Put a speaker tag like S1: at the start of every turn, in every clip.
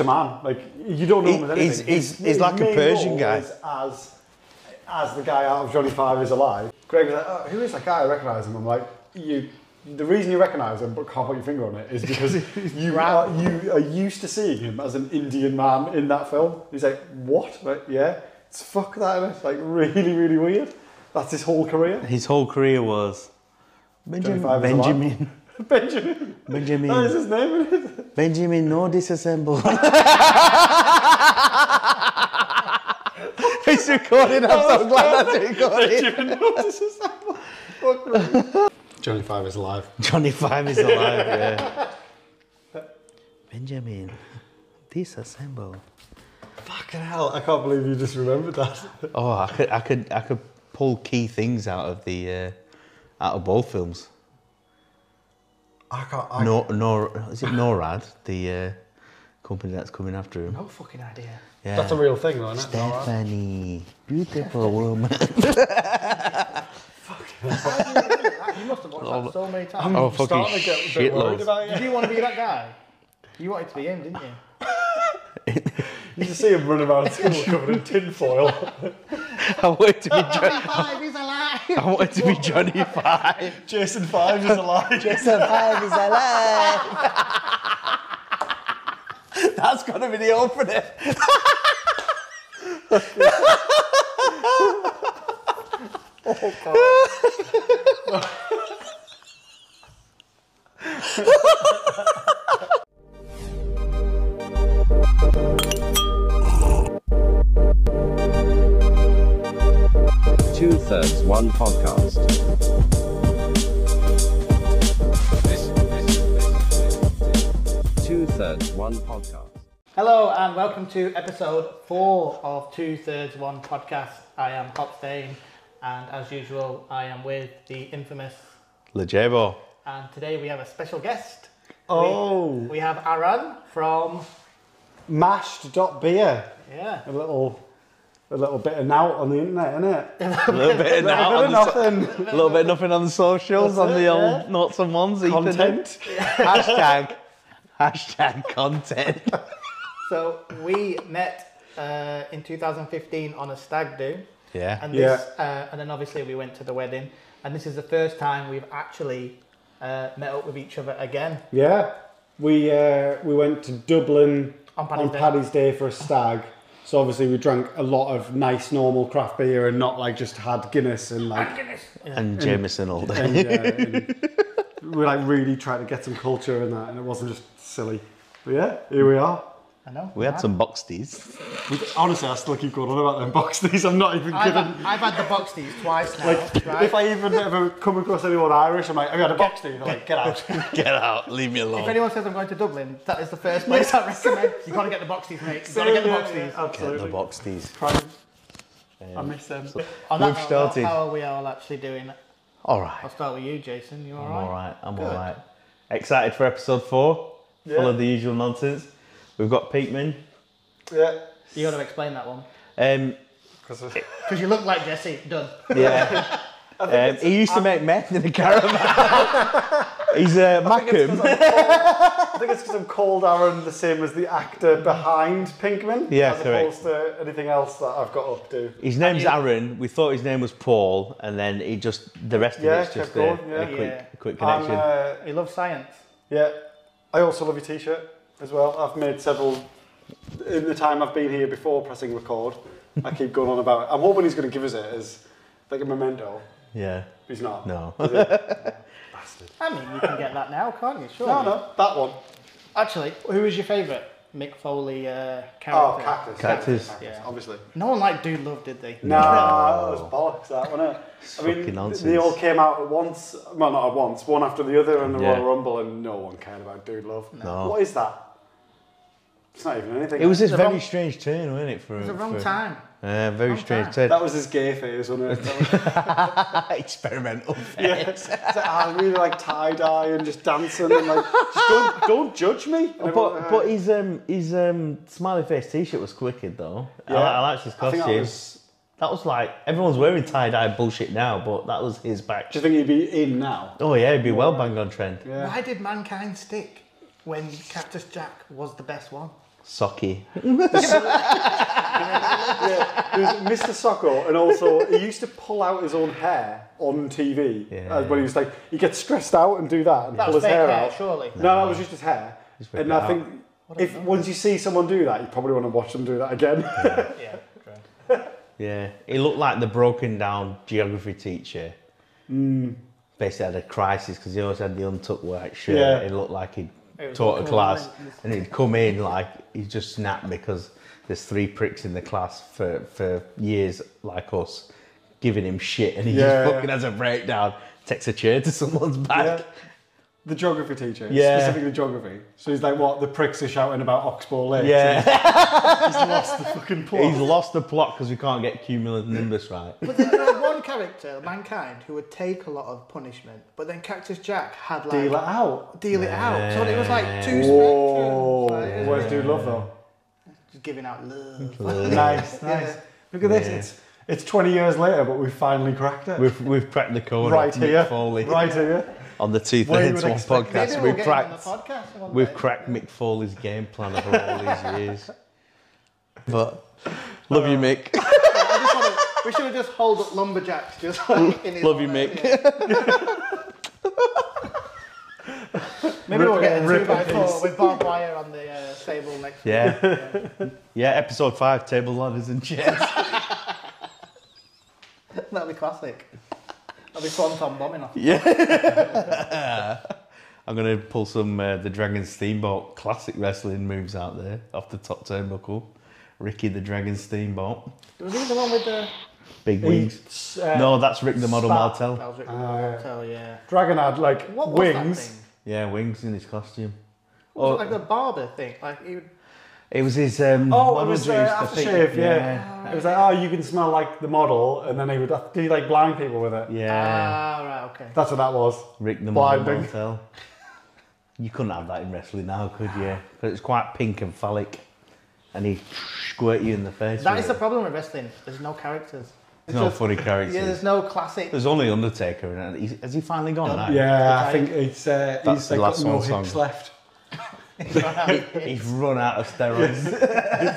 S1: a man. Like you don't know him
S2: He-
S1: as anything.
S2: he's- he's-
S1: His-
S2: he's
S1: his
S2: like a
S1: main
S2: Persian
S1: role
S2: guy.
S1: is As as the guy out of Johnny Five is alive. Greg was like, oh, who is that guy? I recognise him. I'm like, you. The reason you recognise him but can't put your finger on it is because you are you are used to seeing him as an Indian man in that film. He's like, what? Like, yeah, it's fuck that. innit? It's like really really weird. That's his whole career.
S3: His whole career was
S2: Benjamin.
S1: 25 is a lot.
S2: Benjamin.
S1: Benjamin.
S2: Benjamin.
S1: That is his name. Isn't it?
S2: Benjamin, no disassemble. it's recording. I'm so glad that's recording.
S1: Johnny Five is alive.
S2: Johnny Five is alive. Yeah. Benjamin, disassemble.
S1: Fucking hell! I can't believe you just remembered that.
S2: Oh, I could, I could, I could pull key things out of the, uh, out of both films.
S1: I can't. I
S2: No, no, is it NORAD, the uh, company that's coming after him?
S3: no fucking idea.
S2: Yeah.
S1: That's a real thing, though, isn't it?
S2: Stephanie, beautiful woman.
S3: You must have watched that so many times.
S2: Oh, fucking
S1: starting to get a bit worried
S2: shitloads.
S1: about you.
S3: Did you want to be that guy? You wanted to be him, didn't you?
S1: You just see him running around school covered in tinfoil.
S2: I wanted to be, jo-
S3: Five is alive.
S2: I wanted to be Johnny Five.
S1: Jason Five is alive.
S2: Jason Five is alive. That's gonna be the opening.
S4: Two Thirds One Podcast. Two Thirds One Podcast.
S3: Hello and welcome to episode four of Two Thirds One podcast. I am Hop Stain, and as usual, I am with the infamous.
S2: Lejebo.
S3: And today we have a special guest.
S1: Oh,
S3: We have Aaron from
S1: mashed dot beer.
S3: yeah.
S1: A little, a little bit of nout on the internet, isn't it?
S2: A little bit of now
S1: Bit
S2: on
S1: of
S2: the so-
S1: nothing.
S2: little bit of nothing on the socials, on
S1: That's
S2: the
S1: it,
S2: old
S1: yeah.
S2: knots and ones. Ethan.
S1: Content.
S2: Hashtag. Hashtag content.
S3: So we met uh, in 2015 on a stag do,
S2: Yeah.
S3: and this, uh, and then obviously we went to the wedding, and this is the first time we've actually uh, met up with each other again.
S1: Yeah, we uh, we went to Dublin
S3: On Paddy's Day.
S1: Day for a stag. So obviously we drank a lot of nice normal craft beer and not like just had Guinness and like
S2: and Jameson all day.
S1: and, uh, and we like really tried to get some culture in that, and it wasn't just silly. But yeah, here we are.
S3: I know.
S2: We had some box teas.
S1: Honestly, I still keep going on about them box teas. I'm not even
S3: I've,
S1: kidding.
S3: I've had the box these twice now.
S1: Like,
S3: right?
S1: if I even ever come across anyone Irish, I'm like, have you had a box tea? They're like, get out.
S2: Get out, leave me
S3: If
S2: alone.
S3: anyone says I'm going to Dublin, that is the first place I recommend. You gotta get the boxes, mate. You gotta get the boxes.
S1: Yeah,
S2: Get the
S1: absolutely.
S2: box Um, teas.
S1: I miss them.
S3: On that
S2: We've
S3: note,
S2: started.
S3: How are we all actually doing?
S2: All right.
S3: I'll start with you, Jason. You all
S2: I'm
S3: right?
S2: all right. I'm
S3: Good.
S2: all right. Excited for episode four. Full of the usual nonsense. We've got Peakman.
S1: Yeah.
S3: You gotta explain that one
S2: Um,
S3: because you look like Jesse. Done.
S2: yeah. Um, he used to make meth in a caravan. He's a Macum.
S1: I think it's because I'm called Aaron the same as the actor behind Pinkman.
S2: Yeah,
S1: as
S2: correct.
S1: opposed to anything else that I've got up to.
S2: His name's Aaron. We thought his name was Paul, and then he just the rest of
S1: Yeah,
S2: it's just
S1: kept
S2: a,
S1: going, yeah.
S2: a quick,
S3: Yeah.
S2: quick
S1: I'm,
S2: connection.
S1: uh,
S3: You love science.
S1: Yeah, I also love your T-shirt as well. I've made several in the time I've been here before pressing record. I keep going on about it. I'm hoping he's going to give us it as like a memento.
S2: yeah.
S1: He's not.
S2: No.
S3: I mean, you can get that now, can't you? Sure.
S1: No, no, that one.
S3: Actually, who was your favourite Mick Foley uh, character?
S1: Oh, cactus.
S2: Cactus.
S3: Yeah.
S1: Obviously.
S3: No one liked Dude Love, did they?
S1: Nah, that was bollocks. That wasn't it. I
S2: Fucking
S1: mean,
S2: nonsense.
S1: they all came out at once. Well, not at once. One after the other in the
S2: Yeah.
S1: Royal Rumble, and no one cared about Dude Love.
S2: No.
S1: What is that? It's not even anything.
S2: It was this
S3: the
S2: very
S3: wrong-
S2: strange turn, wasn't it? For
S3: It was the wrong
S2: for-
S3: time.
S2: Yeah, very
S3: Wrong
S2: strange
S3: time.
S2: turn.
S1: that was his gay phase, wasn't it? That was-
S2: experimental
S1: Yeah. It's like, "Ah, I really like tie dye and just dancing and like, just don't, don't judge me. And everyone- uh,
S2: But but his um his um smiley face t-shirt was wicked though. I, li- I liked his
S1: I think
S2: costume.
S1: that
S2: that, was...
S1: was-
S2: like everyone's wearing tie dye bullshit now, but that was his back.
S1: do you think he'd be in now?
S2: Oh yeah, it'd be well bang on trend.
S1: Yeah.
S3: Why did mankind stick when Cactus Jack was the best one?
S2: Socky.
S1: yeah, there's Mr. Socko, and also he used to pull out his own hair on TV
S2: Yeah.
S1: uh, when he was like he gets stressed out and do that and
S3: That's
S1: pull his
S3: fake
S1: hair,
S3: hair,
S1: out.
S3: surely.
S1: No, that was just his hair.
S2: Just whip
S1: And
S2: it
S1: I
S2: out.
S1: think if once you see someone do that, you probably want to watch them do that again.
S3: Yeah, true.
S2: Yeah, he looked like the broken down geography teacher.
S1: Hmm.
S2: Basically, had a crisis because he always had the untucked white shirt.
S1: Yeah.
S2: He looked like he'd
S3: It was
S2: taught a
S3: cool,
S2: class,
S3: wasn't
S2: and he'd come in like he just snapped because there's three pricks in the class for for years like us, giving him shit, and he
S1: Yeah.
S2: just fucking has a breakdown, takes a chair to someone's back.
S1: Yeah. The geography teacher,
S2: Yeah.
S1: specifically geography. So he's like, "What the pricks are shouting about Oxbow Lake?"
S2: Yeah,
S1: lost the fucking plot.
S2: he's lost the plot because we can't get cumulative nimbus right.
S3: But then there was one character, mankind, who would take a lot of punishment, but then Cactus Jack had like
S1: Deal it out.
S3: deal it out. So it was like two
S1: Whoa,
S3: spectrums. Like, it was
S1: where's Dude Love though?
S3: just giving out love.
S1: nice, nice. Look at this.
S2: Yeah.
S1: It's it's 20 years later, but we finally cracked it.
S2: We've we've cracked the code
S1: right
S2: on Mick
S1: here,
S2: Foley
S1: right here.
S2: on the two
S1: Where you
S2: thirds
S1: would
S2: one
S1: expect-
S2: podcast.
S3: Maybe
S2: we
S3: we'll get him on the
S2: cracked.
S3: podcast. one
S2: We've
S3: day.
S2: cracked Mick Foley's game plan over all these years. But love you, Mick.
S1: Uh,
S3: I just wanna- we should have just hold up lumberjacks just like in his
S2: Love you,
S3: honour,
S2: Mick.
S3: yeah. Maybe we'll
S1: Rip-
S3: get a two
S1: rip
S3: by
S1: in
S3: four
S1: peace.
S3: with barbed wire on the uh, table next week.
S2: Yeah. Yeah, episode five, table ladders and chairs.
S3: That'll be classic. That'll be quantum bombing off.
S2: I'm gonna pull some uh, the Dragon Steamboat classic wrestling moves out there off the top turnbuckle. Ricky the Dragon Steamboat.
S3: Was he the one with the?
S2: Big wings.
S1: He's, uh,
S2: No, that's Rick the Model
S1: Spat.
S3: That
S2: Martel.
S3: was Rick
S1: yeah.
S3: Martel, yeah.
S1: Dragon had like
S3: What was that
S1: Uh, wings.
S3: thing?
S2: Yeah, wings in his costume.
S3: Was
S2: Oh,
S3: it like the barber thing? Like he would,
S2: it was his. Um,
S1: Oh, it
S2: model
S1: was uh,
S2: juice, the thing-
S1: aftershave, yeah. It was like, oh, you can smell like the model, and then they would have to do like blind people with it.
S2: Yeah. yeah.
S3: ah, right, okay.
S1: That's what that was.
S2: Rick the Model
S1: Blinding.
S2: Motel. You couldn't have that in wrestling now, could you? Because it's quite pink and phallic, and he squirt you in the face.
S3: That
S2: with
S3: is the
S2: it.
S3: problem with wrestling. There's no characters.
S2: There's no funny characters.
S3: Yeah, there's no classic.
S2: There's only Undertaker, and he's, has he finally gone? now?
S1: Yeah, I
S3: Okay.
S1: think it's uh,
S2: That's
S1: he's
S2: the
S1: like, got
S2: last
S1: no
S2: one song.
S1: hips left.
S2: he's run out of steroids.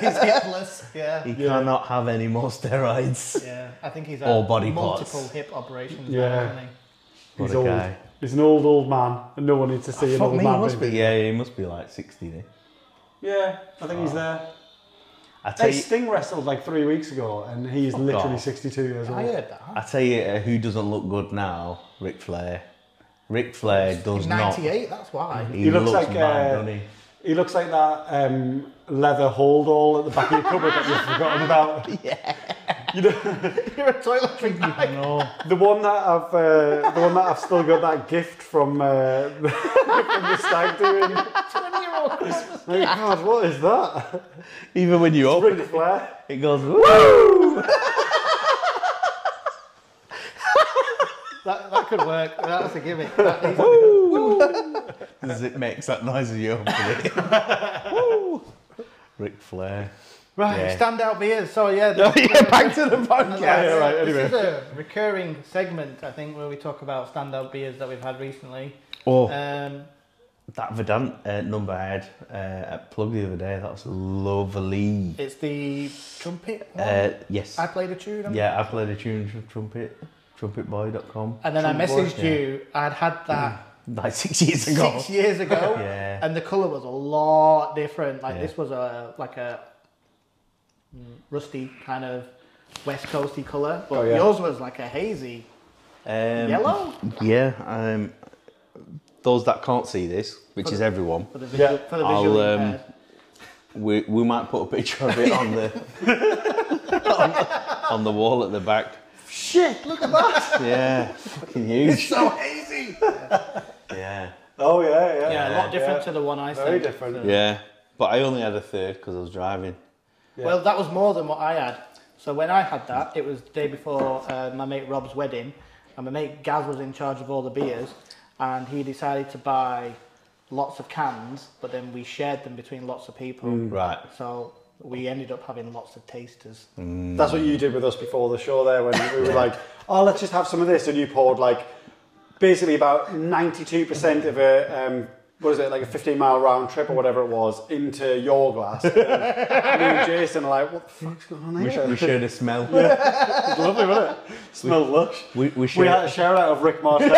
S3: He's hipless. Yeah.
S2: He cannot have any more steroids.
S3: Yeah, I think he's had
S2: All body
S3: multiple
S2: parts.
S3: hip operations.
S1: Yeah.
S3: now, hasn't he?
S2: What
S1: He's
S2: a
S1: old.
S2: guy. Oh,
S1: He's an old old man, and no one needs to see an
S2: Fuck
S1: old
S2: me, he
S1: man.
S2: must be.
S1: really.
S2: Yeah, he must be like sixty. eh?
S1: Yeah, I think
S2: Oh.
S1: he's there.
S2: I tell
S1: Hey,
S2: you,
S1: Sting wrestled like three weeks ago, and he
S2: Oh,
S1: is literally
S2: off.
S1: 62 years
S2: Oh,
S3: I
S1: old.
S3: heard that.
S2: I tell you, uh, who doesn't look good now? Ric Flair. Ric Flair does not. He,
S3: 98, that's why.
S1: He looks
S2: looks,
S1: like,
S2: bad,
S1: uh,
S2: doesn't he?
S1: He looks like that um, leather hold all at the back of your cupboard that you've forgotten about.
S3: You're a toiletry guy.
S2: No.
S1: The one that I've, uh, the one that I've still got that gift from, uh, from the stag doing.
S3: 20 year old Christmas.
S1: Like, God, what is that?
S2: Even when you open
S1: Ric Flair.
S2: It goes,
S3: That, that could work. That's a gimmick. That is-
S2: as it makes that noise as you open it. Ric Flair.
S3: right,
S2: Yeah.
S3: standout beers. So, yeah.
S2: Oh,
S3: this-
S2: yeah, back to the podcast.
S1: Yeah, yeah, right,
S3: This
S1: anyway.
S3: is a recurring segment, I think, where we talk about standout beers that we've had recently.
S2: Oh,
S3: Um,
S2: that Vedant uh, number I had uh, at Plug the other day, that was lovely.
S3: it's the trumpet. One.
S2: Uh, yes.
S3: I played a tune. on
S2: yeah, I played a tune from Trumpet, trumpetboy.com,
S3: And then I messaged
S2: yeah.
S3: you. I'd had that
S2: like six years ago.
S3: six years ago,
S2: Yeah.
S3: and the color was a lot different. Like
S2: Yeah.
S3: this was a like a mm, rusty kind of west coasty color, but
S1: Oh, yeah.
S3: yours was like a hazy
S2: Um,
S3: yellow.
S2: Yeah. Um, those that can't see this, which is everyone,
S3: For the visual,
S1: Yeah.
S3: for the
S2: I'll,
S3: visually
S2: um,
S3: impaired.
S2: We, we might put a picture of it on the on, on the wall at the back.
S3: Shit! Look at that.
S2: Yeah, fucking huge.
S3: so hazy.
S2: Yeah,
S1: Oh yeah, yeah.
S3: Yeah, a lot different
S1: Yeah.
S3: to the one I
S1: Very
S3: sent.
S1: different.
S2: yeah. But I only had a third because I was driving.
S3: Well, that was more than what I had. So when I had that, it was the day before uh, my mate Rob's wedding, and my mate Gaz was in charge of all the beers, and he decided to buy lots of cans, but then we shared them between lots of people.
S1: Mm.
S2: Right.
S3: So we ended up having lots of tasters.
S1: Hmm. That's what you did with us before the show there when we were like, oh, let's just have some of this. And you poured like basically about 92% of a um, what is it, like a 15 mile round trip or whatever it was, into your glass. and me and Jason are like, what the fuck's going on
S2: We,
S1: here?
S2: sh- we shared a smell.
S1: It's lovely, wasn't it? Smelled lush.
S2: We,
S1: We
S2: we
S1: had
S2: shared.
S1: a shout out of Rick Martel.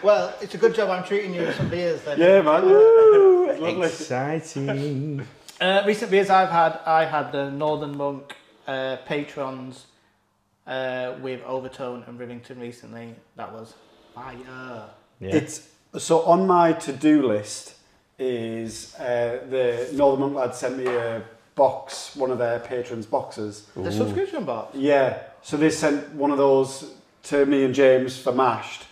S3: Well, it's a good job I'm treating you with some beers then.
S1: yeah, man. It's lovely.
S2: Exciting.
S3: Uh, recent beers I've had, I had the Northern Monk uh, Patrons uh, with Overtone and Rivington recently. That was fire.
S2: Yeah.
S1: It's so on my to-do list is uh, the Northern Monk lad sent me a box, one of their patrons' boxes.
S3: The subscription box.
S1: Yeah, so they sent one of those to me and James for mashed,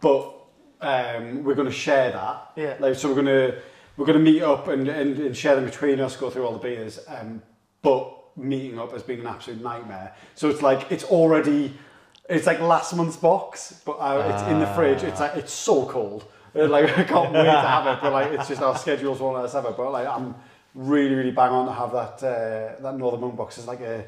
S1: but um, we're going to share that.
S3: Yeah.
S1: like so we're gonna we're gonna meet up and, and, and share them between us, go through all the beers. Um, but meeting up has been an absolute nightmare. So it's like it's already it's like last month's box, but uh, it's in the fridge. It's like it's so cold. Uh, Like I can't wait to have it, but like it's just our schedules won't let us have it. But like I'm really really bang on to have that uh, that Northern Monk box. It's like a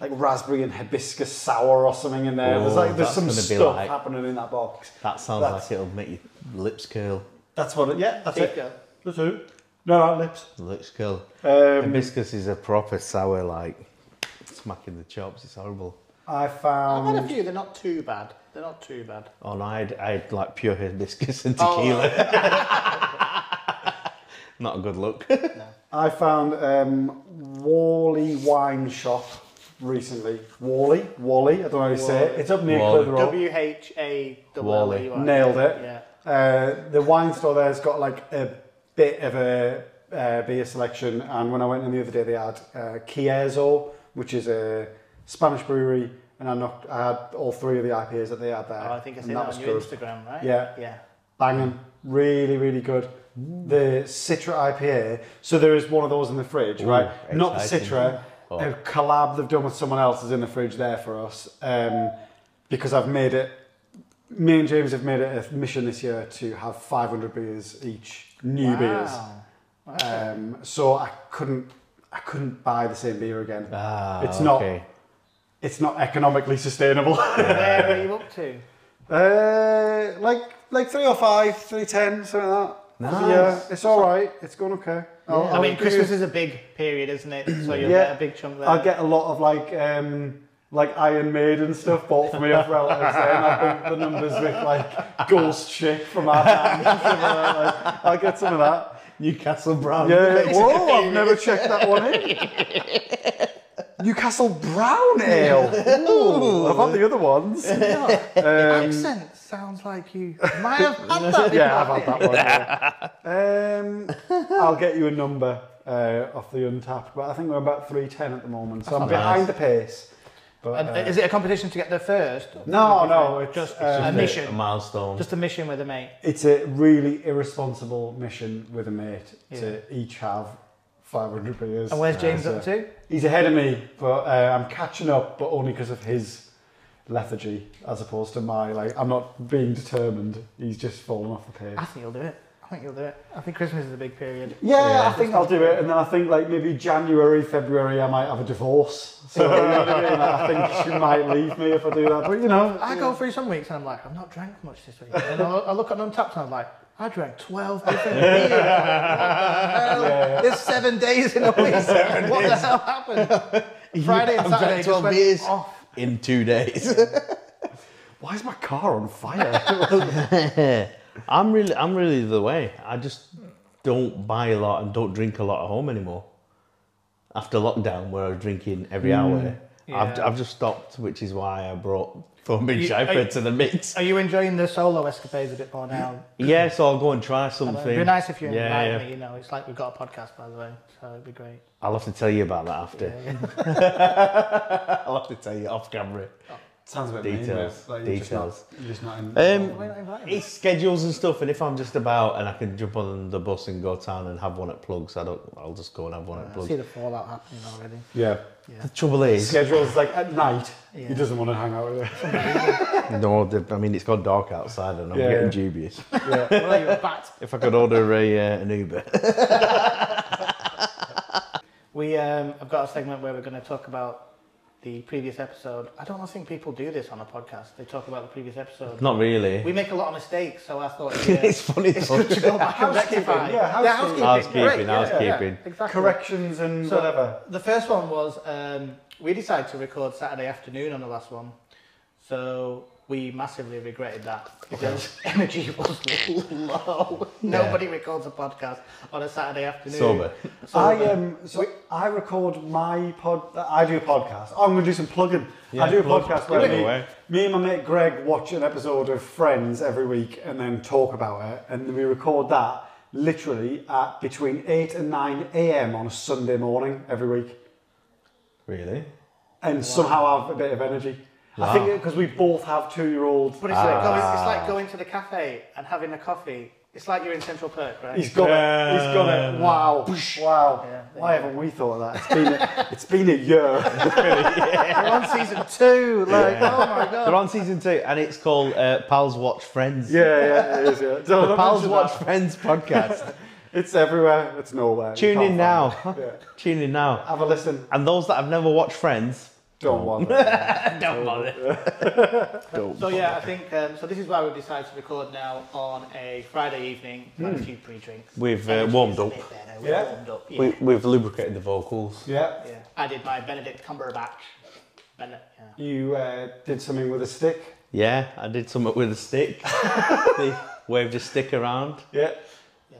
S1: like raspberry and hibiscus sour or something in there. there's
S2: Whoa,
S1: like there's
S2: that's
S1: some
S2: gonna be
S1: stuff
S2: like-
S1: happening in that box.
S2: that sounds
S1: that's-
S2: like it'll make your lips curl.
S1: That's what. It, yeah, that's
S3: There you
S1: it.
S3: go.
S1: That's it. No, no lips.
S2: Lips curl.
S1: Um,
S2: Hibiscus is a proper sour, like smacking the chops. It's horrible.
S1: I
S3: I've had a
S1: found.
S3: few, they're not too bad. They're not too bad.
S2: Oh, no, I had, I had like pure hibiscus and
S3: Oh.
S2: tequila. Not a good look.
S1: I found um, Wally Wine Shop recently. Wally, Wally. I don't know how you say it. It's up near
S2: Wally.
S1: Clitheroe.
S3: W H A
S2: Wally.
S3: W L E Y.
S1: Nailed it.
S3: Yeah.
S1: Uh, the wine store there's got like a bit of a uh, beer selection, and when I went in the other day, they had uh, Chiesa, which is a Spanish brewery, and I knocked. I had all three of the IPAs that they had there.
S3: Oh, I think I
S1: and
S3: see that,
S1: was
S3: on your
S1: good.
S3: Instagram, right?
S1: Yeah.
S3: Yeah.
S1: banging, really, really good.
S2: Mm.
S1: The Citra IPA. So there is one of those in the fridge,
S2: Ooh,
S1: right? Not the
S2: exciting.
S1: Citra.
S2: Oh.
S1: A collab they've done with someone else is in the fridge there for us. Um, because I've made it. Me and James have made it a mission this year to have 500 beers each, new beers. Um, so I couldn't, I couldn't buy the same beer again.
S2: Ah,
S1: It's not-
S2: okay.
S1: It's not economically sustainable.
S3: Where are you up to?
S1: Uh, like like three or five, three ten, something like that.
S2: Nice.
S1: Yeah, it's all right. It's going okay. I'll,
S3: I
S1: I'll
S3: mean,
S1: do-
S3: Christmas is a big period, isn't it? So you'll
S1: Yeah.
S3: get a big chunk there.
S1: I'll get a lot of like um, like Iron Maiden stuff bought for me off relatives, there, and I'll bump um, the numbers with like Ghost Shit from our band. and stuff like that. I'll get some of that.
S2: Newcastle Brown.
S1: Yeah. Whoa! I've never checked that one in. Newcastle Brown Ale. Ooh, I've had the other ones. Um,
S3: Accent sounds like you might have had that.
S1: yeah, I've had that one. yeah. Um, I'll get you a number uh, off the untapped, but I think we're about 310 at the moment, so I'm behind the pace. But,
S3: And
S1: uh,
S3: is it a competition to get there first?
S1: no, no, it's
S3: Just-
S1: just,
S2: A
S3: A
S1: um,
S3: mission.
S2: mission. A milestone.
S3: Just a mission with a mate.
S1: it's a really irresponsible mission with a mate to each have 500 beers. Uh,
S3: And where's James
S1: So-
S3: up to?
S1: He's ahead of me, but uh, I'm catching up, but only because of his lethargy as opposed to my like I'm not being determined. He's just fallen off the pace.
S3: I think you'll do it. I think you'll do it. I think Christmas is a big period.
S1: Yeah,
S2: Yeah.
S1: I think I'll do it, and then I think like maybe January, February, I might have a divorce. So you know what I, mean? I think she might leave me if I do that. But you know,
S3: I go through some weeks and I'm like, I've not drank much this week. And I, I look at Untapped and I'm like, I drank 12 different beers. What the hell? There's seven days in a week. what the hell happened? Friday and
S2: I've drank
S3: Saturday just
S2: 12
S3: went
S2: beers.
S3: off.
S2: in two days.
S1: why is my car on fire?
S2: I'm really, I'm really the way. I just don't buy a lot and don't drink a lot at home anymore. After lockdown, where I was drinking every hour, I've,
S3: Mm. yeah.
S2: I've just stopped, which is why I brought Foaming
S3: You- are you-
S2: Schaefer to the mix.
S3: Are you enjoying the solo escapades a bit more now?
S2: Yeah, so I'll go and try something.
S3: It'd be nice if you invite
S2: yeah, yeah.
S3: me, you know. It's like we've got a podcast, by the way, so it'd be great.
S2: I'll have to tell you about that after. I'll have to tell you off camera.
S1: Sounds a bit
S2: Details,
S1: meaningless, you're just not-
S2: details.
S1: You're just not in.
S2: Um,
S3: Why not invite me?
S2: it's schedules and stuff, and if I'm just about and I can jump on the bus and go town and have one at Plugs, I don't. I'll just go and have one at
S1: Uh,
S3: I see
S2: Plugs.
S3: the fallout happening already.
S1: yeah.
S2: The trouble is,
S1: Schedule's like at night.
S3: Yeah.
S1: He doesn't want to hang out with you.
S2: No, the, I mean it's got dark outside, and I'm
S1: Yeah.
S2: getting dubious.
S3: well, you're a bat.
S2: if I could order a uh, an Uber,
S3: We um, have got a segment where we're going to talk about the previous episode. I don't think people do this on a podcast. They talk about the previous episode.
S2: Not really.
S3: We make a lot of mistakes, so I thought
S2: it's
S3: yeah,
S2: funny
S3: it's
S2: though.
S3: good to go back and
S1: Housekeeping,
S3: rectify.
S1: yeah, housekeeping.
S2: Housekeeping,
S3: great, yeah,
S2: housekeeping.
S3: yeah, exactly.
S1: Corrections and
S3: So,
S1: whatever.
S3: The first one was um, we decided to record Saturday afternoon on the last one, so we massively regretted that because energy was low. Nobody records a podcast on a Saturday afternoon.
S2: Sober. Ah,
S1: I um, so I record my pod. I do a podcast. Oh, I'm going to do some plugging.
S2: Yeah,
S1: I do a
S2: plug.
S1: podcast
S2: Plug
S1: where
S2: it
S1: me,
S2: away.
S1: me and my mate Greg watch an episode of Friends every week and then talk about it, and we record that literally at between eight and nine a.m. on a Sunday morning every week,
S2: Really?
S1: and somehow have a bit of energy. I think because we both have two-year-olds.
S3: But it's, like going, it's
S2: Ah.
S3: like going to the cafe and having a coffee. It's like you're in Central Perk, right?
S1: He's got it. He's got it. Wow. Wow.
S3: Yeah, there
S1: Why
S3: you
S1: haven't we thought of that? It's been a, it's been a year.
S3: We're on season two. Like,
S2: Yeah.
S3: oh my god.
S2: They're on season two, and it's called uh, Pals Watch Friends.
S1: yeah, yeah, it is. Yeah. So
S2: The
S1: don't
S2: Pals
S1: mention
S2: Watch
S1: that.
S2: Friends podcast.
S1: It's everywhere. It's nowhere. You
S2: Tune
S1: can't
S2: in
S1: find
S2: now.
S1: it. Yeah.
S2: Tune in now.
S1: Have a listen.
S2: And those that have never watched Friends,
S1: Don't bother.
S2: don't bother. don't.
S3: So yeah, I think um, so. This is why we've decided to record now on a Friday evening. We've had a few pre-drinks.
S2: Hmm. We've, uh,
S3: Energy's
S2: warmed
S3: a
S2: up.
S3: bit better, We've
S1: Yeah.
S3: warmed up. Yeah.
S2: We, we've lubricated the vocals.
S1: yeah.
S3: yeah. I did my Benedict Cumberbatch. Bene- yeah.
S1: You uh, did something with a stick.
S2: Yeah, I did something with a stick. they waved a stick around,
S1: Yeah.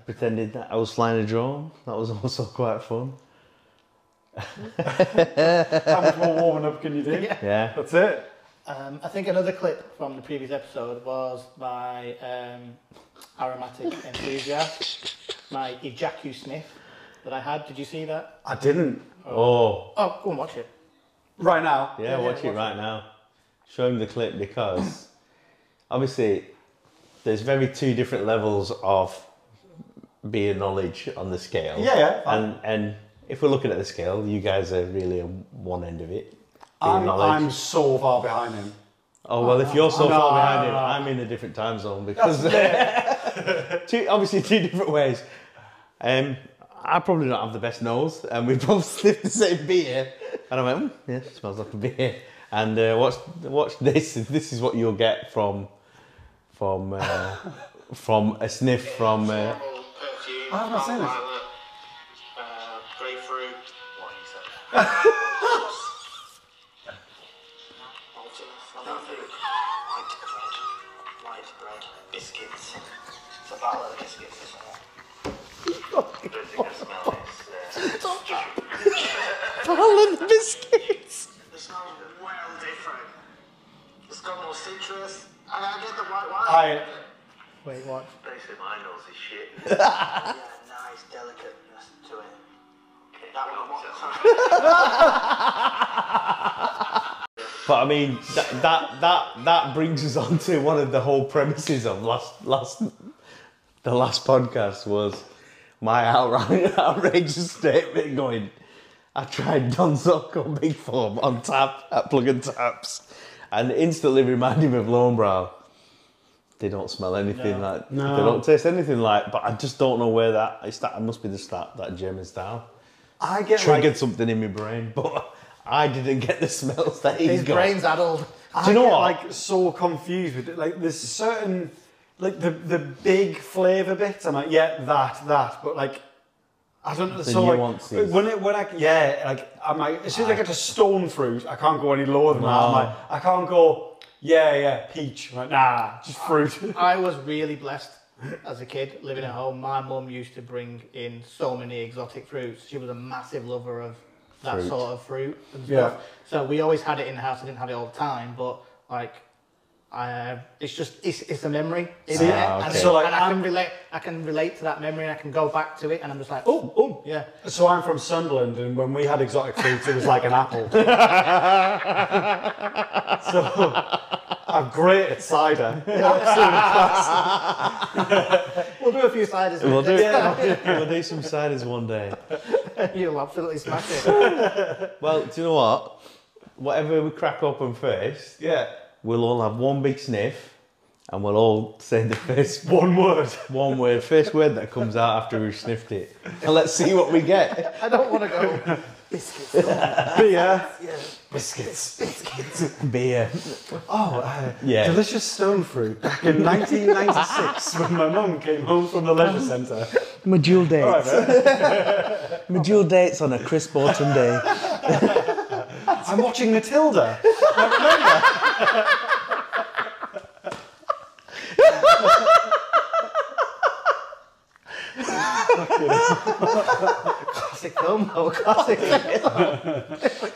S2: pretended that I was flying a drone. That was also quite fun.
S1: How much more warming up can you do?
S2: Yeah.
S1: That's it.
S3: Um, I think another clip from the previous episode was my um, aromatic enthusiast, my ejacu sniff that I had. Did you see that?
S1: I didn't.
S2: Oh,
S3: Oh, go and watch it.
S1: Right now.
S2: yeah, watch it right now. Show him the clip because obviously there's very two different levels of beer knowledge on the scale.
S1: Yeah, yeah, fine.
S2: And, and if we're looking at the scale, you guys are really on one end of it. beer
S1: I'm,
S2: knowledge.
S1: I'm so far behind him.
S2: Oh well, if you're so
S1: No,
S2: far behind
S1: no,
S2: him,
S1: no.
S2: I'm in a different time zone because two, obviously two different ways. Um, I probably don't have the best nose, and we both sniffed the same beer, and I went, mm, "Yeah, smells like a beer." And uh, watch, watch this. This is what you'll get from, from, uh, from a sniff from. Uh,
S5: Floral, perfume,
S1: I have not seen this.
S5: malala, uh, grapefruit. What do you say? Nothing. White bread. White bread. Biscuits. It's a bottle of biscuits as well. I don't think I smell this. Uh,
S2: Holland biscuits.
S5: the smell's well different. It's got more citrus. And I get the white
S1: I
S5: wine.
S3: Wait, watch.
S5: Basically, my nose is shit. yeah, nice delicateness to it. that one, what-
S2: But I mean, that, that that that brings us on to one of the whole premises of last last the last podcast was my outright outrageous statement going. I tried Don Zocco Big Form on tap at Plug and Taps, and instantly reminded me of Lone Brow. They don't smell anything like
S1: No.
S2: they don't taste anything like. But I just don't know where that it's that it must be just that that German style
S1: I get
S2: triggered
S1: like
S2: something in my brain, but. I didn't get the smells that he's
S3: His
S2: got.
S3: brain's addled.
S1: I
S2: Do you know
S1: get,
S2: what?
S1: like so confused with it. Like there's certain like the the big flavour bits. I'm like, yeah, that, that, but like I don't know.
S2: The
S1: so like
S2: nuances.
S1: when it when I yeah, like I'm like as soon as I get to stone fruit, I can't go any lower than that. I'm
S2: No.
S1: like, I can't go. Yeah, yeah, peach. I'm like, nah, just fruit.
S3: I was really blessed as a kid living at home. My mum used to bring in so many exotic fruits. She was a massive lover of that
S2: Fruit.
S3: sort of fruit and
S1: Yeah.
S3: stuff. So we always had it in the house. I didn't have it all the time, but like. I, uh, it's just it's, it's a memory, is
S2: See?
S3: it?
S2: Ah,
S3: And,
S2: okay.
S3: so
S1: So, like,
S3: and I
S1: I'm-
S3: can relate. I can relate to that memory, and I can go back to it, and I'm just like, oh, oh, yeah.
S1: so I'm from Sunderland, and when we had exotic fruits, it was like an apple. so I'm great at cider.
S3: We'll do a few sliders.
S2: We'll do,
S3: next
S2: we'll do some ciders one day.
S3: time. You'll absolutely smash it.
S2: Well, do you know what? Whatever we crack open first,
S1: Yeah.
S2: we'll all have one big sniff and we'll all say the first one word, one word, first word that comes out after we've sniffed it, and let's see what we get.
S3: I don't want to go.
S1: Beer.
S2: Biscuits, biscuits, beer. Eh.
S1: Oh, uh,
S2: Yeah.
S1: delicious stone fruit. Back in 1996, when my mum came home from the leisure centre.
S2: My dual dates.
S1: Right, man.
S2: My dual dates on a crisp autumn day.
S1: I'm watching Matilda.
S3: Classic film, though. Classic.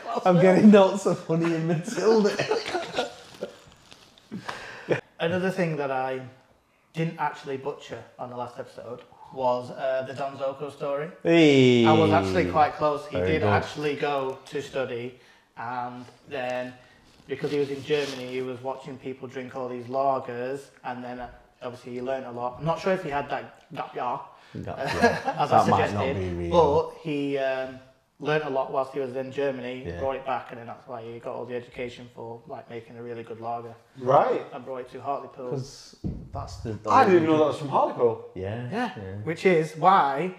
S2: I'm getting notes of honey and Matilda.
S3: Another thing that I didn't actually butcher on the last episode was uh, the Don Zoko story.
S2: Hey.
S3: I was actually quite close. He
S2: Mm. Very
S3: did
S2: good.
S3: actually go to study, and then because he was in Germany, he was watching people drink all these lagers, and then uh, obviously he learned a lot. I'm not sure if he had that gap year, as I
S2: That might not be
S3: suggested,
S2: real.
S3: but he um, learned a lot whilst he was in Germany.
S2: Yeah.
S3: Brought it back, and then that's why he got all the education for like making a really good lager,
S1: Right.
S3: and brought it to Hartlepool.
S2: Because that's the.
S1: I didn't even know that was from Hartlepool.
S2: Yeah.
S3: Yeah, which is why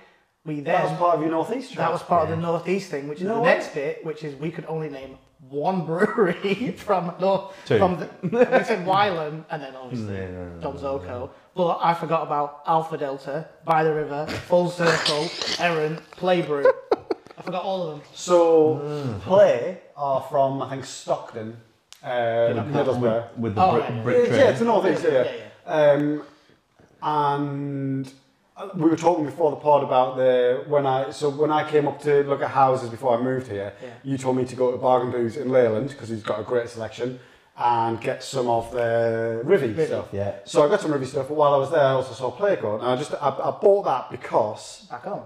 S3: we then
S1: That was part of your northeast trip.
S3: That was part of the northeast thing, which is
S1: No
S3: the
S1: way.
S3: next bit, which is we could only name one brewery from north
S2: Two.
S3: from the we said Wylam and then obviously
S2: No, no, no,
S3: Don Zoko. But I forgot about Alpha Delta, By the River, Full Circle, Errant, Playbrew. I forgot all of them.
S1: So
S2: Mm.
S1: play are from I think Stockton, uh, Middlesbrough.
S2: With the
S3: Oh,
S2: brick,
S3: yeah.
S2: brick
S1: yeah,
S2: train.
S1: it's the northeast. Yeah,
S3: Yeah,
S1: Um, and uh, we were talking before the pod about the when I so when I came up to look at houses before I moved here,
S3: Yeah.
S1: you told me to go to Bargain Booze in Leyland because he's got a great selection and get some of the Rivy
S3: Rivy.
S1: stuff.
S2: Yeah.
S1: So I got some Rivy stuff, but while I was there, I also saw Play Code, and I just I, I bought that because
S3: Back on.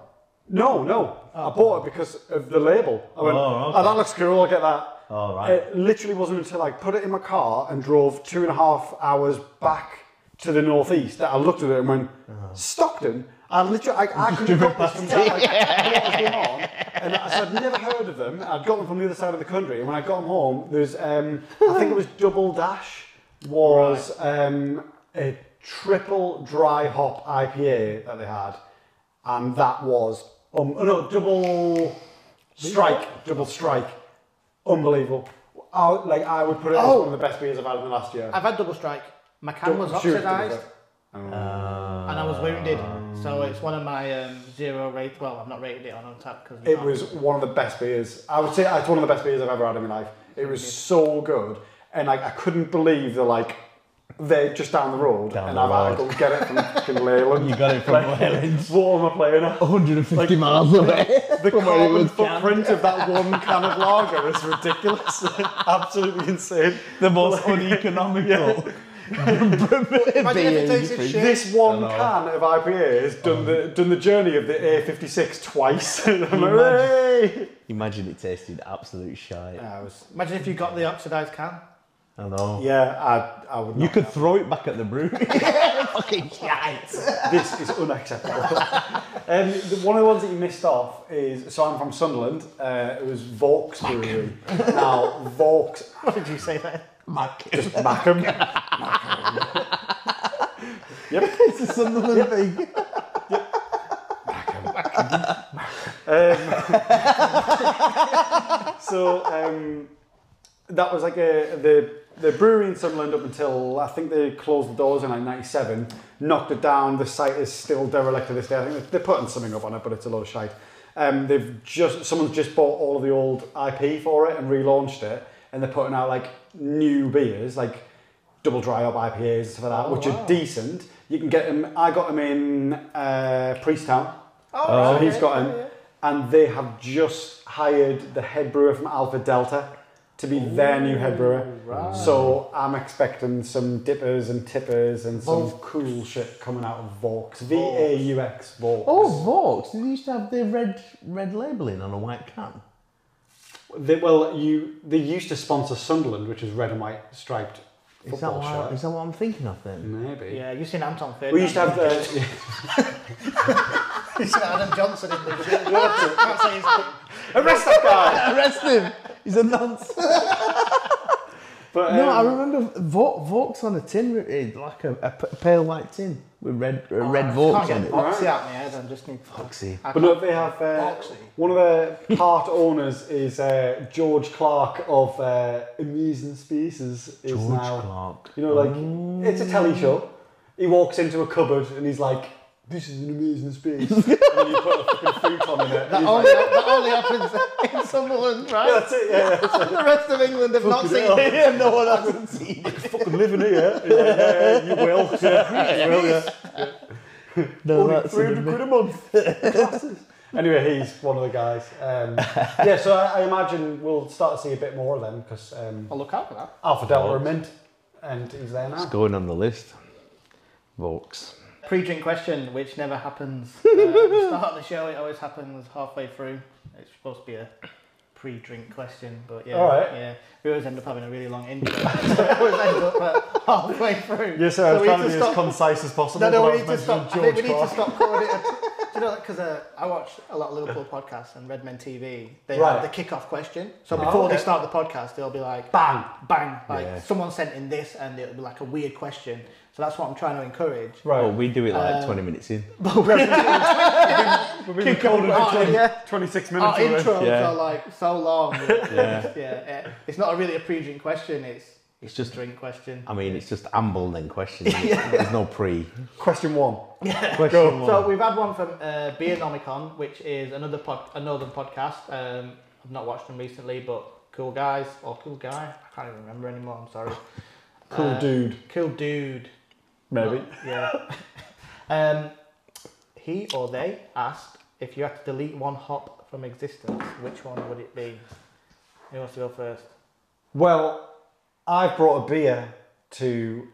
S1: no, no. I bought it because of the label. I went,
S2: Oh,
S1: oh,
S2: okay.
S1: that looks cool, I'll get that.
S2: Oh, right.
S1: It literally wasn't until I put it in my car and drove two and a half hours back to the northeast that I looked at it and went,
S2: Uh-huh.
S1: Stockton? I literally, I, I couldn't have got this from that. Like, what was going on? And I, so I'd never heard of them. I'd got them from the other side of the country. And when I got them home, there's, um, I think it was Double Dash was um, a triple dry hop IPA that they had and that was um no double strike, double strike, unbelievable. I, like I would put it as
S3: Oh.
S1: one of the best beers I've had in the last year.
S3: I've had double strike. My can
S1: Double-
S3: was
S1: sure, double
S3: oxidized
S1: strike.
S3: and I was wounded. So it's one of my um, zero rate well, I've not rated it on untapped because
S1: It was one of the best beers. I would say it's one of the best beers I've ever had in my life. It was so good, and like I couldn't believe that like they're just down the road,
S2: Down
S1: and
S2: the
S1: I've had
S2: road.
S1: to go get it from fucking Leyland.
S2: You got it from
S1: Like,
S2: Leyland.
S1: What am I playing at?
S2: 150 miles away.
S1: The
S2: where it
S1: carbon
S2: was
S1: footprint of that one can of lager is ridiculous. Absolutely insane.
S2: the most uneconomical.
S3: Imagine if it
S2: beer
S3: tasted
S2: you
S3: shit.
S1: This one
S2: Dunno.
S1: can of IPA has done the
S2: Um,
S1: done the journey of the A56 twice. And I'm like, "Hey!"
S2: Imagine it tasted absolute shite.
S1: I was-
S3: Imagine if you got the oxidized can.
S2: I know.
S1: yeah, I, I would.
S2: You
S1: Not.
S2: could throw it back at the brewery. Fucking shite.
S1: this is unacceptable. um, the, one of the ones that you missed off is so I'm from Sunderland. Uh, it was Vaux Brewery. now Vaux
S3: What did you say then?
S1: just Mackham. yep.
S2: It's a Sunderland thing.
S1: So um, that was like a the the brewery in Sunderland up until I think they closed the doors in like '97. Knocked it down. The site is still derelict to this day. I think they're putting something up on it, but it's a load of shite. Um, they've just someone's just bought all of the old IP for it and relaunched it, and they're putting out like new beers like double dry up IPAs and stuff like that, which are decent. You can get them. I got them in uh, Priesttown. So he's got him, and they have just hired the head brewer from Alpha Delta to be their new head brewer. So I'm expecting some dippers and tippers and some cool shit coming out of Vaux. V A U X Vaux.
S2: Oh, Vaux. Did they used to have the red red labelling on a white can?
S1: They, well, you they used to sponsor Sunderland, which is red and white striped
S2: Is that,
S1: football
S2: what,
S1: shirt.
S2: is that what I'm thinking of then?
S1: Maybe.
S3: Yeah, you've seen Anton Ferdinand.
S1: We used to have the.
S3: You've seen Adam Johnson in the gym. Can't say his name.
S1: Arrest that guy!
S2: Arrest him! He's a nonce.
S1: But
S2: No, I
S1: um,
S2: remember Vo- Vokes on a tin, with- eh, like a, a p- pale white tin with red uh, red
S3: Can't
S2: Vokes
S3: get
S2: in it.
S3: Boxy out my head. I just need
S2: Voxy.
S3: I
S1: But
S3: can't-
S1: look, they have uh,
S3: Boxy.
S1: one of their part owners is uh, George Clark of uh, Amazing Species. Is
S2: George
S1: now,
S2: Clark. Mm.
S1: You know, like it's a telly show. He walks into a cupboard and he's like, "This is an amazing space." and then you put a fucking futon in it. and he's
S3: Only,
S1: like,
S3: that only happens in Sunderland,
S1: "Yeah,
S3: right?
S1: that's it. Yeah, yeah.
S3: the rest of England have not
S1: Fucking
S3: seen
S1: hell.
S3: it. Yeah, no one hasn't seen it.
S1: fucking living here. He's like, "Yeah, you will. Yeah, you will. Yeah.
S2: No,
S1: Only
S2: that's
S1: 300 quid a month. Classes. Anyway, he's one of the guys. Um, yeah, so I, I imagine we'll start to see a bit more of them because um,
S3: I'll look out for that.
S1: Alpha Delta are mint, and he's there now.
S2: It's going on the list. Vokes.
S3: Pre-drink question, which never happens uh, at the start of the show. It always happens halfway through. It's supposed to be a pre-drink question, but yeah,
S1: All right.
S3: yeah, we always end up having a really long intro. so it always ends up uh, halfway through.
S1: Yes, sir. I
S3: So
S1: was
S3: we
S1: trying to
S3: need
S1: be as
S3: to stop.
S1: concise as possible.
S3: No, no,
S1: but
S3: we
S1: I
S3: need to
S1: was
S3: stop. I
S1: mentioning
S3: think we
S1: George
S3: need to
S1: Clark.
S3: stop calling it. A, do you know, because uh, I watch a lot of Liverpool podcasts and Red Men TV. They
S1: Right.
S3: have the kick-off question. So
S1: Oh,
S3: before
S1: okay.
S3: they start the podcast, they'll be like,
S1: Bang.
S3: bang, like
S2: Yeah.
S3: someone sent in this, and it'll be like a weird question. So that's what I'm trying to encourage.
S1: Right.
S2: Oh, we do it like 20 minutes in.
S1: we've been recording for
S3: on,
S1: 20
S3: yeah.
S1: 26
S3: Our
S1: minutes already.
S3: intros
S2: Yeah.
S3: are like so long.
S2: Yeah.
S3: yeah, eh, it's not a really a pre-drink question. It's
S2: It's just,
S3: a drink question.
S2: I mean, it's just amble and then question. isn't it? There's no pre.
S1: Question one.
S2: Question one.
S3: So we've had one from uh, Beernomicon, which is another pod, another podcast. Um, I've not watched them recently, but cool guys or cool guy. I can't even remember anymore. I'm sorry.
S1: Cool
S3: Uh,
S1: dude,
S3: Cool dude.
S1: maybe.
S3: Yeah. um, he or they asked if you had to delete one hop from existence, which one would it be? Who wants to go first?
S1: Well, I've brought a beer to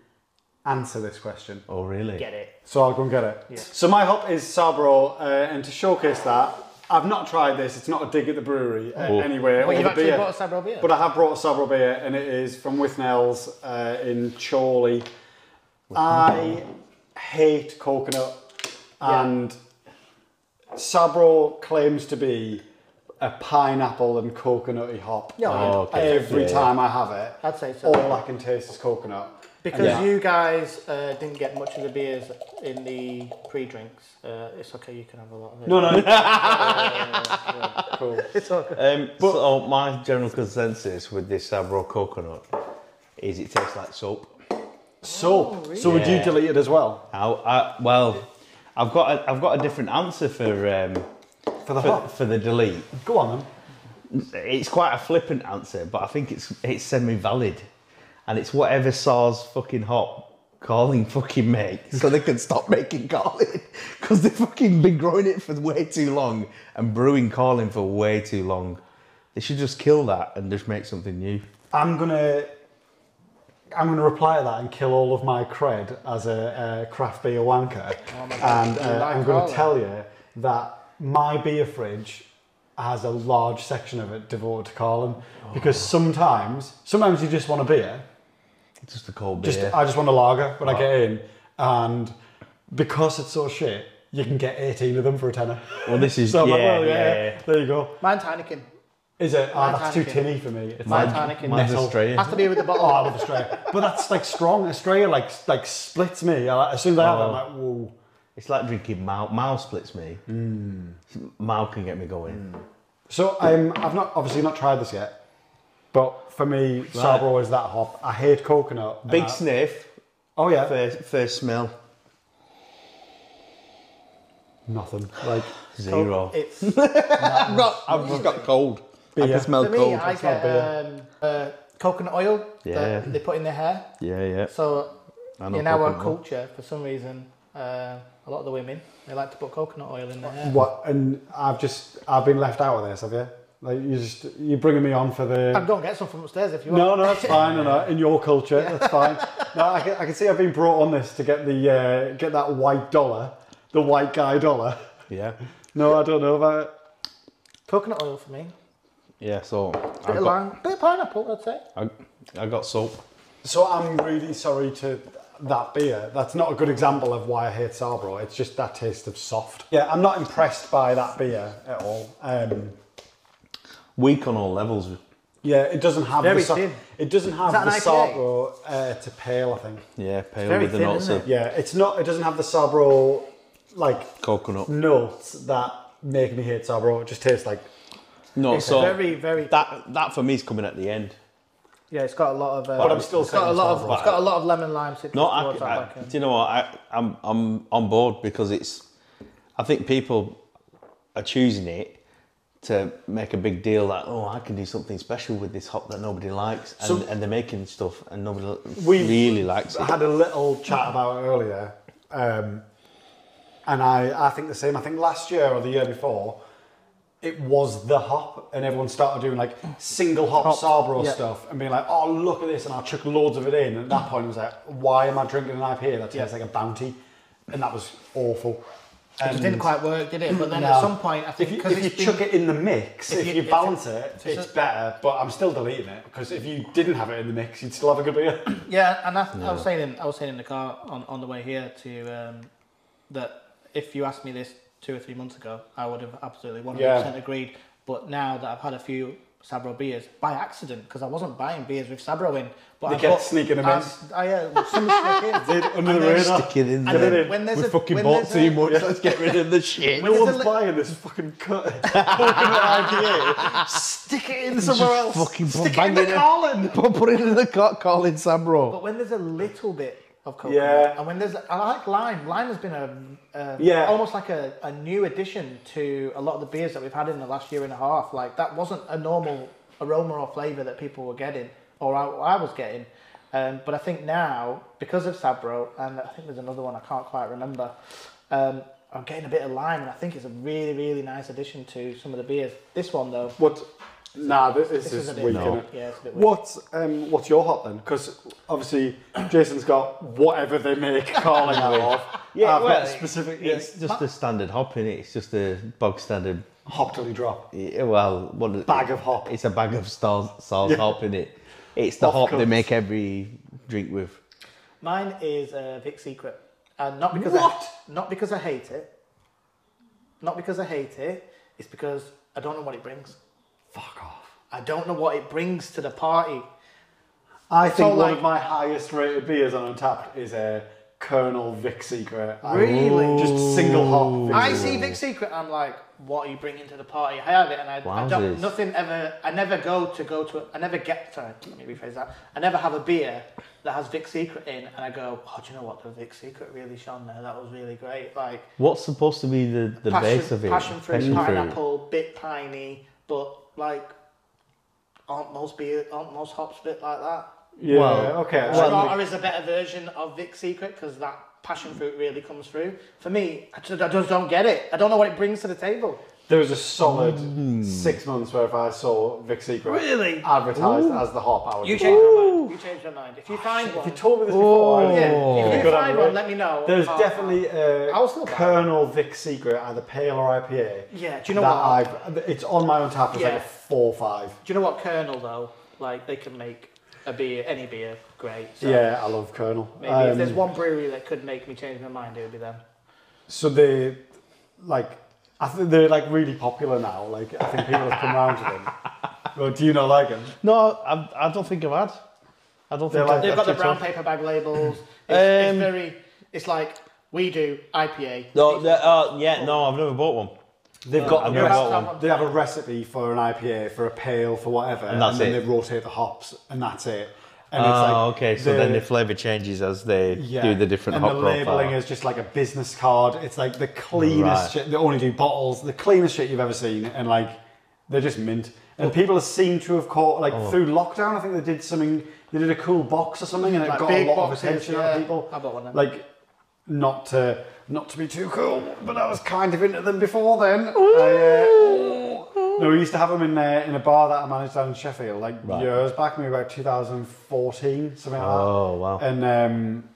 S1: answer this question.
S2: oh, really?
S3: Get it.
S1: So I'll go and get it.
S3: Yeah.
S1: So my hop is Sabro, uh, and to showcase that, I've not tried this. It's not a dig at the brewery uh,
S2: Oh.
S1: anywhere. or
S3: Well, you've
S1: the
S3: actually
S1: beer.
S3: brought a Sabro beer.
S1: But I have brought a Sabro beer, and it is from Withnells uh, in Chorley. I hate coconut,
S3: Yeah.
S1: and Sabro claims to be a pineapple and coconutty hop.
S3: Yeah,
S1: and
S2: Oh, okay.
S1: Every
S2: Yeah, yeah.
S1: time I have it,
S3: I'd say so.
S1: all I can taste is coconut.
S3: Because
S1: Yeah.
S3: you guys uh, didn't get much of the beers in the pre-drinks, uh, it's okay. You can have a lot of it. Uh,
S1: No, no,
S2: Um, so my general consensus with this Sabro coconut is it tastes like soap.
S1: soap. So would you
S2: Yeah.
S1: delete it as well
S2: How? I, well, I've got a, I've got a different answer for um,
S1: for the
S2: for,
S1: hop?
S2: for the delete.
S1: Go on then.
S2: It's quite a flippant answer, but I think it's it's semi-valid, and it's whatever Sars fucking hop Carling fucking make, so they can stop making Carling because they've fucking been growing it for way too long and brewing Carling for way too long. They should just kill that and just make something new.
S1: I'm gonna I'm gonna reply to that and kill all of my cred as a, uh craft beer wanker, and uh,
S3: You like
S1: I'm gonna
S3: all that.
S1: tell you that my beer fridge has a large section of it devoted to Carlin because sometimes sometimes you just want a beer,
S2: Just a cold beer.
S1: just I just want a lager when I get in, and because it's so shit, you can get 18 of them for a tenner.
S2: well, this is
S1: So I'm
S2: yeah,
S1: like, well,
S2: yeah,
S1: yeah, there you go.
S3: Mine's Heineken.
S1: Is it? Ah,
S3: Mine's
S1: that's too
S3: Heineken.
S1: tinny for me. It's
S3: Mine's
S1: like-
S3: Heineken.
S2: Mine's
S1: Nettle.
S2: Australia.
S3: Has to be with the
S1: Oh, I
S3: bottle.
S1: love Australia. But that's like strong. Australia like like splits me. I, as soon as I have it, I'm like, whoa.
S2: It's like drinking Mao. Mao splits me. Hmm. Mao can get me going.
S1: So um, I've not obviously not tried this yet, but for me, Sabro is that hop. I hate coconut.
S2: Big
S1: And I-
S2: sniff,
S1: Oh yeah.
S2: first, first smell,
S1: Nothing. Like
S2: zero.
S3: It's
S2: I've, got, I've just got cold. I
S1: Beer.
S2: can smell
S3: for me.
S2: cold.
S3: I
S1: not
S3: get
S1: beer.
S3: um, uh, coconut oil
S2: Yeah.
S3: that they put in their hair.
S2: yeah, yeah.
S3: So
S2: I know
S3: in our
S2: coconut.
S3: culture, for some reason, uh, a lot of the women they like to put coconut oil in their hair.
S1: what? And I've just I've been left out of this. Have you? Like you just you bringing me on for the.
S3: I'm going to get some from upstairs if you want.
S1: no, no, that's fine. No, no, in your culture, that's fine. No, I can, I can see I've been brought on this to get the uh, get that white dollar, the white guy dollar.
S2: Yeah,
S1: No, I don't know about it.
S3: Coconut oil for me.
S2: yeah. So
S3: Bit
S2: I
S3: of
S2: got,
S3: lime, bit of pineapple, I'd say.
S2: I, I got soap.
S1: So I'm really sorry to that beer. That's not a good example of why I hate Sabro. It's just that taste of soft. Yeah, I'm not impressed by that beer at all. Um,
S2: Weak on all levels.
S1: Yeah, it doesn't have
S3: Very
S1: the salt.
S3: thin.
S1: It doesn't have
S3: that
S1: the
S3: an
S1: Sabro uh, to pale. I think.
S2: Yeah, pale
S3: very
S2: with the
S3: thin,
S2: nuts
S3: isn't
S2: of
S1: Yeah, it's not. It doesn't have the Sabro like
S2: coconut.
S1: notes that make me hate Sabro. It just tastes like
S2: No, so
S3: very, very-
S2: that that for me is coming at the end.
S3: Yeah, it's got a lot of. Uh,
S1: But I'm still
S3: it's got a
S1: saying
S3: lot
S1: it's
S3: of.
S1: not
S3: It's got a lot of lemon lime citrus.
S2: No, I,
S3: towards that
S2: I-
S3: back end.
S2: do you know what? I, I'm I'm on board because it's. I think people are choosing it to make a big deal that oh I can do something special with this hop that nobody likes and,
S1: So-
S2: and they're making stuff and nobody
S1: we
S2: really likes it.
S1: I had a little chat about it earlier, um, and I, I think the same. I think last year or the year before, it was the hop, and everyone started doing like single hop,
S3: Hop,
S1: Sabro
S3: yeah.
S1: stuff and being like, oh, look at this, and I chuck loads of it in. And at that point, it was like, why am I drinking an IPA that tastes like a bounty? And that was awful.
S3: it just didn't quite work, did it? But then
S1: No.
S3: at some point, I think
S1: if you,
S3: because
S1: if you chuck it in the mix,
S3: if
S1: if,
S3: you-
S1: you,
S3: if
S1: balance
S3: it-
S1: it,
S3: so
S1: it's
S3: so-
S1: better. But I'm still deleting it because if you didn't have it in the mix, you'd still have a good beer.
S3: Yeah, and I, I was saying in, I was saying in the car on, on the way here to um, that if you asked me this two or three months ago, I would have absolutely one hundred percent
S1: Yeah.
S3: agreed. But now that I've had a few Sabro beers by accident, because I wasn't buying beers with Sabro in, but
S1: They
S3: I
S1: kept
S3: bought-
S1: sneaking 'em in.
S3: I've- I, yeah, some sneak in.
S1: under the radar.
S2: Stick it in
S3: And
S2: there.
S3: then when there's
S2: we
S3: a-
S2: fucking
S3: when
S2: bought
S3: there's
S2: too
S3: a-
S2: much. Let's get rid of the shit.
S1: No
S3: There's a
S1: one's
S3: li-
S1: buying this fucking cut. coconut IPA. Stick it in somewhere else.
S2: fucking
S1: Stick it
S2: bang
S1: in the
S2: it in.
S1: Carlin.
S2: Put put it in the cot, call it Sabro.
S3: But when there's a little bit of coconut,
S1: Yeah.
S3: and when there's, I like lime. Lime has been a, a
S1: Yeah.
S3: almost like a, a new addition to a lot of the beers that we've had in the last year and a half. Like that wasn't a normal aroma or flavour that people were getting, or I, I was getting. Um, but I think now, because of Sabro, and I think there's another one I can't quite remember, um, I'm getting a bit of lime, and I think it's a really, really nice addition to some of the beers. This one, though,
S1: What? Nah, this, this,
S3: is
S1: is,
S3: a bit
S1: weak,
S3: no.
S1: innit?
S3: Yeah, it's a bit weak.
S1: What's, um, what's your hot then? Because obviously Jason's got whatever they make Carlin out of. Yeah, I've got specific yeah,
S2: It's just a standard hop in it. It's just a bog standard.
S1: hop till you drop.
S2: yeah, Well, what
S1: Bag of hop.
S2: It's a bag of star, sauce
S1: Yeah.
S2: hop in it. It's the
S1: Of
S2: hop they
S1: course.
S2: make every drink with.
S3: Mine is uh, Vic Secret, and not because
S1: What?
S3: I, not because I hate it, not because I hate it. It's because I don't know what it brings.
S1: Fuck off.
S3: I don't know what it brings to the party.
S1: I think
S3: So,
S1: one
S3: like-
S1: of my highest rated beers on Untapped is a Colonel Vic Secret.
S3: Really?
S1: Just single hop. Vic
S3: I
S1: Secret.
S3: see Vic Secret. I'm like, what are you bringing to the party? I have it, and I, I
S2: Wowzers.
S3: don't. Nothing ever. I never go to go to. I never get. Sorry, let me rephrase that. I never have a beer that has Vic Secret in, and I go, oh, do you know what? The Vic Secret really shone there. That was really great. Like
S2: What's supposed to be the, the base of it?
S3: Passion fruit, pineapple, bit piney, but like aren't most beer, aren't most hops a bit like that?
S1: Yeah,
S2: Well,
S1: okay. I
S3: Well,
S1: think-
S3: is a better version of Vic Secret because that passion fruit really comes through. For me, I just, I just don't get it. I don't know what it brings to the table.
S1: There was a solid six months where if I saw Vic Secret
S3: Mm. Really?
S1: advertised as the hop, I would
S3: You
S1: be
S3: changed
S1: like,
S3: your mind. You changed your mind. If you find
S1: If
S3: one,
S1: you told me this before,
S2: Oh.
S1: I'd
S3: yeah,
S1: have been
S3: if
S1: good
S3: you
S1: on
S3: find
S1: it.
S3: one, let me know. Oh,
S1: There's
S3: I'll-
S1: definitely a
S3: I'll still buy it.
S1: Colonel Vic Secret, either pale or IPA.
S3: Yeah, do you know
S1: that
S3: what?
S1: I've, it's on my own tap. It's like
S3: Yeah.
S1: a four or five.
S3: Do you know what Colonel though? Like they can make a beer, any beer, great. So
S1: Yeah, I love Colonel.
S3: Maybe if
S1: Um,
S3: there's one brewery that could make me change my mind, it would be them.
S1: So they, like, I think they're like really popular now. Like, I think people have come round to them. Well, do you not like them?
S2: No, I, I don't think I've had. I don't
S1: They're
S2: think
S1: like-
S2: I've
S3: They've got the
S2: actually
S3: brown
S2: tried-
S3: paper bag labels. It's,
S2: Um,
S3: it's very. It's like we do IPA.
S2: No, the- uh, yeah, no, I've never bought one.
S1: They've got
S2: I've
S1: a
S2: never
S1: recipe-
S2: bought one.
S1: They have a recipe for an IPA, for a pale, for whatever, and,
S2: that's
S1: then
S2: it.
S1: they rotate the hops, and that's it. And
S2: Oh, okay. So then
S1: the-
S2: the flavour changes as they
S1: yeah,
S2: do the different
S1: and
S2: hop
S1: the
S2: profile.
S1: labeling is just like a business card. It's like the cleanest
S2: Right.
S1: shit. They only do bottles, the cleanest shit you've ever seen, and like they're just mint. And people seem to have caught like
S2: Oh.
S1: through lockdown. I think they did something. They did a cool box or something, and it
S3: Like
S1: got a
S3: big
S1: lot
S3: boxes,
S1: of attention
S3: yeah.
S1: out of people.
S3: I bought one of them.
S1: Like not to not to be too cool, but I was kind of into them before then. I, uh, no, we used to have them in uh, in a bar that I managed down in Sheffield, like years back, maybe about 2014, something like
S2: Oh,
S1: that.
S2: wow.
S1: And um,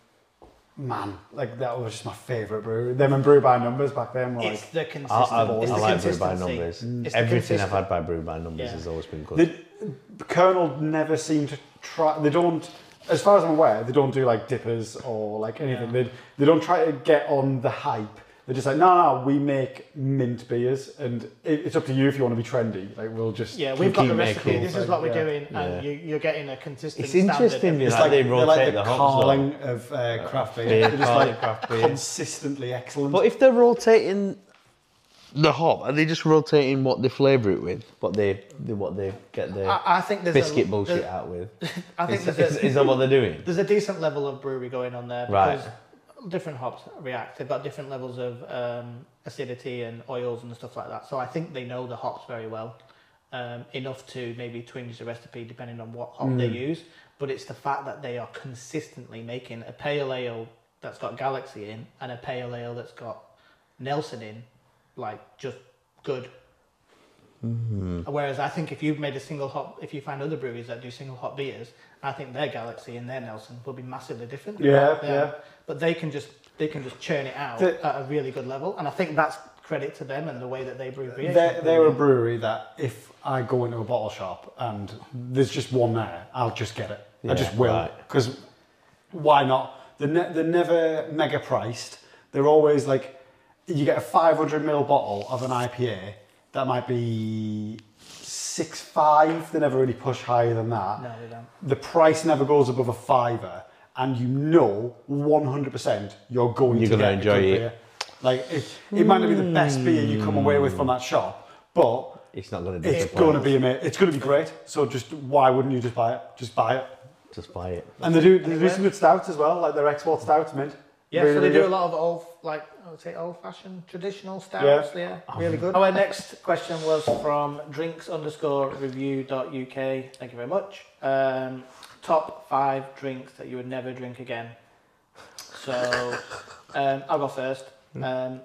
S1: man, like that was just my favourite brew. Them and Brew by Numbers back then were like.
S3: It's the consistency.
S2: I, I,
S3: it's
S2: I
S3: the
S2: like brew by
S3: consistency.
S2: numbers.
S3: It's the
S2: Everything I've
S3: consisten-
S2: had by brew by numbers
S3: Yeah.
S2: has always been good.
S1: The Colonel never seem to try. They don't, as far as I'm aware, they don't do like dippers or like anything. They, they don't try to get on the hype. They're just like, no, no, we make mint beers, and it, it's up to you if you want to be trendy. Like, we'll just
S3: Yeah, we've got the
S2: keep
S3: recipe.
S2: making-
S3: This is what we're
S1: Yeah.
S3: doing,
S2: Yeah.
S3: and you, you're getting a consistent.
S2: It's interesting,
S3: Standard.
S2: you
S1: It's
S2: know,
S1: like
S2: they
S1: they're like
S2: rotate
S1: the
S2: the hops. though.
S1: Carling of uh, craft beer.
S2: beer,
S1: They're just
S2: Carling
S1: like
S2: craft beer.
S1: consistently excellent.
S2: But if they're rotating the hop, are they just rotating what they flavour it with? What they, they what they get their
S3: I, I think there's
S2: biscuit
S3: a,
S2: bullshit
S3: There's,
S2: out with?
S3: I think
S2: Is,
S3: there's,
S2: is,
S3: a,
S2: is that what they're doing?
S3: there's a decent level of brewery going on there
S2: Right.
S3: because different hops react. They've got different levels of um, acidity and oils and stuff like that. So I think they know the hops very well, um, enough to maybe twinge the recipe depending on what hop they use. But it's the fact that they are consistently making a pale ale that's got Galaxy in and a pale ale that's got Nelson in, like just good. Whereas I think if you've made a single hop, if you find other breweries that do single hop beers, I think their Galaxy and their Nelson will be massively different.
S1: Yeah,
S3: Them.
S1: yeah.
S3: But they can just they can just churn it out
S1: The-
S3: at a really good level, and I think that's credit to them and the way that they brew beer.
S1: They're, they're a brewery that if I go into a bottle shop and there's just one there, I'll just get it. I just
S2: Yeah,
S1: will.
S2: right.
S1: Because why not? They're, ne- they're never mega priced. They're always like, you get a 500ml bottle of an IPA that might be six five. They never really push higher than that.
S3: No, they don't.
S1: The price never goes above a fiver. And you know 100% you're going
S2: You're
S1: to get a
S2: gonna
S1: good
S2: enjoy it.
S1: beer. Like it, it might not be the best beer you come away with from that shop, but
S2: It's not going to
S1: it's
S2: disappoint.
S1: going to be ama- It's going to be great. So just why wouldn't you just buy it? Just buy it.
S2: Just buy it.
S1: And they do they do some good stouts as well, like their export stouts mint.
S3: Yeah,
S1: Really,
S3: so they
S1: really
S3: do a
S1: good.
S3: lot of old, like I would say, old-fashioned, traditional
S1: Yeah. Uh-huh.
S3: styles. Yeah, really good. Our next question was from drinks underscore review dot uk. Thank you very much. Um, top five drinks that you would never drink again. So um, I'll go first.
S1: Hmm.
S3: Um,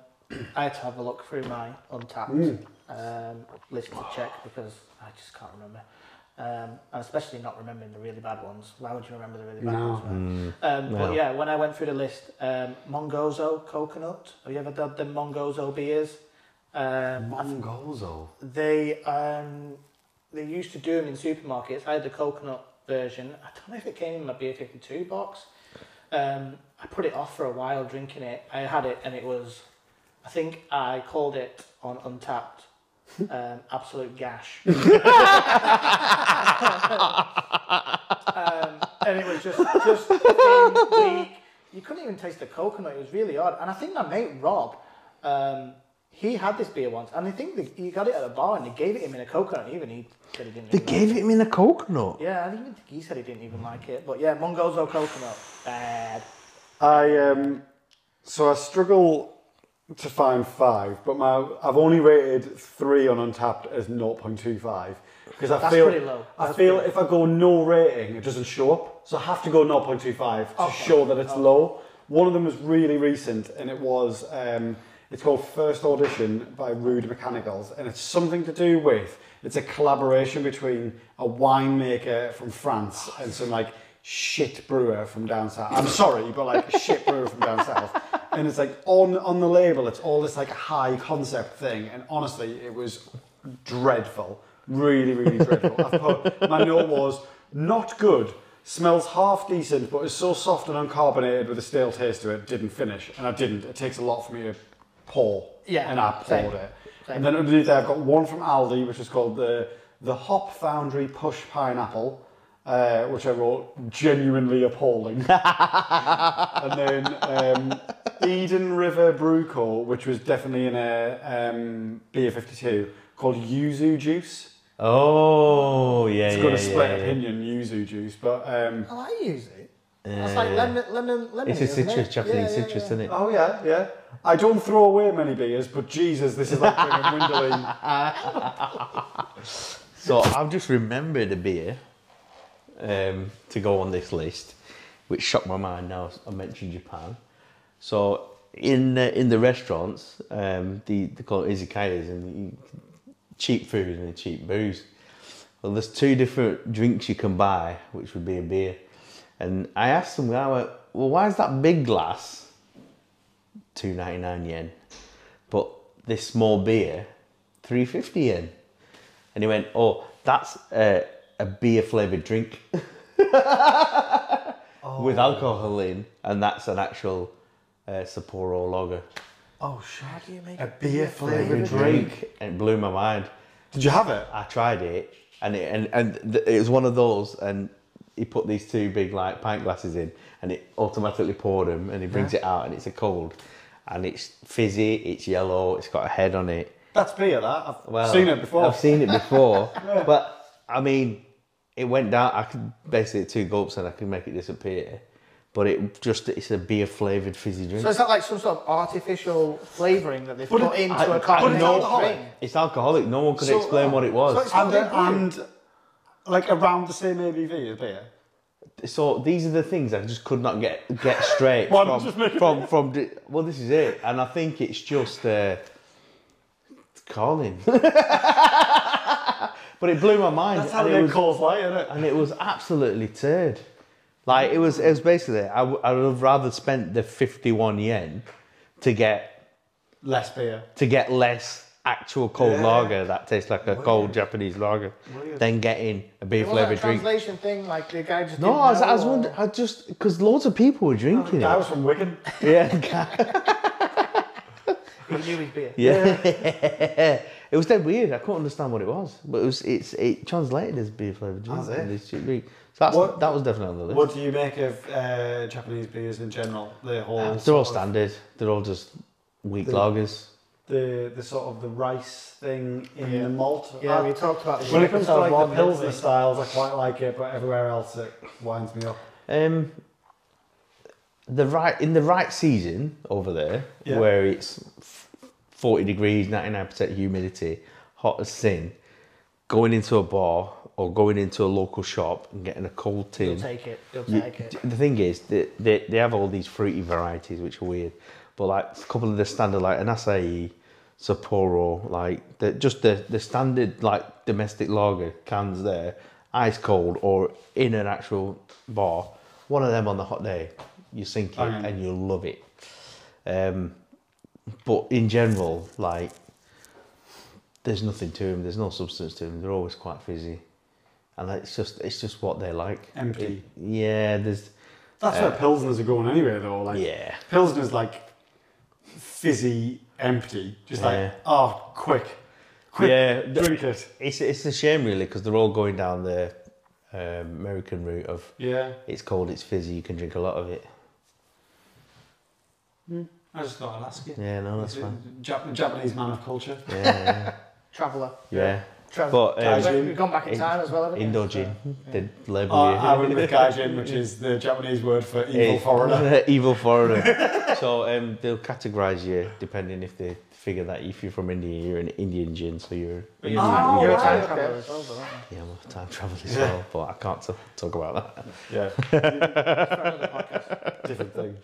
S3: I had to have a look through my untapped um, list to check because I just can't remember. Um, and especially not remembering the really bad ones. Why would you remember the really bad
S1: No.
S3: ones? Right? Um, But yeah, when I went through the list, um, Mongozo coconut. Have you ever had the Mongozo beers? Um,
S1: Mongozo.
S3: they um, they used to do them in supermarkets. I had the coconut version. I don't know if it came in my beer fifty two box. Um, I put it off for a while drinking it. I had it and it was, I think I called it on Untapped, um, absolute gash. um, and it was just just thin, weak. You couldn't even taste the coconut. It was really odd. And I think my mate Rob, um, he had this beer once, and I think that he got it at a bar, and they gave it him in a coconut. Even he said he didn't.
S2: They
S3: really
S2: gave
S3: like
S2: it me in a coconut.
S3: Yeah, I didn't even think he said he didn't even like it. But yeah, Mongozo coconut, bad.
S1: I um, so I struggle to find five, but my I've only rated three on Untapped as 0.25 because I
S3: That's
S1: feel
S3: pretty low.
S1: I
S3: That's
S1: feel
S3: pretty
S1: if I go no rating, it doesn't show up, so I have to go 0.25 to
S3: Okay.
S1: show that it's low. One of them was really recent, and it was um, it's called First Audition by Rude Mechanicals, and it's something to do with it's a collaboration between a winemaker from France and some like shit brewer from down south. I'm sorry, but like a shit brewer from down south. And it's like on on the label, it's all this like high concept thing, and honestly, it was dreadful, really, really dreadful. I put my note was not good. Smells half decent, but is so soft and uncarbonated with a stale taste to it. Didn't finish, and I didn't. It takes a lot for me to pour,
S3: Yeah,
S1: and I
S3: same.
S1: poured it.
S3: Same.
S1: And then underneath there, I've got one from Aldi, which is called the the Hop Foundry Push Pineapple, uh, which I wrote genuinely appalling. and then um, Eden River Brew Co, which was definitely in a um, beer 52 called Yuzu Juice.
S2: Oh, yeah,
S1: It's
S2: yeah,
S1: got a
S2: yeah,
S1: split
S2: yeah.
S1: opinion, Yuzu Juice, but um,
S3: Oh, I use it. That's like lemon, lemon, lemon.
S2: It's a citrus,
S3: it?
S2: Japanese citrus, isn't it?
S1: oh yeah, yeah. I don't throw away many beers, but Jesus, this is like friggin' Windling.
S2: So I've just remembered a beer um, to go on this list, which shocked my mind. Now I mentioned Japan. So in uh, in the restaurants, um, the they call it izakayas and you- cheap food and cheap booze. Well, there's two different drinks you can buy, which would be a beer. And I asked them, I went, well, why is that big glass two ninety nine yen, but this small beer three fifty yen? And he went, "Oh, that's a, a beer flavored drink with alcohol in, and that's an actual uh, Sapporo lager." Oh shit! How do you make
S1: A beer
S2: a
S1: flavoured drink.
S2: drink? It blew my mind.
S1: Did you have it?
S2: I tried it, and it, and and th- it was one of those. And he put these two big like pint glasses in, and it automatically poured them. And he brings it out, and it's a cold, and it's fizzy. It's yellow. It's got a head on it.
S1: That's beer, that. I've
S2: Well,
S1: seen it before.
S2: I've seen it before, but I mean, it went down. I could basically two gulps and I could make it disappear. But it just—it's a beer flavored fizzy drink.
S3: So it's not like some sort of artificial flavouring that they've
S1: But
S3: put
S1: it-
S3: into
S2: I-
S3: a
S2: I
S3: carbonated
S2: know-
S3: drink.
S2: It's alcoholic. No one could
S1: So,
S2: explain
S1: uh,
S2: what it was.
S1: So and, and like around the same ABV as beer.
S2: so these are the things I just could not get get straight
S1: Why not
S2: from
S1: just make it-
S2: from from. the- Well, this is it, and I think it's just uh, calling. but it blew my mind.
S1: That's how
S2: and it
S1: they
S2: was-
S1: calls light, isn't it?
S2: and it was absolutely turd. Like it was, it was basically. I, w- I would have rather spent the fifty-one yen to get
S1: Less beer.
S2: to get less actual cold
S1: Yeah.
S2: lager that tastes like a cold Japanese lager
S1: Weird.
S2: than getting a beer
S3: It wasn't a
S2: flavored drink.
S3: translation thing, like the guy just
S2: No,
S3: didn't
S2: I was, I
S3: know,
S2: was
S3: or-
S2: wondering. I just because loads of people were drinking
S1: I
S2: it.
S1: was from Wigan.
S2: Yeah, yeah.
S3: He knew his beer.
S2: it was dead weird. I couldn't understand what it was, but it was it's it translated as beer flavored drink.
S1: Has it?
S2: and it's cheap drink. So that's,
S1: What-
S2: that was definitely on the list.
S1: What do you make of uh, Japanese beers in general? The whole
S2: They're all
S1: sort of-
S2: standard. They're all just weak lagers.
S1: the the sort of the rice thing in the malt.
S3: Yeah,
S1: I-
S3: we talked about this.
S1: when
S3: in
S1: it comes to
S3: episode
S1: like
S3: one,
S1: the
S3: didn't
S1: pilsner
S3: we?
S1: styles, I quite like it, but everywhere else it winds me up.
S2: Um, the right in the right season over there,
S1: Yeah.
S2: where it's f- forty degrees, ninety nine percent humidity, hot as sin. Going into a bar or going into a local shop and getting a cold tin.
S3: He'll take it. He'll
S2: You-
S3: take it.
S2: The thing is, they, they, they have all these fruity varieties, which are weird. But like a couple of the standard, like an acai, Sapporo, like the, just the, the standard like domestic lager cans there, ice cold or in an actual bar. One of them on the hot day, you sink it
S1: Banging.
S2: and you love it. Um, but in general, like there's nothing to them. There's no substance to them. They're always quite fizzy, and it's just it's just what they like.
S1: Empty.
S2: Yeah, there's
S1: That's where pilsners are going anyway, though. Like
S2: Uh, yeah.
S1: pilsners, like fizzy, empty, just
S2: Yeah.
S1: like oh, quick, quick,
S2: Yeah.
S1: drink it.
S2: It's it's a shame really because they're all going down the um, American route of
S1: Yeah,
S2: it's cold, it's fizzy, you can drink a lot of it.
S1: I just thought I'd ask you.
S2: Yeah, no, that's
S1: Is it
S2: fine.
S1: Jap- Japanese man of culture.
S2: Yeah,
S3: Traveller.
S2: yeah. yeah.
S3: Traveller.
S2: But um,
S1: Gaijin.
S3: We've gone back in
S2: in-
S3: time as well, haven't we?
S2: Indo gin, they label
S1: Uh,
S2: you
S1: I went with gaijin, which is the Japanese word for evil
S2: Eh,
S1: foreigner.
S2: evil foreigner. so um, they'll categorise you depending if they figure that if you're from India, you're an Indian gin, so you're
S1: But you-
S3: So.
S1: Oh,
S3: You're a
S1: right,
S3: time
S1: okay.
S3: traveller as well, though,
S2: yeah, I'm a time traveller as well. But I can't t- talk about that.
S1: Yeah,
S3: aren't you?
S1: different thing.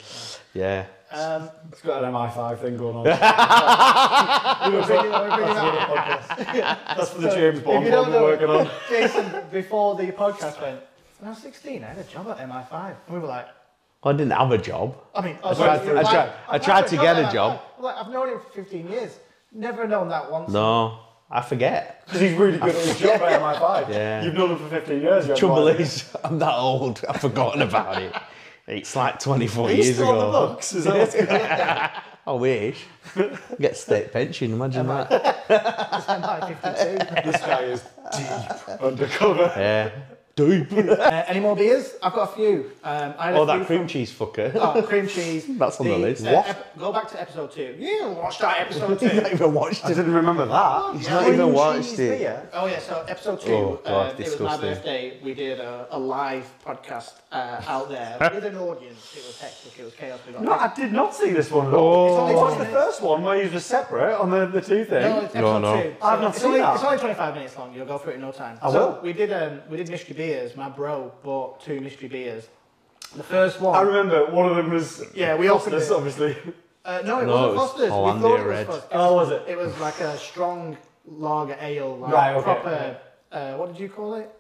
S2: Yeah.
S3: Um,
S1: It's got an MI5 thing going on.
S3: we're bringing, we're bringing that up.
S1: That's for the James Bond
S3: you
S1: one
S3: don't
S1: we're
S3: know-
S1: working on.
S3: Jason, before the podcast went, when I was 16, I had a job at MI5. And we were like,
S2: Well, I didn't have a job.
S3: I mean,
S2: I tried to- I tried- I tried to get a job.
S3: Like, I've known him for 15 years. Never known that once.
S2: No, I forget.
S1: Because he's really good at his job at MI5.
S2: Yeah.
S1: You've known him for 15 years. you
S2: Trouble
S1: had no idea.
S2: is, I'm that old. I've forgotten about it. It's like 24
S1: He's
S2: years
S1: still on the
S2: ago.
S1: books. Is that what's going on?
S2: I wish. Get state pension. Imagine that.
S3: I'm like 52.
S1: This guy is deep undercover.
S2: Yeah. Deep. oh,
S3: Uh, any more beers? I've got a few. Um, I had a few
S2: that cream
S3: from-
S2: cheese fucker.
S3: Oh, cream cheese.
S2: That's on the list.
S3: uh,
S2: What?
S3: ep- go back to episode two. You watched that episode
S2: He's
S3: two.
S2: not even watched
S1: I
S2: it.
S1: didn't remember that.
S2: He's not even watched it.
S3: Oh yeah, so episode two.
S2: Oh, God,
S3: um, it was my
S2: disgusting.
S3: birthday. We did a, a live podcast uh, out there with an audience. It was hectic. It was chaos. We got
S1: No, I did not see this one at all.
S2: Oh.
S1: It's only watched the first one where you were separate on the, the two thing.
S3: No, it's episode
S2: No, no.
S3: two.
S1: I've not
S3: it's
S1: seen
S3: only,
S1: that.
S3: It's only 25 minutes long. You'll go through it in no time.
S1: I
S3: so
S1: will.
S3: We did um, we did mystery beers. My bro bought two mystery beers. The first one.
S1: I remember one of them was
S3: Yeah, we opened
S1: Foster's,
S3: it.
S1: obviously.
S3: Uh, no, it
S2: No,
S3: wasn't
S2: it was
S3: Foster's.
S2: Hollandia
S3: we thought it was
S2: Red.
S3: Foster's.
S1: Oh, was it?
S3: It was like a strong lager ale, like
S1: Right, okay,
S3: proper. Uh, what did you call it?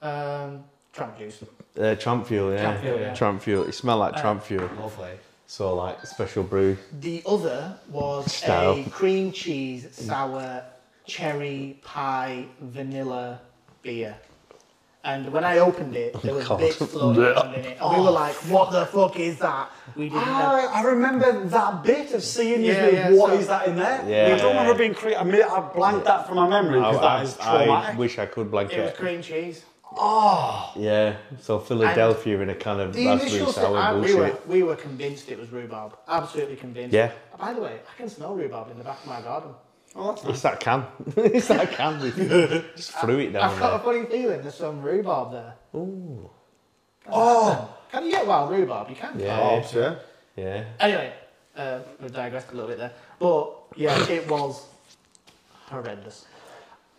S3: Um, tramp juice.
S2: Uh, tramp fuel, yeah.
S3: Tramp fuel, yeah. Uh,
S2: Tramp fuel. It smelled like tramp fuel.
S1: Lovely.
S2: So like special brew.
S3: The other was
S2: Style.
S3: a cream cheese sour cherry pie vanilla beer. And when I opened it, there was
S2: Oh God.
S3: bits floating around in it. And we were like, what the fuck is that? We didn't know.
S1: Ah, I remember that bit of seeing you.
S3: Yeah,
S1: think,
S3: yeah,
S1: What
S3: so-
S1: is that in there?
S2: Yeah.
S1: I don't remember being cre- I, mean, I blanked that from my memory because that is
S2: I- I
S1: traumatic. Oh.
S2: wish I could blank
S3: It was
S2: it.
S3: cream cheese.
S2: Yeah, so Philadelphia in a kind of
S3: The
S2: raspberry
S3: initial thing, I-
S2: sour
S3: we, were,
S2: bullshit.
S3: we were convinced it was rhubarb. Absolutely convinced. Uh,
S2: Yeah.
S3: By the way, I can smell rhubarb in the back of my garden.
S2: It's that can. it's that can. Just threw it down
S3: I've got a
S2: there.
S3: funny feeling there's some rhubarb there.
S1: oh,
S3: Can you get wild rhubarb? You can.
S2: Yeah.
S1: oh, sure.
S2: Yeah.
S3: Anyway, uh, we digressed a little bit there. But yeah, it was horrendous.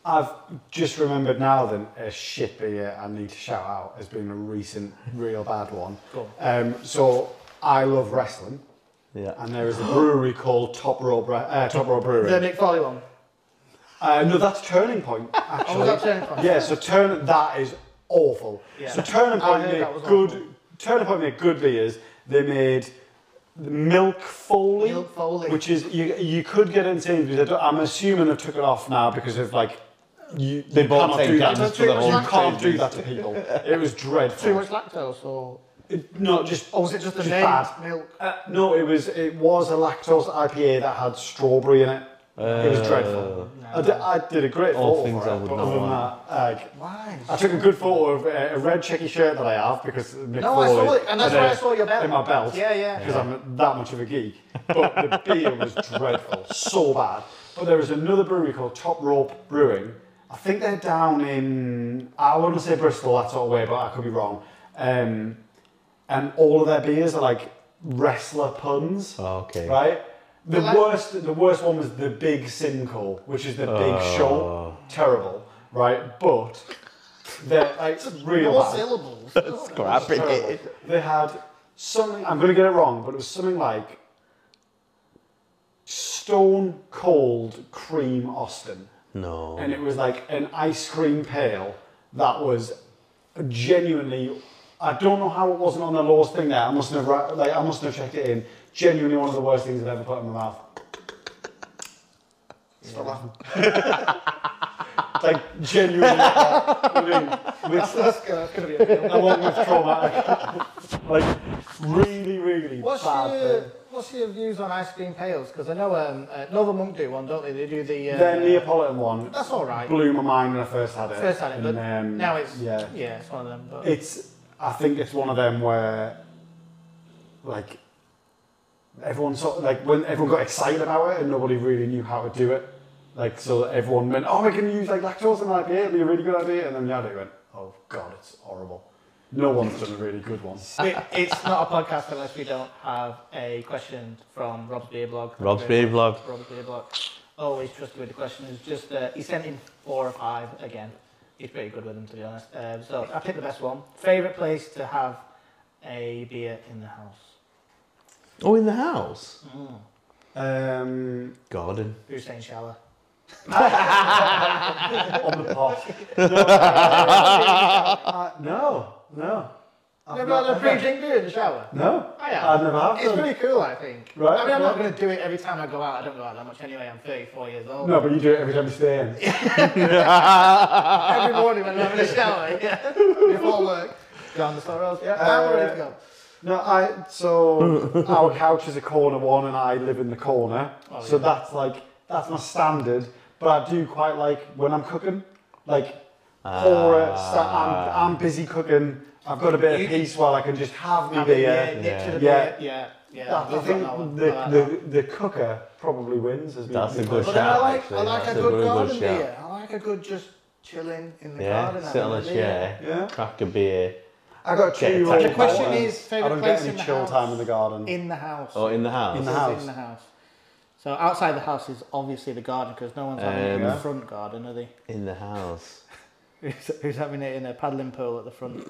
S1: I've just remembered now then a shit beer I need to shout out as being a recent real bad one.
S3: Go
S1: Um, so I love wrestling,
S2: Yeah.
S1: and there is a brewery called Top Row, Bre- uh, Top Row Brewery.
S3: The Mick Foley one.
S1: Uh, no, that's Turning Point. Actually,
S3: that's Oh, Turning Point.
S1: yeah. So turn that is awful.
S3: Yeah.
S1: So Turning
S3: I
S1: Point
S3: heard
S1: made
S3: that was
S1: good.
S3: awful.
S1: Turning Point made good beers. They made the Milk Foley,
S3: Milk Foley.
S1: which is you you could get into. Sainsbury's. I don't- I'm assuming they've took it off now because of like. You, they
S2: bought
S1: cannot
S2: ten
S1: do that.
S2: cans
S1: to-
S2: for the whole
S1: you can't do
S2: Sainsbury's.
S1: that to people. It was dreadful.
S3: Too much lactose, or
S1: It- no, just
S3: or was it just the
S1: just
S3: name
S1: bad.
S3: milk?
S1: Uh, no, it was it was a lactose IPA that had strawberry in it. it was dreadful. I, di- I did a great
S2: Uh,
S1: photo
S2: All things
S1: for
S2: I
S1: it,
S2: would
S1: but
S2: not
S1: other than
S2: want.
S1: that, like,
S3: Why?
S1: I took a good photo of a, a red checky shirt that I have because Mick
S3: No, I saw
S1: Foley-
S3: it, and that's
S1: then
S3: where I saw your belt.
S1: in my belt.
S3: Yeah, yeah.
S1: Because I'm that much of a geek. But the beer was dreadful, so bad. But there is another brewery called Top Rope Brewing. I think they're down in I want to say Bristol that sort of way, but I could be wrong. Um, and all of their beers are like wrestler puns.
S2: Okay.
S1: Right. The
S3: But like-
S1: worst, the worst one was the Big Sin Call, which is the Big Show. Terrible, right? But they're like real
S3: Four
S1: bad.
S3: syllables.
S2: Crap. It,
S1: Terrible.
S2: it,
S1: They had something. I'm going to get it wrong, but it was something like Stone Cold Cream Austin,
S2: no.
S1: and it was like an ice cream pail that was genuinely. I don't know how it wasn't on the lowest thing there. I must have ri- like I must have checked it in. Genuinely one of the worst things I've ever put in my mouth. Stop laughing. like genuinely, I mean, with-
S3: That's gonna, that's gonna be. A real-
S1: along with trauma. like really, really
S3: what's
S1: bad.
S3: your
S1: thing.
S3: What's your views on ice cream pails? Because I know um, uh, Nova Monk do one, don't they? They do the. Uh,
S1: Their Neapolitan one
S3: That's all right.
S1: blew my mind when I first had it.
S3: First had it, but
S1: And, um,
S3: now it's
S1: yeah.
S3: yeah. it's one of them. But
S1: It's I think it's one of them where like everyone sort of like when everyone got excited about it and nobody really knew how to do it. Like so everyone went, Oh we can use like lactose in an IPA, it'd be a really good idea and then the other went, Oh god, it's horrible. No one's done a really good one.
S3: It- it's not a podcast unless we don't have a question from Rob's Beer Blog. Thank
S2: Rob's
S3: you very
S2: Beer
S3: much,
S2: Blog.
S3: Rob's Beer Blog. Always trusty with the questions. Just uh, he sent in four or five again. He's pretty good with them to be honest. Um, so I picked the best one. Favorite place to have a beer in the house.
S2: Oh, in the house?
S1: Um
S2: Garden.
S3: Who's saying shower?
S1: on the pot. Uh, no, no,
S3: Never had a pre-drink beer in the shower.
S1: no.
S3: I have.
S1: I've never had
S3: It's
S1: them.
S3: pretty cool, I think.
S1: Right,
S3: I mean, I'm not
S1: right.
S3: going to do it every time I go out. I don't go out that much anyway. I'm 34 years old.
S1: No, but you do it every time you stay in.
S2: Ah.
S3: every morning when I'm having a shower. Yeah. Before work. Go on the sorrows. Yeah. I'm ready to go.
S1: No, I. So our couch is a corner one, and I live in the corner. so
S3: Oh, yeah.
S1: that's like that's my standard. But I do quite like when I'm cooking, like pour
S2: Ah.
S1: it. sta- I'm, I'm busy cooking. I've got a bit
S3: You-
S1: of peace while I can just have my
S3: Have a
S1: beer.
S3: beer, nip to the
S1: Yeah.
S3: beer, yeah, yeah.
S1: That- I
S3: I've
S1: think
S3: got that one. I like that.
S1: the, the the cooker probably wins. As
S2: That's a good
S3: But then I
S2: shout,
S3: like, I
S2: actually.
S3: like a
S2: That's a
S3: good
S2: really good
S3: garden
S2: shout.
S3: beer. I like a good just chilling in the
S2: Yeah.
S3: garden.
S2: Sit on a
S3: having a beer.
S2: chair.
S1: Yeah.
S2: Crack a beer.
S1: I got
S2: Okay,
S1: two year old.
S2: the question
S3: is,
S1: I
S3: favourite
S1: don't
S3: place
S1: get any
S3: in the
S1: chill
S3: house?
S1: time in the garden.
S3: In the house.
S2: Oh, in the house?
S1: In the
S3: This is
S1: house.
S3: In the house. So outside the house is obviously the garden because no one's having it in the
S1: Um,
S3: front garden, are they?
S2: In the house.
S3: Who's, who's having it in a paddling pool at the front?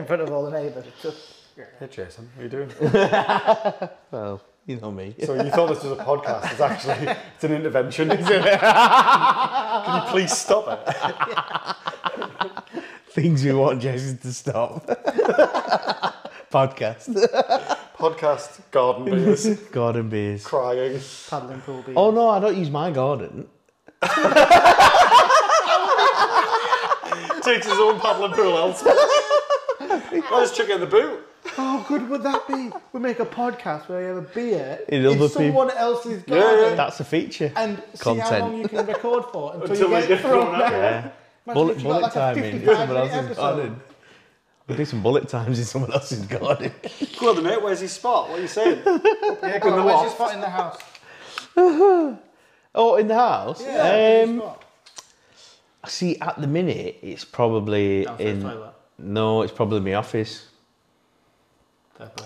S3: in front of all the neighbours.
S1: Hey Jason, what are you doing?
S2: Well, you know me.
S1: so you thought this was a podcast? It's actually it's an intervention. Can you please stop it?
S2: Things we want Jason to stop. Podcast.
S1: Podcast garden beers
S2: Garden beers.
S1: crying.
S3: Paddling pool beer.
S2: Oh no, I don't use my garden.
S6: Takes his own paddling pool out. I'll just chuck it in the boot.
S3: How good would that be? We make a podcast where we have a beer
S2: In
S3: in,
S2: other
S3: someone else's garden
S6: yeah.
S2: That's a feature.
S3: and see how
S2: Content.
S3: long you can record for until,
S6: Until
S3: you
S6: they
S3: get,
S6: get
S3: thrown
S6: thrown out,
S3: out.
S2: yeah.
S3: Imagine
S2: bullet
S3: if you
S2: bullet
S3: got like a
S2: timing.
S3: 55
S2: Someone
S3: minute
S2: else's
S3: episode.
S2: garden. We'll do some bullet times in someone else's garden.
S6: Go on, then, mate. Where's his spot? What are you saying?
S3: Yeah,
S6: in the
S3: where's your
S6: loft.
S3: spot in the house?
S2: Oh, in the house.
S3: Yeah,
S2: Um,
S3: where's your spot?
S2: see, at the minute, it's probably
S3: Downstairs
S2: in.
S3: toilet.
S2: No, it's probably my office.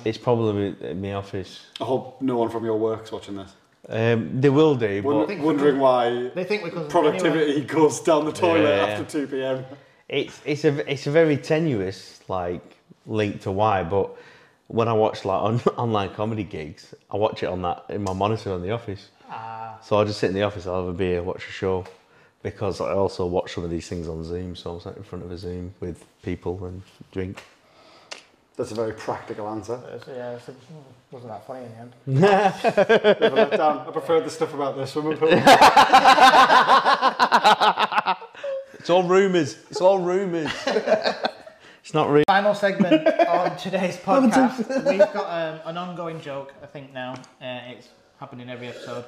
S2: It's probably in my office.
S6: I hope no one from your work's watching this.
S2: Um, they will do,
S6: Wonder-
S2: but
S6: wondering why
S3: They think because
S6: productivity goes down the toilet
S2: Yeah.
S6: after 2 p.m.
S2: it's it's a it's a very tenuous like link to why. But when I watch like on, online comedy gigs, I watch it on that in my monitor on the office.
S3: Ah,
S2: So I'll just sit in the office, I'll have a beer, watch a show. Because I also watch some of these things on Zoom, so I'm sat in front of a Zoom with people and drink.
S6: That's a very practical answer.
S3: that's- yeah, that's- mm, wasn't that funny in the end?
S1: um,
S6: I preferred the stuff about the swimming pool.
S2: It's all rumours. It's all rumours. it's not real.
S3: Final segment on today's podcast. We've got um, an ongoing joke, I think now. Uh, it's happened in every episode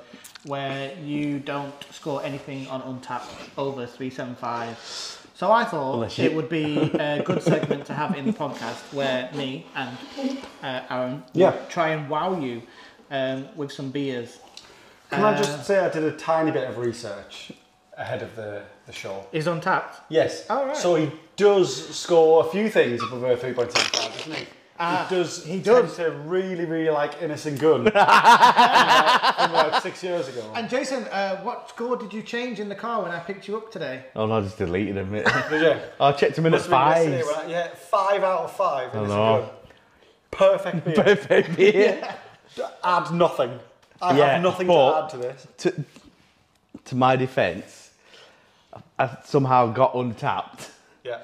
S3: where you don't score anything on Untapped over 375. So I thought
S2: Unless
S3: it
S2: you-
S3: would be a good segment to have in the podcast where me and uh, Aaron
S1: Yeah.
S3: try and wow you um, with some beers.
S1: Can I just say I did a tiny bit of research ahead of the, the show?
S3: Is Untapped?
S1: Yes.
S3: All right.
S1: So he does score a few things above a 3.75, doesn't he?
S3: Ah,
S1: he does.
S3: he
S1: He does.
S3: does.
S1: to really, really like Innocent Gun from, uh, from like six years ago.
S3: And Jason, uh, what score did you change in the car when I picked you up today?
S2: Oh no, I just deleted him.
S1: Did you?
S2: I checked him in
S1: Must
S2: at
S1: have been
S2: five.
S1: yesterday, right? yeah, five out of five.
S2: I
S1: Innocent
S2: know.
S1: Gun. Perfect beer.
S2: Perfect beer.
S1: add nothing. I
S2: Yeah,
S1: have nothing
S2: but-
S1: to add to this.
S2: to, to my defence, I somehow got untapped,
S1: Yeah.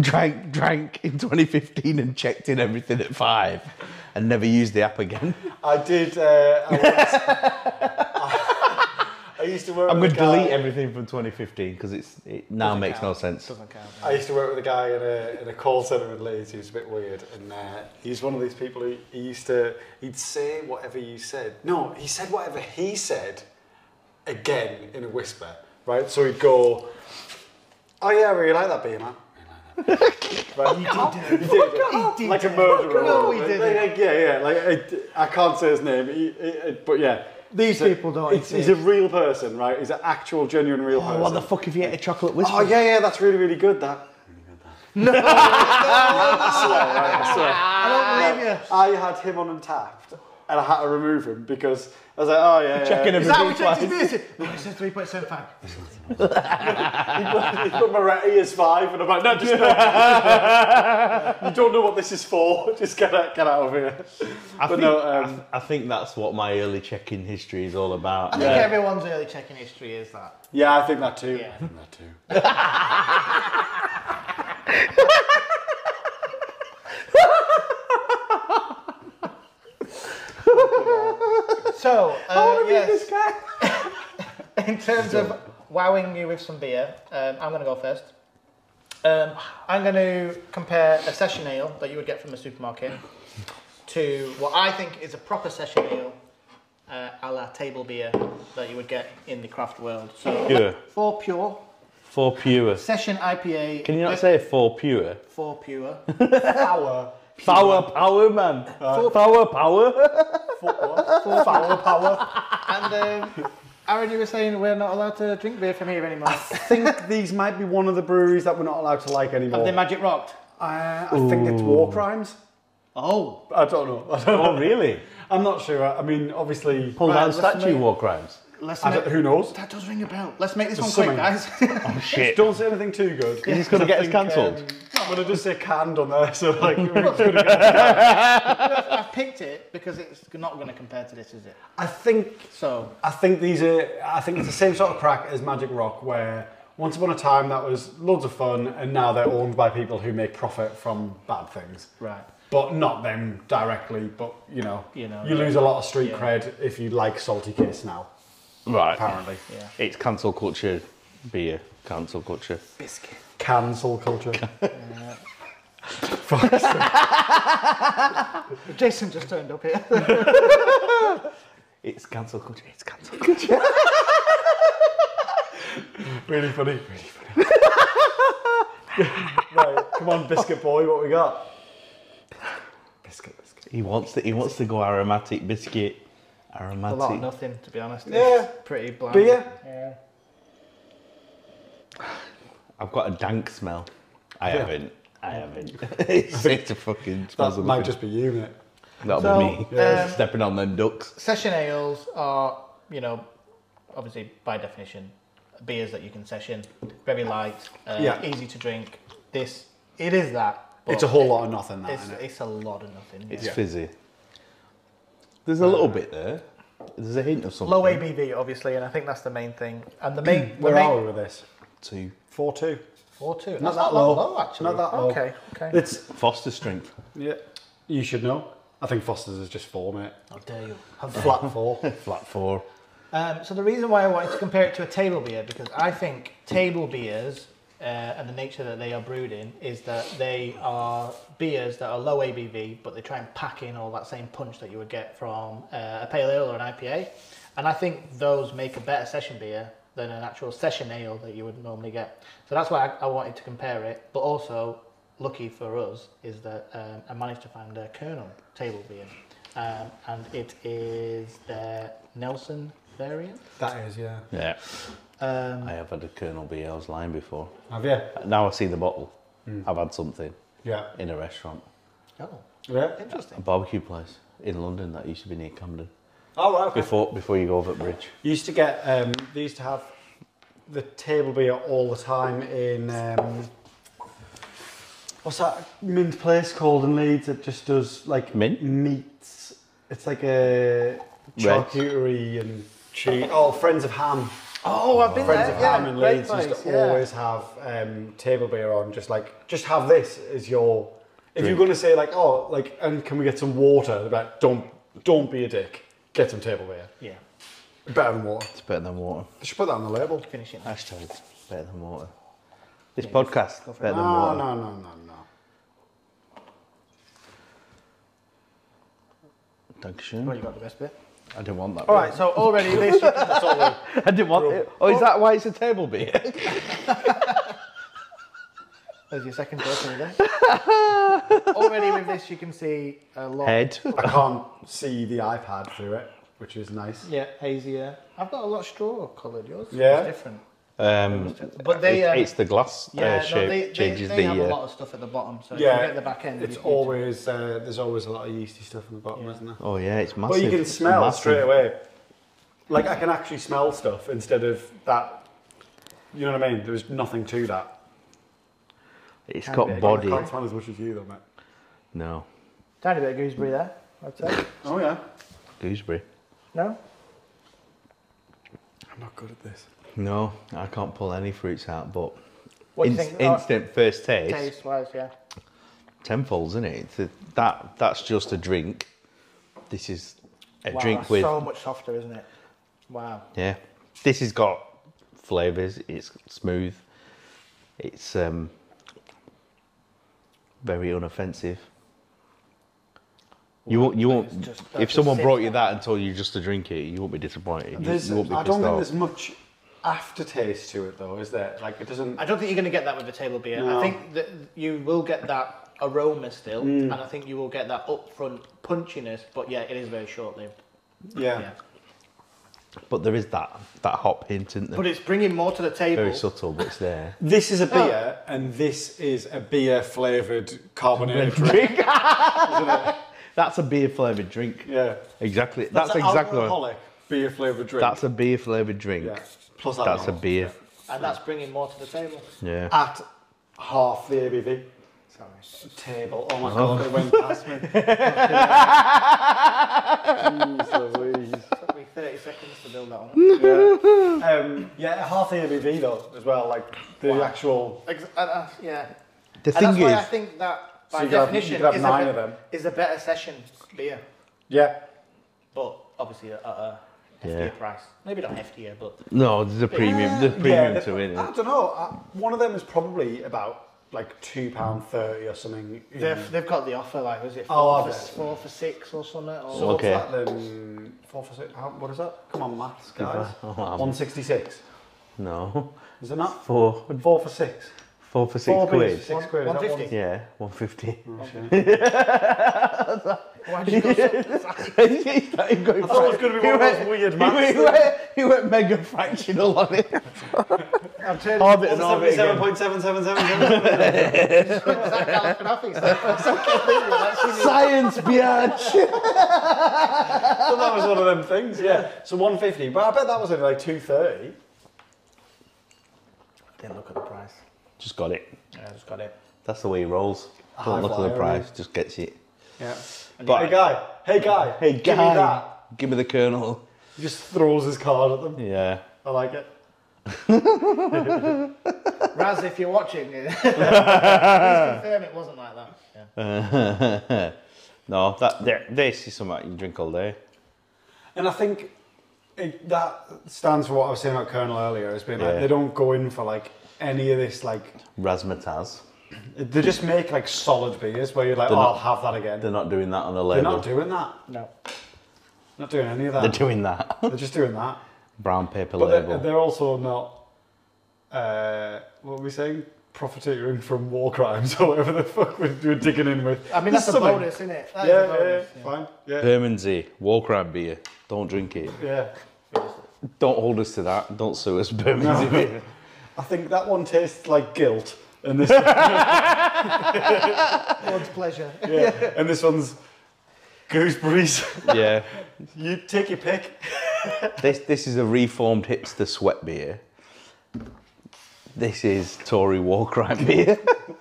S2: drank, drank in 2015, and checked in everything at five, and never used the app again.
S1: I did. Uh, I, once, I, used to work.
S2: I'm
S1: with
S2: going to
S1: a guy-
S2: delete everything from 2015 because it's it now makes no sense.
S3: Doesn't count.
S1: I used to work with a guy in a, in a call centre in Leeds who was a bit weird, and uh, he was one of these people who he used to he'd say whatever you said. No, he said whatever he said again in a whisper, right? So he'd go, "Oh yeah, I really like that beer, man." Right, you did, you did,
S3: He did
S1: like a
S3: it.
S1: murderer.
S3: No, he
S1: Like-
S3: didn't.
S1: like- yeah, yeah. Like it, I can't say his name, he- he- he- but yeah,
S3: These
S1: So
S3: people don't
S1: It's, he's a real person, right? He's an actual, genuine, real person.
S2: Oh, what the fuck if you ate a chocolate whisper?
S1: Oh yeah, yeah, that's really, really good. That. No. I swear, right,
S3: I don't believe you.
S1: I, swear. I had him on untapped, and I had to remove him because I was like, oh yeah, yeah.
S2: Checking
S3: Is
S2: every
S3: that
S2: beer
S3: what checked
S2: twice.
S3: his music? No, it says 3.75.
S1: He put Moretti as five, and I'm like, no, just no. you don't know what this is for. Just get out, get out of here.
S2: I,
S1: but
S2: think,
S1: no,
S2: I-
S1: um,
S2: I, think that's what my early check-in history is all about.
S3: I think everyone's early checking history is that.
S1: Yeah, I think that too.
S3: Yeah.
S1: I think that too.
S3: So, uh, yes. in terms of wowing you with some beer, um, I'm going to go first. Um, I'm going to compare a session ale that you would get from a supermarket to what I think is a proper session ale uh, a la table beer that you would get in the craft world. So,
S2: Pure.
S3: four pure,
S2: Four pure.
S3: session IPA.
S2: Can you not say four pure?
S3: Four pure.
S1: Power.
S2: Power, power, man.
S3: Four-
S2: power, power.
S1: Football. Power. Power.
S3: And um, Aaron, you were saying we're not allowed to drink beer from here anymore.
S1: I think these might be one of the breweries that we're not allowed to like
S3: Have
S1: anymore.
S3: they magic rocked?
S1: I, I think it's War Crimes.
S3: Oh.
S1: I don't know. I don't
S2: oh, really?
S1: I'm not sure. I mean, obviously,
S2: Pull
S3: Right,
S2: down
S3: listen,
S2: statue
S3: mate.
S2: war crimes.
S3: Let's
S1: I
S3: make-
S1: don't- who knows?
S3: That does ring a bell. Let's make this
S1: There's
S3: one quick, guys.
S2: Oh, shit.
S1: Don't say anything too good.
S2: Is this going to get us
S1: think,
S2: cancelled?
S1: Um, but I just say canned on there, so like, it's gonna get-
S3: I picked it because it's not going to compare to this, is it?
S1: I think
S3: So
S1: I think these are. I think it's the same sort of crack as Magic Rock, where once upon a time that was loads of fun, and now they're owned by people who make profit from bad things.
S3: right.
S1: But not them directly. But you know,
S3: You know,
S1: you
S3: yeah.
S1: lose a lot of street
S3: Yeah.
S1: cred if you like salty kiss now.
S2: Right.
S1: Apparently,
S3: Yeah.
S2: It's cancel culture beer. Cancel culture.
S3: Biscuit.
S1: Cancel culture.
S3: Jason just turned up here.
S2: It's cancel culture. It's cancel culture.
S1: really funny. Really funny. right, come on, biscuit boy. What we got? Biscuit, biscuit.
S2: he wants to. He wants to go aromatic biscuit.
S3: a
S2: Aromatic.
S3: lot of nothing, to be honest. It's
S1: Yeah.
S3: pretty bland.
S1: Beer.
S3: Yeah.
S2: I've got a dank smell. I
S1: Yeah.
S2: haven't. I haven't. it's, it's a fucking smells
S1: That
S2: of
S1: might
S2: nothing.
S1: just be you, mate.
S2: That'll
S3: So,
S2: be me.
S3: um,
S2: Stepping on them ducks.
S3: Session ales are, you know, obviously by definition, beers that you can session. Very light, uh,
S1: Yeah.
S3: easy to drink. This, it is that.
S1: It's
S3: but
S1: a whole
S3: it-
S1: lot of nothing, that,
S3: It's,
S1: isn't it?
S3: it's a lot of nothing.
S2: It's
S3: yeah.
S2: fizzy. There's a little bit there. There's a hint of something.
S3: Low ABV, obviously, and I think that's the main thing. And the main, the
S1: Where
S3: main
S1: are we with this?
S2: to
S1: Four two.
S3: Four two.
S1: Not
S3: That's
S1: that
S3: not low.
S1: low.
S3: low, actually.
S1: Not that low.
S3: Okay, okay.
S1: It's
S2: Foster strength.
S1: yeah. You should know. I think Foster's is just four, mate.
S3: How dare you?
S1: Flat four.
S2: Flat four.
S3: Um, so the reason why I wanted to compare it to a table beer because I think table beers uh, and the nature that they are brewed in is that they are beers that are low ABV, but they try and pack in all that same punch that you would get from uh, a pale ale or an IPA, and I think those make a better session beer than an actual session ale that you would normally get. So that's why I, I wanted to compare it, but also lucky for us is that um, I managed to find a Colonel table beer, um, and it is the Nelson variant.
S1: that is, yeah.
S2: Yeah.
S3: Um,
S2: I have had a Colonel B. L's line before.
S1: Have you?
S2: Now I see the bottle.
S3: Hmm.
S2: I've had something
S1: Yeah.
S2: in a restaurant,
S3: oh,
S1: Yeah.
S2: a
S3: interesting.
S2: barbecue place in London that used to be near Camden.
S1: Oh, right, okay.
S2: Before before you go over the bridge.
S1: You used to get, um, they used to have the table beer all the time in, um, what's that mint place called in Leeds that just does like
S2: Mint?
S1: meats? It's like a
S2: Right.
S1: charcuterie and cheese. Oh, Friends of Ham.
S3: Oh, I've been
S1: Friends
S3: there.
S1: of
S3: Yeah,
S1: Ham in
S3: great
S1: Leeds
S3: place.
S1: used to
S3: yeah.
S1: always have um, table beer on, just like, just have this as your. If you're going to say, like, oh, like, and can we get some water? They're like, don't, don't be a dick. Get some table beer.
S3: Yeah,
S1: Better than water.
S2: It's better than water.
S1: They should put that on the label.
S3: finishing.
S2: Hashtag better than water. This podcast better than
S1: No,
S3: Ah,
S2: water.
S1: no, no, no, no.
S2: Thank
S3: Well,
S2: you.
S3: you got the best bit.
S2: I didn't want that.
S3: All right, so already this.
S1: That's all we-
S2: I didn't want it. Oh, is that why it's a table beer?
S3: As your second person of this. Already with this, you can see a lot.
S2: Head.
S1: I can't see the iPad through it, which is nice.
S3: Yeah, hazier. I've got a lot of straw coloured. Yours is
S1: Yeah.
S3: different.
S2: Um,
S3: But they,
S2: it's,
S3: um,
S2: it's the glass uh,
S3: Yeah, no,
S2: shape
S3: they, they,
S2: changes
S3: they
S2: the.
S3: have a
S2: uh,
S3: lot of stuff at the bottom, so if you get the back end.
S1: It's
S3: you need to-
S1: always uh, there's always a lot of yeasty stuff in the bottom, isn't there?
S2: oh yeah, it's massive.
S1: Well, you can
S2: It's
S1: smell
S2: massive.
S1: straight away. Like I can actually smell stuff instead of that. You know what I mean? There was nothing to that.
S2: It's
S3: Can be.
S2: got
S1: I
S2: body.
S1: can't smell as much as you, though, mate.
S2: No,
S3: Tiny bit of gooseberry there, I'd say.
S1: Oh yeah.
S2: gooseberry.
S3: No?
S1: I'm not good at this.
S2: No, I can't pull any fruits out. But
S3: What do you
S2: inst-
S3: think? Oh,
S2: instant first taste,
S3: Taste wise, yeah.
S2: tenfolds, isn't it? It's a- that that's just a drink. This is a
S3: Wow,
S2: drink
S3: that's
S2: with
S3: so much softer, isn't it? Wow.
S2: yeah. This has got flavors. It's smooth. It's um, very unoffensive. You won't. You won't.
S3: it's just-
S2: if
S3: that's
S2: someone
S3: just
S2: brought
S3: it.
S2: you that and told you just to drink it, you won't be disappointed. You-
S1: There's,
S2: you won't be
S1: I
S2: pissed
S1: don't think
S2: off.
S1: there's much aftertaste to it, though, is there? Like it doesn't.
S3: I don't think you're going to get that with a table beer.
S1: No.
S3: I think that you will get that aroma still, and I think you will get that upfront punchiness, but yeah, it is very short lived.
S1: yeah.
S3: Yeah.
S2: But there is that that hop hint, isn't there?
S3: But it's bringing more to the table.
S2: Very subtle, but it's there.
S1: This is a beer, and this is a beer flavored carbonated drink.
S2: That's a beer flavored drink.
S1: Yeah.
S2: Exactly. That's,
S1: an
S2: exactly. What,
S1: alcoholic beer flavored drink.
S2: that's a beer flavored drink.
S1: yeah. plus
S2: That's a
S1: alcohol.
S2: beer.
S3: Oh, and that's bringing more to the table.
S2: Yeah.
S3: Ah,
S1: at half the ABV.
S3: Sorry.
S1: Table. Oh my god, it went past me. Jeez Louise.
S3: took me 30 seconds to build that one.
S1: Yeah. Um, yeah, half the ABV though, as well. Like the actual.
S3: Ex- and, uh, yeah.
S2: The
S3: And that's
S2: thing
S3: why I
S2: is,
S3: think that,
S1: So
S3: by
S1: you could have- you
S3: definition,
S1: could have
S3: is,
S1: nine
S3: a,
S1: of
S3: be-
S1: them.
S3: is a better session beer.
S1: Yeah.
S3: But obviously, at a heftier
S2: Yeah.
S3: price. Maybe not heftier, but
S2: No, there's a premium. There's a premium
S1: Yeah, Ah,
S2: to it.
S1: I don't know. I, one of them is probably about like two pound thirty or something. in-
S3: they've, they've got the offer. Like, was it four,
S1: Oh, I
S3: for,
S1: bet.
S3: four for six or something? Or
S1: So
S2: Okay.
S1: what's that then? Four for six. How, what is that? Come on, maths, guys.
S2: Oh, I'm-
S1: One sixty-six.
S2: No,
S1: Is it not?
S2: four,
S1: Four for six.
S2: four for six
S1: Four
S2: quid.
S1: beers, six Hmm.
S3: One-
S1: quid. is that
S3: 150?
S2: Yeah, one fifty.
S3: Why did you go so
S2: I
S6: thought it was gonna be one of those weird maths
S2: He went, he went mega fractional on it.
S3: I'm turning
S2: Orbit and orbit
S6: Seventy-seven
S2: again.
S6: point seven seven seven seven.
S3: that Galifianakis. That's
S2: Science, biatch.
S6: So that was one of them things. Yeah.
S1: So one fifty. But I bet that was only like two thirty.
S3: Didn't look at the price.
S2: Just got it.
S3: Yeah, I just got it.
S2: That's the way he rolls.
S1: High
S2: Don't look at
S1: flyer,
S2: the price. Just gets it.
S1: Yeah.
S2: But
S1: Hey guy. Hey guy.
S2: hey,
S1: Give me that.
S2: guy, give me the kernel.
S1: He just throws his card at them.
S2: Yeah.
S1: I like it.
S3: Raz, if you're watching, please confirm it wasn't like that. Yeah.
S2: no, that th- this is something you can drink all day.
S1: And I think it, that stands for what I was saying about Colonel earlier, as being like
S2: Yeah.
S1: they don't go in for like any of this like
S2: Razzmatazz.
S1: they just make like solid beers where you're like,
S2: They're
S1: oh,
S2: not-
S1: I'll have that again. They're,
S2: They're not doing that on the label.
S1: not doing that.
S3: No.
S1: Not doing any of
S2: They're
S1: that. They're,
S2: doing that.
S1: just doing that.
S2: Brown paper
S1: But
S2: label.
S1: they're, they're also not. Uh, what were we saying? Profiteering from war crimes or whatever the fuck we're, we're digging in with.
S3: I mean,
S1: There's
S3: that's a
S1: something.
S3: bonus, isn't it? That is
S1: Yeah,
S3: a
S1: yeah,
S3: bonus.
S1: yeah, fine. Yeah,
S2: Bermondsey, war crime beer. Don't drink it.
S1: yeah.
S2: Don't hold us to that. Don't sue us, Bermondsey beer.
S1: I think that one tastes like guilt, and this
S3: Lord's pleasure.
S1: yeah, and this one's gooseberries.
S2: yeah.
S1: You take your pick.
S2: This this is a reformed hipster sweat beer. This is Tory war crime beer.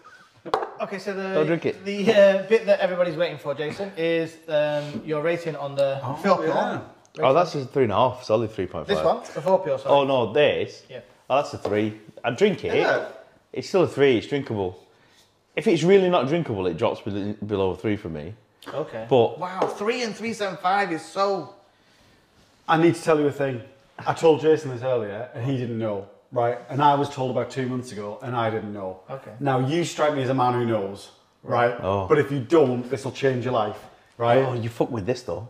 S3: Okay, so the
S2: Don't drink it.
S3: the uh, bit that everybody's waiting for, Jason, is um, your rating on the oh,
S2: oh, that's a three and a half. Solid three point five.
S3: This one, the four pure. Sorry.
S2: Oh no, this.
S3: Yeah.
S2: Oh, that's a three. I drink it.
S1: Yeah.
S2: It's still a three. It's drinkable. If it's really not drinkable, it drops bel- below a three for me.
S3: Okay.
S2: But
S3: Wow, three and three seven five is so.
S1: I need to tell you a thing. I told Jason this earlier, and he didn't know, right? And I was told about two months ago, and I didn't know.
S3: Okay.
S1: Now you strike me as a man who knows, right?
S2: Oh.
S1: But if you don't, this will change your life, right?
S2: oh, you fuck with this though.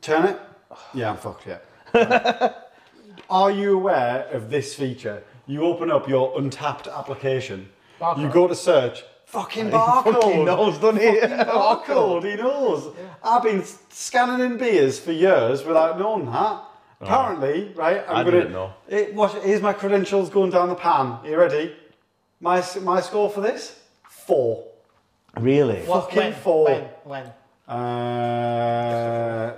S1: Turn it. Yeah, I'm fucked. Yeah. Are you aware of this feature? You open up your untapped application.
S3: Barcode.
S1: You go to search. Fucking barcode.
S2: Fucking knows, doesn't he?
S1: Oh, barcode. He knows. I've been s- scanning in beers for years without knowing that. Apparently, right? I'm
S2: I
S1: gonna,
S2: didn't know.
S1: It, what, here's my credentials going down the pan. You ready? My s- my score for this four.
S2: Really?
S3: What,
S1: Fucking
S3: when,
S1: four.
S3: When? When?
S1: Uh,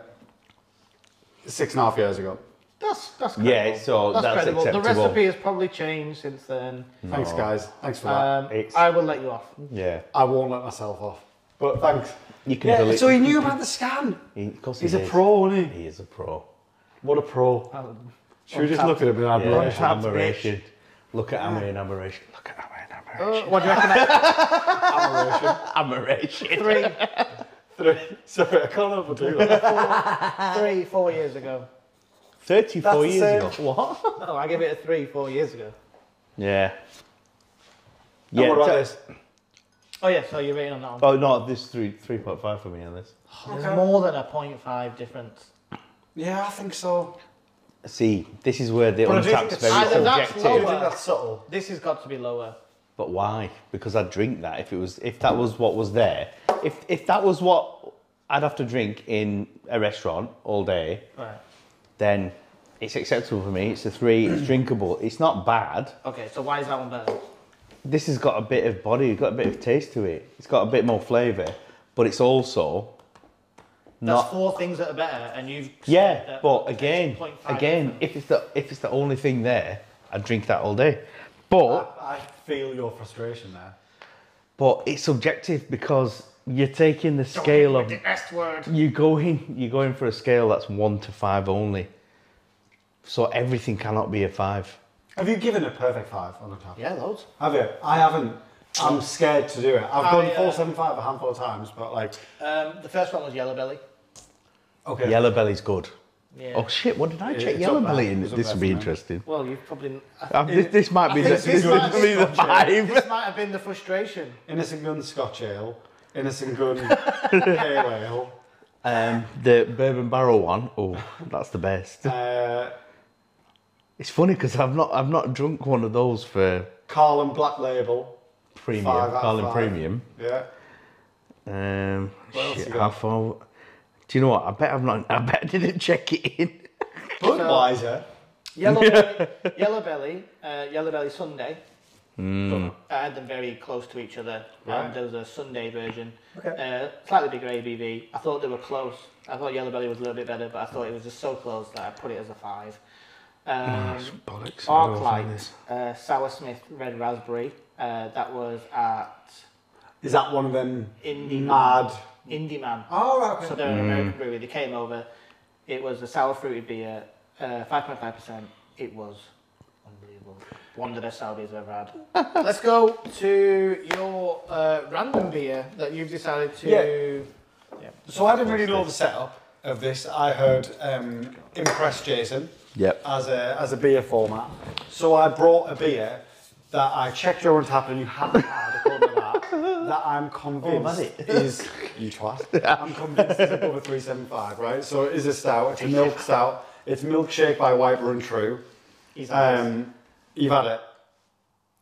S1: six and a half years ago.
S3: That's that's. Credible.
S2: Yeah, so that's
S3: credible. The
S2: acceptable.
S3: recipe has probably changed since then.
S1: Thanks, guys. Thanks for that.
S3: Um,
S2: It's-
S3: I will let you off.
S2: Yeah.
S1: I won't let myself off. But thanks.
S2: You can
S1: Yeah,
S2: delete.
S1: so he knew about the scan.
S2: He- of course he
S1: He's a
S2: is.
S1: pro, isn't he?
S2: He is a pro.
S1: What a pro. Should we just look at him in admiration?
S2: Yeah. Admiration. Look at Amory in admiration. Look at Amory in
S3: Uh,
S2: admiration.
S3: what do you recommend?
S1: Admiration.
S2: Admiration.
S3: three,
S1: Oh. Three. Sorry, I can't overdo that.
S3: three, four years ago.
S2: 34
S1: That's the
S2: years ago. What?
S3: Oh, I gave it a three, four years ago.
S2: Yeah.
S1: Yeah, what about
S2: t-
S1: this?
S3: Oh yeah, so you're rating on that one.
S2: Oh, no, this is three, 3.5 for me on this.
S3: There's more than a 0.5 difference.
S1: Yeah, I think so.
S2: See, this is where the
S1: But I do
S2: untapped
S1: think it's
S2: very
S3: either that's
S1: Do you
S2: subjective.
S1: think that's subtle?
S3: This has got to be lower.
S2: But why? Because I'd drink that if it was if that was what was there. If if that was what I'd have to drink in a restaurant all day,
S3: Right.
S2: then it's acceptable for me. It's a three. It's drinkable. It's not bad.
S3: Okay, so why is that one better?
S2: This has got a bit of body. It's got a bit of taste to it. It's got a bit more flavour, but it's also
S3: That's
S2: not.
S3: four uh, things that are better, and you've
S2: Yeah,
S3: that
S2: but again,
S3: 0.5
S2: again, if it's the if it's the only thing there, I'd drink that all day. But
S1: I feel your frustration there.
S2: but it's subjective because you're taking the scale of
S3: S word.
S2: you go in you go in for a scale that's one to five only. So everything cannot be a five.
S1: Have you given a perfect five on a tap?
S3: Yeah, loads.
S1: Have you? I haven't. I'm scared to do it. I've
S3: I,
S1: done
S3: uh,
S1: 475 a handful of times, but like,
S3: Um, the first one was Yellow Belly.
S1: okay.
S2: Yellow belly's good.
S3: Yeah.
S2: Oh shit! What did I check?
S1: it's
S2: Yellow
S1: up there.
S2: belly. In?
S1: It's up
S2: This
S1: there
S2: would be
S1: for me.
S2: interesting.
S3: Well, you've probably. I
S2: Uh, this, this might be the,
S3: think
S2: this, might be the
S3: This
S2: vibe.
S3: might have been the frustration.
S1: Innocent Gun Scotch Ale, Innocent Gun Pale Ale,
S2: Um, the bourbon barrel one. Oh, that's the best.
S1: uh,
S2: It's funny because I've not I've not drunk one of those for
S1: Carl and Black Label.
S2: premium.
S1: Five out of
S2: Carlin
S1: five.
S2: premium.
S1: Yeah.
S2: Um,
S1: What else
S2: shit,
S1: you got?
S2: how far? Do you know what? I bet I've not. I bet I didn't check it in.
S1: Budweiser.
S3: Yellow belly, yellow belly, uh, yellow belly Sunday. I had them very close to each other.
S1: Hmm. Right.
S3: And there was a Sunday version,
S1: Okay.
S3: uh, slightly bigger ABV. I thought they were close. I thought yellow belly was a little bit better, but I thought it was just so close that I put it as a five. Um,
S2: Bollocks.
S3: Arclight, uh, Sour Smith Red Raspberry. Uh, that was at
S1: Is that one of them
S3: Indie
S1: mad?
S3: Indie Man.
S1: Oh, right, okay.
S3: So they're an
S2: Mm.
S3: American brewery. They came over. It was a sour fruited beer, uh, five point five percent. It was unbelievable. One of the best sour beers I've ever had. Let's go to your uh, random beer that you've decided to.
S1: So I didn't really know the setup of this. I heard um, Impress Jason
S2: Yep.
S1: as a as a beer format. So I brought a beer that I checked your tap and you haven't had according to that. That I'm convinced is you twat. I'm convinced is above a 375, right? So it is a stout. It's a milk stout. It's milkshake by White Run True.
S3: He's had this.
S1: Um, you've had it.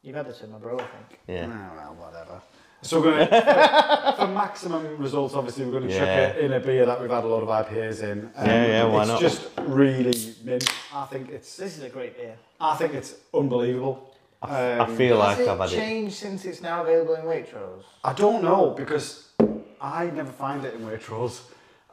S3: You've had this in my bro, I think.
S2: Yeah.
S1: Oh, well, whatever. So we're going to, for maximum results, obviously, we're going to chuck it
S2: Yeah.
S1: in a beer that we've had a lot of IPAs in. Um,
S2: Yeah, yeah, why
S1: it's
S2: not?
S1: just really mint. I think it's,
S3: This is a great beer.
S1: I think it's unbelievable. Um,
S2: I feel like
S3: Has
S2: I've had
S3: it
S2: it.
S3: changed since it's now available in Waitrose?
S1: I don't know because I never find it in Waitrose.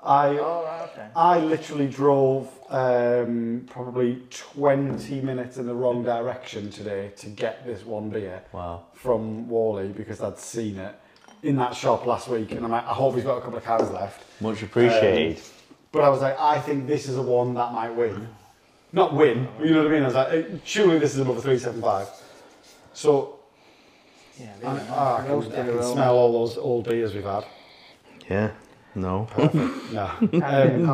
S1: I
S3: Oh, right, okay.
S1: I literally drove um, probably 20 minutes in the wrong direction today to get this one beer
S2: Wow.
S1: from Wally because I'd seen it in that shop last week and I'm like, I hope he's got a couple of cans left.
S2: Much appreciated.
S1: But I was like, I think this is a one that might win. Not win, but you know what I mean? I was like, eh, surely this is above a 375. So
S3: Yeah,
S1: I,
S3: really
S1: ah, I can,
S3: roasted
S1: I can
S3: aroma.
S1: smell all those old beers we've had.
S2: yeah. No.
S1: No. Um,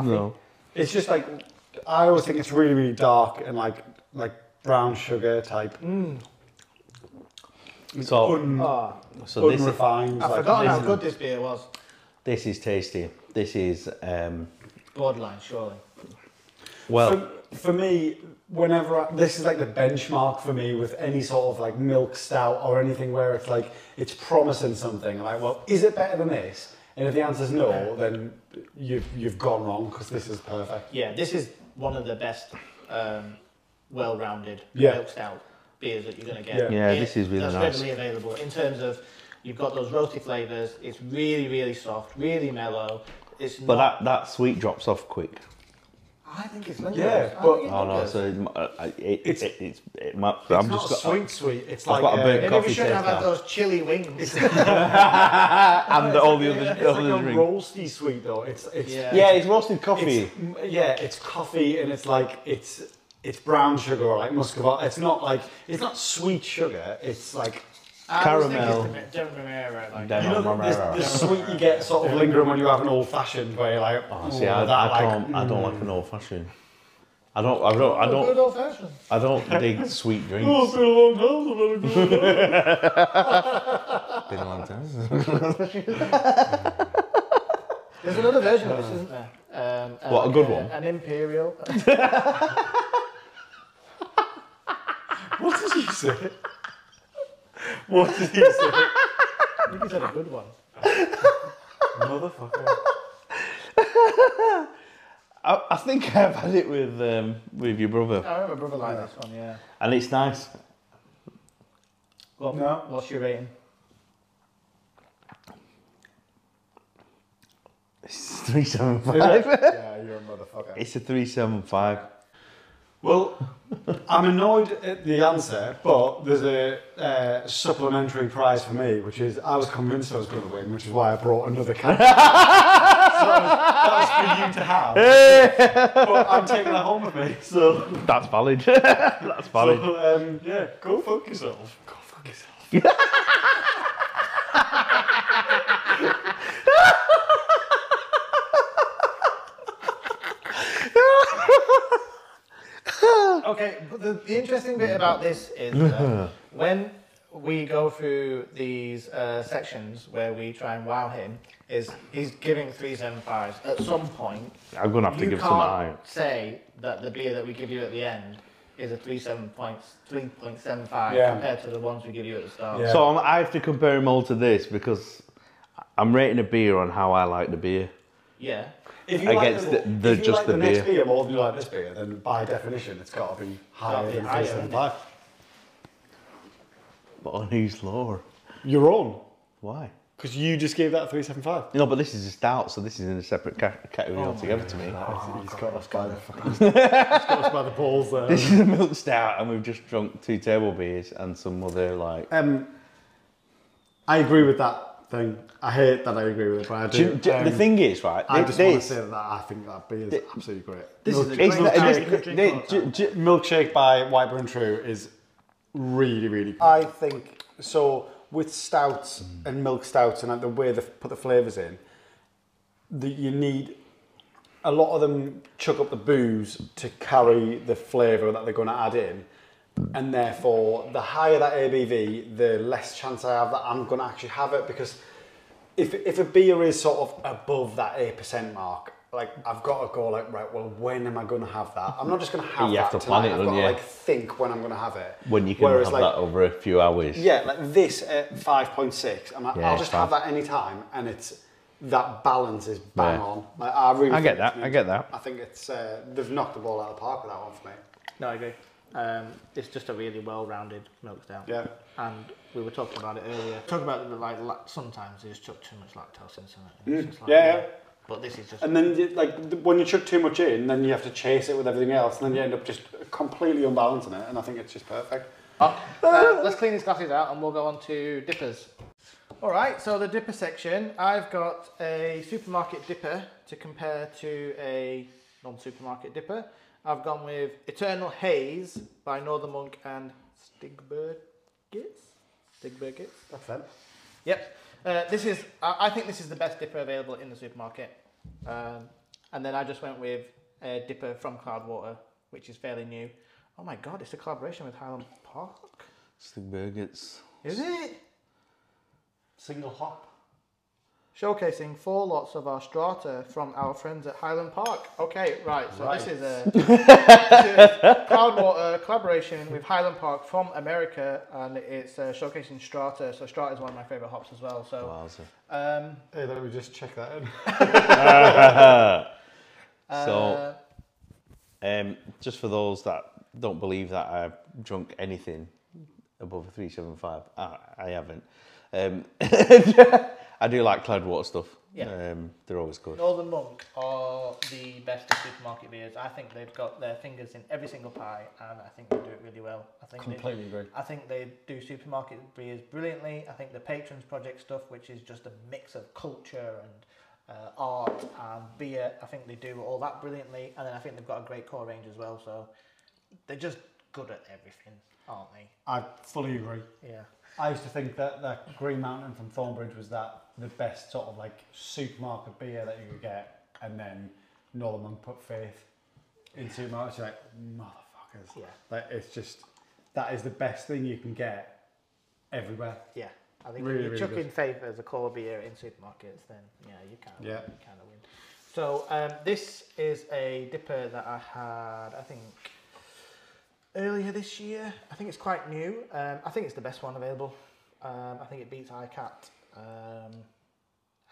S2: no.
S1: It's just like I always think it's really, really dark and like like brown sugar type,
S2: So,
S1: un,
S3: Oh,
S2: so this is,
S1: unrefined.
S3: I've
S1: like,
S3: forgotten how good this beer was.
S2: this is tasty. This is um,
S3: Borderline, surely.
S2: well.
S1: for, for me, whenever I, this is like the benchmark for me with any sort of like milk stout or anything where it's like it's promising something. I'm like, well, is it better than this? And if the answer's no, then you've you've gone wrong because this is perfect.
S3: Yeah, this is one of the best, um, well-rounded
S1: Yeah.
S3: milk stout beers that you're going to get.
S1: Yeah.
S2: Yeah,
S3: It-
S2: this is really
S3: that's
S2: nice.
S3: readily available in terms of you've got those roasty flavors. It's really, really soft, really mellow. It's
S2: But
S3: not.
S2: that, that sweet drops off quick.
S3: I think it's lingers.
S1: Yeah,
S3: I
S1: but-
S3: think it's
S2: Oh no,
S3: lingers.
S2: so it, uh, it,
S1: It's-
S2: it's, it, it's, it might,
S1: It's
S2: I'm
S1: not
S2: just got,
S1: sweet, sweet. It's
S2: I've
S1: like
S2: got a burnt
S1: uh,
S3: Maybe we
S2: coffee
S3: shouldn't have
S2: taste
S3: had
S2: now.
S3: those chilly wings.
S2: and all the other,
S1: It's like
S2: other
S1: a
S2: drink.
S1: roasty sweet though. It's it's
S3: Yeah.
S2: Yeah, it's roasted coffee.
S1: It's, mm, yeah, it's coffee and it's like it's it's brown sugar or like muscovado. It's not like it's not sweet sugar. It's like
S3: I always think
S2: Caramel.
S3: it's the- Don't remember. Like,
S2: Dem-
S1: you know the, the, the sweet you get sort of lingering when you have an old fashioned where you're like,
S2: Oh,
S1: oh,
S2: see, I,
S1: that
S2: I
S1: like,
S2: can't. I don't like mm. an old fashioned. I don't. I don't. I
S3: Good
S2: don't.
S3: old fashioned.
S2: I don't dig sweet drinks. Been a long time.
S3: There's another version of this, isn't there? Um, uh,
S2: What, a good
S3: uh,
S2: one?
S3: An imperial.
S1: What did you say? What did you say?
S3: I think it's had a good one.
S1: Motherfucker.
S2: I, I think I've had it with um, with your brother,
S3: I remember brother like this one. Yeah.
S2: and it's nice.
S3: Go on,
S1: No.
S3: What's your rating?
S2: It's three seven five.
S1: yeah, you're a motherfucker.
S2: It's a three seven five.
S1: Well, I'm annoyed at the answer, but there's a uh, supplementary prize for me, which is I was convinced I was going to win, which is why I brought another cat. so that was for you to have. but I'm taking that home with me, so,
S2: That's valid. That's valid.
S1: so um, yeah, go fuck yourself. Go fuck yourself.
S3: okay, but the, the interesting bit about this is that when we go through these uh, sections where we try and wow him, is he's giving 375s at some point.
S2: I'm gonna have to
S3: you
S2: give
S3: can't
S2: some eye.
S3: say that the beer that we give you at the end is a 37.75
S1: Yeah.
S3: compared to the ones we give you at the start.
S1: Yeah.
S2: So I'm, I have to compare them all to this because I'm rating a beer on how I like the beer.
S3: yeah.
S1: If you like
S2: Against
S1: the,
S2: the- the-
S1: if you
S2: just
S1: like
S2: the
S1: the, next
S2: beer.
S1: beer. more than you like this beer, then by definition it's got to be higher than
S3: Higher.
S1: 375.
S2: But on whose lore?
S1: You're wrong
S2: Why?
S1: because you just gave that 375.
S2: No, but this is a stout, so this is in a separate ca- category
S1: Oh
S2: altogether to me.
S1: he's got us by the fucking. he's got us by the balls there.
S2: This is a milk stout, and we've just drunk two table beers and some other like.
S1: Um, I agree with that thing. I hate that I agree with it, but I do.
S2: Do you- do-
S1: um,
S2: the thing is, right?
S1: I
S2: thi-
S1: just want to
S2: this-
S1: say that I think that beer is absolutely great.
S3: This is a
S2: it's
S3: great
S2: not-
S3: beer.
S2: this-
S3: You could drink
S2: they-
S3: all the
S2: ju-
S3: time.
S2: ju-
S1: milkshake by White and True is really, really. Good. I think so. With stouts and milk stouts and like the way they put the flavors in, that you need a lot of them chuck up the booze to carry the flavour that they're going to add in. And therefore, the higher that ABV, the less chance I have that I'm going to actually have it. Because if, if a beer is sort of above that 8% mark, like I've got to go like, right, well, when am I going to have that? I'm not just going to have
S2: You
S1: that
S2: have to
S1: tonight.
S2: plan it,
S1: I've
S2: don't
S1: got
S2: you?
S1: to like think when I'm going to have it.
S2: when you can
S1: Whereas,
S2: have
S1: like,
S2: that over a few hours.
S1: yeah, like this at 5.6, I'm like,
S2: Yeah,
S1: I'll just
S2: fine.
S1: have that any time, and it's that balance is bang
S2: Yeah.
S1: on. Like, I really
S2: I get
S1: think it's
S2: that,
S1: an
S2: I get that.
S1: I think it's uh, they've knocked the ball out of the park with that one for me.
S3: No, I agree. Um, it's just a really well-rounded milk stout.
S1: Yeah.
S3: And we were talking about it earlier. Talking about the, like la- sometimes they just chuck too much lactose into it. and it's just like,
S1: Mm, yeah, yeah.
S3: But this is just.
S1: And then you- like th- when you chuck too much in, then you have to chase it with everything else, and then you end up just completely unbalancing it. And I think it's just perfect.
S3: Uh, let's clean these glasses out, and we'll go on to dippers. All right. So the dipper section, I've got a supermarket dipper to compare to a non-supermarket dipper. I've gone with Eternal Haze by Northern Monk and Stigbergitz. Stigbergitz.
S1: That's it.
S3: Yep. Uh, this is. I I think this is the best dipper available in the supermarket. Um, and then I just went with a dipper from Cloudwater, which is fairly new. Oh my god, it's a collaboration with Highland Park.
S2: Stigbergits.
S3: Is it?
S1: Single hop.
S3: Showcasing four lots of our strata from our friends at Highland Park. Okay, right. So this is a Cloudwater collaboration with Highland Park from America, and it's uh, showcasing strata. So strata is one of my favorite hops as well. So
S2: Wowza.
S3: um,
S1: Hey, let me just check that in.
S2: So,
S3: uh,
S2: um, just for those that don't believe that I've drunk anything above a 375, I, I haven't. Um, I do like Cloudwater stuff.
S3: Yeah.
S2: Um, they're always good.
S3: Northern Monk are the best of supermarket beers. I think they've got their fingers in every single pie, and I think they do it really well. I think
S1: Completely
S3: they,
S1: agree.
S3: I think they do supermarket beers brilliantly. I think the Patrons Project stuff, which is just a mix of culture and uh, art and beer, I think they do all that brilliantly. And then I think they've got a great core range as well. So they're just good at everything, aren't they?
S1: I fully agree.
S3: Yeah.
S1: I used to think that that Green Mountain from Thornbridge was that the best sort of like supermarket beer that you could get, and then Northern Monk put faith in supermarkets. You're like motherfuckers.
S3: Yeah.
S1: Like it's just that is the best thing you can get everywhere.
S3: Yeah. I think
S1: Really,
S3: if you
S1: really
S3: chuck
S1: good.
S3: in favour as a core beer in supermarkets, then yeah, you can't,
S1: Yeah.
S3: you kind of win. So um, this is a dipper that I had, I think, earlier this year. I think it's quite new. Um, I think it's the best one available. Um, I think it beats iCat. Um,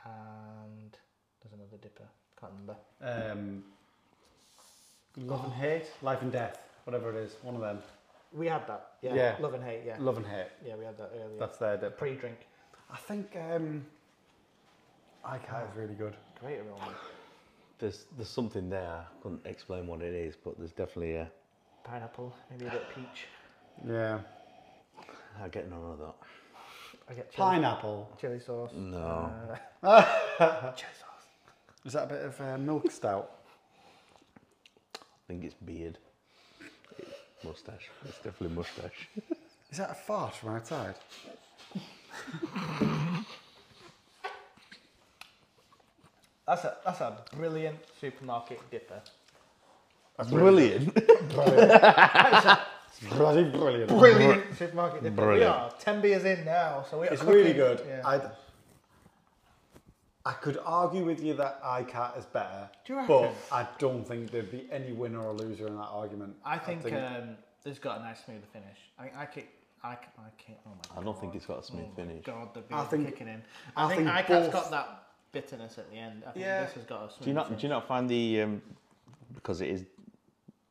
S3: and there's another dipper. Can't remember.
S1: Um, love and hate, life and death, whatever it is, one of them.
S3: We had that. Yeah.
S1: Yeah.
S3: Love and hate. Yeah.
S1: Love and hate.
S3: yeah, we had that earlier.
S1: That's their dip.
S3: Pre-drink.
S1: I think um, ICAT is really good.
S3: Great aroma.
S2: There's there's something there. I couldn't explain what it is, but there's definitely a.
S3: Pineapple. Maybe a bit of peach.
S1: Yeah.
S2: I get none of that.
S3: I get chili,
S1: Pineapple.
S3: chili sauce.
S2: No.
S3: Chili sauce.
S1: Is that a bit of uh, milk stout?
S2: I think it's beard. Mustache. It's definitely mustache.
S1: Is that a fart from outside?
S3: That's a that's a brilliant supermarket dipper.
S2: Brilliant.
S3: Brilliant.
S1: Bloody brilliant.
S3: Brilliant supermarket. difference. We
S2: Brilliant.
S3: are 10 beers in now, so we are
S1: It's really
S3: cooking.
S1: good.
S3: Yeah.
S1: I'd, I could argue with you that iCat is better,
S3: Do you reckon?
S1: but I don't think there'd be any winner or loser in that argument.
S3: I think, um, this has got a nice smooth finish. I I kick. I, c- I kick. Oh my god.
S2: I don't think it's got a smooth
S3: Oh my
S2: finish.
S3: God, the beer
S1: I think-
S3: kicking in.
S1: I
S3: I, think,
S1: think
S3: think
S1: both-
S3: got that bitterness at the end. I think
S1: Yeah.
S3: this has got a smooth
S2: Do you not
S3: finish.
S2: do you not find the um, because it is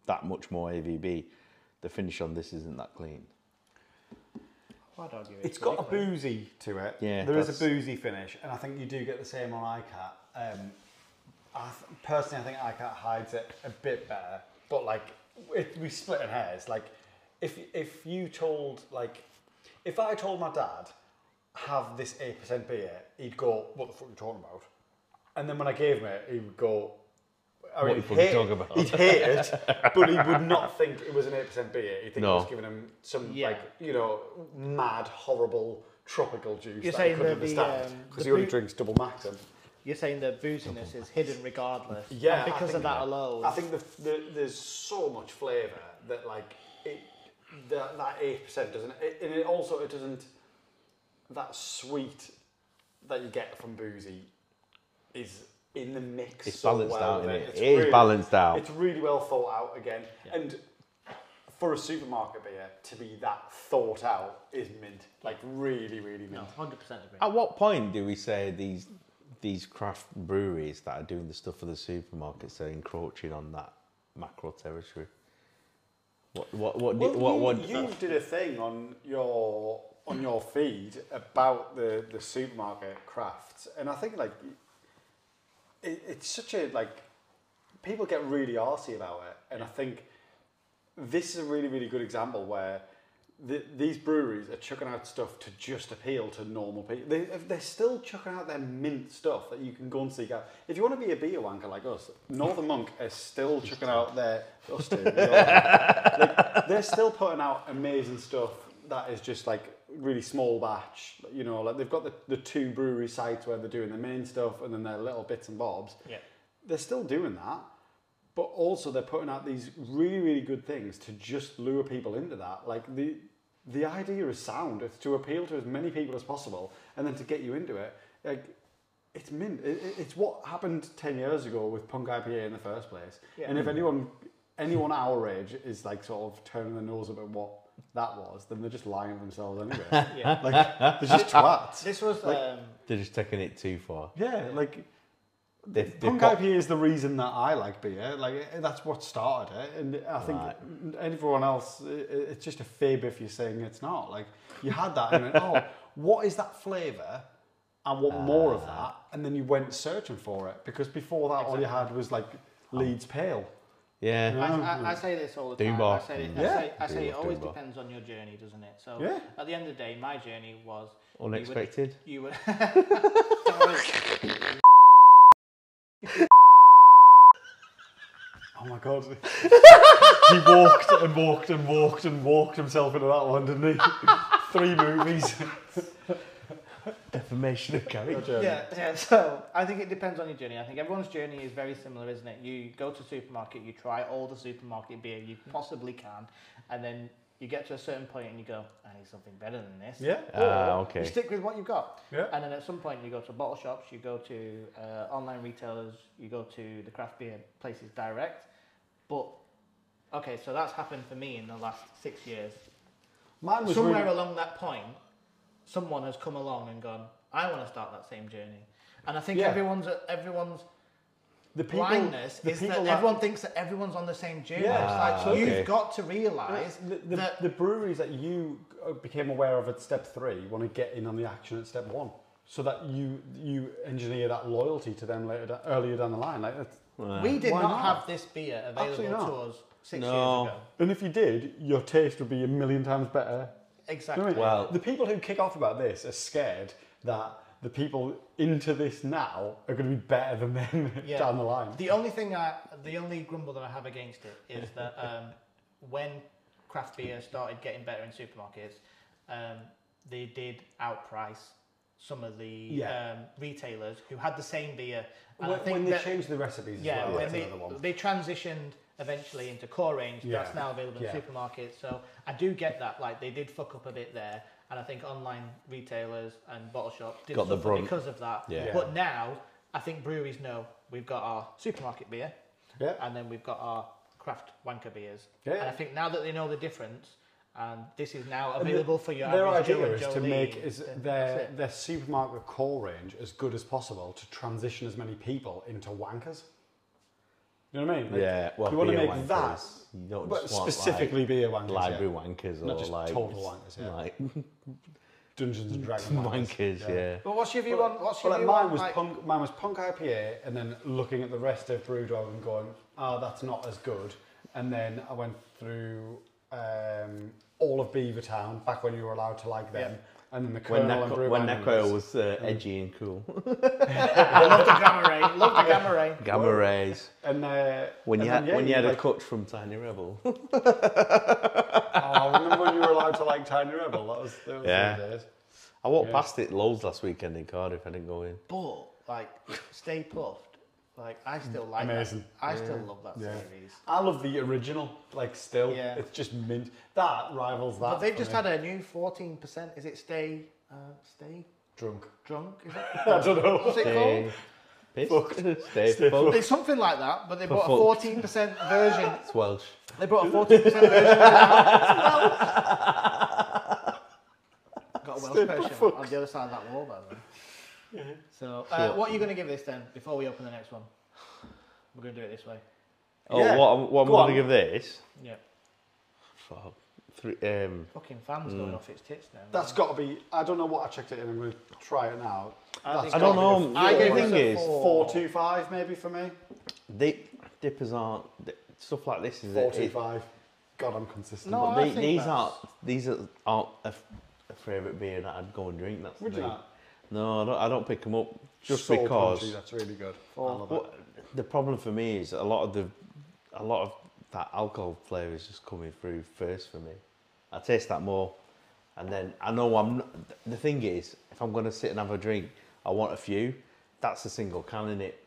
S2: that much more AVB, the finish on this isn't that clean.
S3: I'd argue
S1: It's got a
S3: equally.
S1: boozy to it.
S2: Yeah,
S1: there is a
S2: that's-
S1: boozy finish, and I think you do get the same on iCat. Um, I th- personally, I think iCat hides it a bit better, but like it, we split in hairs. Like if if you told like if I told my dad have this eight percent beer, he'd go, "What the fuck are you talking about?" And then when I gave him it, he would go. I
S2: What you
S1: he'd
S2: fucking
S1: hate-
S2: talking about?
S1: He'd hate it, but he would not think it was an eight percent beer. He'd think
S2: No.
S1: it was giving him some
S3: Yeah.
S1: like you know, mad, horrible tropical juice
S3: You're
S1: that
S3: saying
S1: I couldn't
S3: that the,
S1: understand
S3: um,
S1: because
S3: the
S1: he only
S3: boot-
S1: drinks double Maxim.
S3: You're saying the booziness is hidden regardless.
S1: Yeah,
S3: And
S1: I
S3: because
S1: think-
S3: of that alone.
S1: I think the, the, there's so much flavour that like it that that eight percent doesn't, it, and it also it doesn't that sweet that you get from boozy is in the mix.
S2: It's
S1: so
S2: balanced
S1: well
S2: out,
S1: with
S2: isn't it? It is balanced out.
S1: It's really well thought out again, and for a supermarket beer to be that thought out is mint, like really, really mint.
S3: No, 100% agree.
S2: At what point do we say these these craft breweries that are doing the stuff for the supermarkets are encroaching on that macro territory? What what what
S1: Well,
S2: did, what
S1: you,
S2: what
S1: you did a thing on your on your feed about the the supermarket crafts, and I think like it, it's such a like people get really arsy about it, and I think this is a really really good example where. The, these breweries are chucking out stuff to just appeal to normal people. They, they're still chucking out their mint stuff that you can go and seek out. If you want to be a beer wanker like us, Northern Monk is still chucking out their us two. you're- they're still putting out amazing stuff that is just like really small batch. You know, like they've got the, the two brewery sites where they're doing the main stuff and then their little bits and bobs.
S3: Yeah.
S1: They're still doing that, but also they're putting out these really, really good things to just lure people into that. Like the the idea is sound. It's to appeal to as many people as possible and then to get you into it. Like it's mint. It, it- it's what happened ten years ago with punk IPA in the first place.
S3: Yeah.
S1: And if anyone, anyone our age is like sort of turning their nose up at what that was, then they're just lying to themselves anyway.
S3: Yeah.
S1: like they're just twats.
S3: This was um,
S2: they're just taking it too far.
S1: Yeah, like
S2: They, they
S1: punk
S2: pop-
S1: IPA is the reason that I like beer. Like eh, that's what started it, and I think
S2: Right.
S1: n- everyone else, i- i- it's just a fib if you're saying it's not. Like you had that, and you went, oh, what is that flavour? I want more of that, and then you went searching for it because before that, all you had was like Leeds Pale.
S2: yeah.
S3: I, I, I say this all the time.
S2: Dubar.
S3: I say, it,
S1: Mm. Yeah.
S3: I say, I say it
S2: Dubar,
S3: always
S2: Dubar.
S3: depends on your journey, doesn't it? So
S1: Yeah.
S3: at the end of the day, my journey was you would-
S2: Unexpected.
S3: You were. Don't worry.
S1: Oh my god. he walked and walked and walked and walked himself into that one, didn't he? Three movies.
S2: Defamation of character.
S3: yeah, yeah. So I think it depends on your journey. I think everyone's journey is very similar, isn't it? You go to supermarket, you try all the supermarket beer you possibly can, and then you get to a certain point and you go, I need something better than this.
S1: Yeah.
S2: Ah,
S3: Or You
S2: okay.
S3: stick with what you've got.
S1: Yeah.
S3: And then at some point, you go to bottle shops, you go to uh, online retailers, you go to the craft beer places direct. But, okay, so that's happened for me in the last six years.
S1: Mine was
S3: Somewhere
S1: really-
S3: along that point, someone has come along and gone, I want to start that same journey. And I think
S1: Yeah.
S3: everyone's, everyone's
S1: the
S3: blindness
S1: the
S3: is that
S1: people
S3: everyone thinks that everyone's on the same journey.
S1: Yeah,
S3: It's like,
S1: absolutely.
S3: you've got to realise
S1: The, the,
S3: that
S1: the breweries that you uh, became aware of at step three want to get in on the action at step one, so that you you engineer that loyalty to them later da- earlier down the line. Like that's,
S3: we did
S1: Why
S3: not,
S1: not?
S3: have this beer
S1: Absolutely
S3: available to
S1: not.
S3: us six
S2: No.
S3: years ago.
S1: and if you did, your taste would be a million times better.
S3: Exactly.
S1: Do you know what I mean?
S2: Well-
S1: the people who kick off about this are scared that the people into this now are going to be better than them
S3: Yeah.
S1: down the line.
S3: The only thing I, the only grumble that I have against it is that um, when craft beer started getting better in supermarkets, um, they did outprice some of the
S1: Yeah.
S3: um, retailers who had the same beer. And I
S1: when,
S3: think
S1: when they
S3: that-
S1: change the recipes, as
S3: yeah,
S1: well,
S3: when
S1: that's
S3: they,
S1: another one.
S3: they transitioned eventually into core range
S1: Yeah.
S3: that's now available in
S1: Yeah.
S3: supermarkets. So I do get that. Like they did fuck up a bit there, and I think online retailers and bottle shops did
S2: Got the
S3: suffer
S2: brunt.
S3: because of that.
S2: Yeah.
S3: But now I think breweries know we've got our supermarket beer,
S1: Yeah.
S3: and then we've got our craft wanker beers.
S1: Yeah.
S3: And I think now that they know the difference, and this is now available for your
S1: Their
S3: average Joe
S1: idea
S3: and
S1: is to
S3: Jolene,
S1: make is
S3: then
S1: their
S3: that's it.
S1: their supermarket core range as good as possible to transition as many people into wankers. You know what I mean? Like,
S2: Yeah, well,
S1: you want to
S2: beer
S1: make
S2: wankers.
S1: that,
S2: You don't
S1: but
S2: just want, like,
S1: specifically beer wankers, yeah.
S2: library wankers or
S1: Not just
S2: like
S1: total wankers, yeah.
S2: like
S1: Dungeons and Dragons
S2: wankers, yeah.
S1: Oh,
S3: But what's your view on what's your
S1: Well, like
S3: view
S1: mine
S3: on,
S1: was
S3: like-
S1: punk. Mine was punk IPA, and then looking at the rest of BrewDog and going, "Ah, that's not as good." And then I went through um, all of Beavertown back when you were allowed to like them, and then the
S2: When
S1: Colonel and
S2: Neko,
S1: Brew
S2: when
S1: Bangers.
S2: Neko was uh, edgy and cool,
S3: I love the gamma ray. Love the gamma ray.
S2: gamma rays.
S1: and uh,
S2: When you
S1: and
S2: had
S1: then, yeah,
S2: when you had a
S1: like,
S2: cut from Tiny Rebel,
S1: oh, I remember when you were allowed to like Tiny Rebel. That was, that was
S2: Yeah.
S1: those days.
S2: I walked
S1: Yeah.
S2: past it loads last weekend in Cardiff. I didn't go in.
S3: But like, stay puffed. Like I still like
S1: Amazing.
S3: that. I still love that
S1: Yeah.
S3: series.
S1: I love the original, like still.
S3: Yeah.
S1: It's just mint. That rivals that.
S3: But they've
S1: for
S3: just
S1: me.
S3: had a new fourteen percent. Is it stay? Uh, stay
S1: drunk.
S3: drunk? Is it?
S1: I don't know.
S3: What's it
S2: Stay
S3: called?
S2: pissed.
S1: Fucked.
S2: Stay
S1: Stay
S2: fucked.
S3: It's something like that. But they brought a
S2: fucked.
S3: fourteen percent version.
S2: It's Welsh.
S3: They brought a fourteen percent version. of that. Got a Welsh person on the other side of that wall, by the way. So, uh, what are you going to give this then? Before we open the next one, we're going to do it this way.
S2: Oh,
S1: Yeah.
S2: what, I'm- what I'm
S1: Go
S2: going to
S1: on.
S2: give this?
S3: Yeah.
S2: Fuck. Three, um,
S3: Fucking fans going off its tits now.
S1: Mm. That's got to be. I don't know what I checked it in. I'm going to try it now. That's
S2: I
S1: gotta
S2: don't
S1: be
S2: know.
S1: a
S2: I
S3: I
S2: the
S3: gave
S1: four.
S3: this
S2: thing
S3: a
S2: is,
S3: four.
S1: Four two five maybe for me.
S2: dip, dippers aren't di- stuff like this. Is
S1: Four
S2: it?
S1: two
S2: it
S1: five. Oh, God, I'm consistent.
S3: No, I
S2: they,
S3: think
S2: these
S3: that's-
S2: aren't these are, aren't a, f- a favourite beer that I'd go and drink. That's the
S1: Would you
S2: thing.
S1: not?
S2: No, I don't, I don't pick them up just
S1: So
S2: because.
S1: punchy, that's really good. I love it.
S2: What, the problem for me is a lot of the, a lot of that alcohol flavour is just coming through first for me. I taste that more, and then I know I'm. Not, the thing is, if I'm going to sit and have a drink, I want a few. That's a single can in it.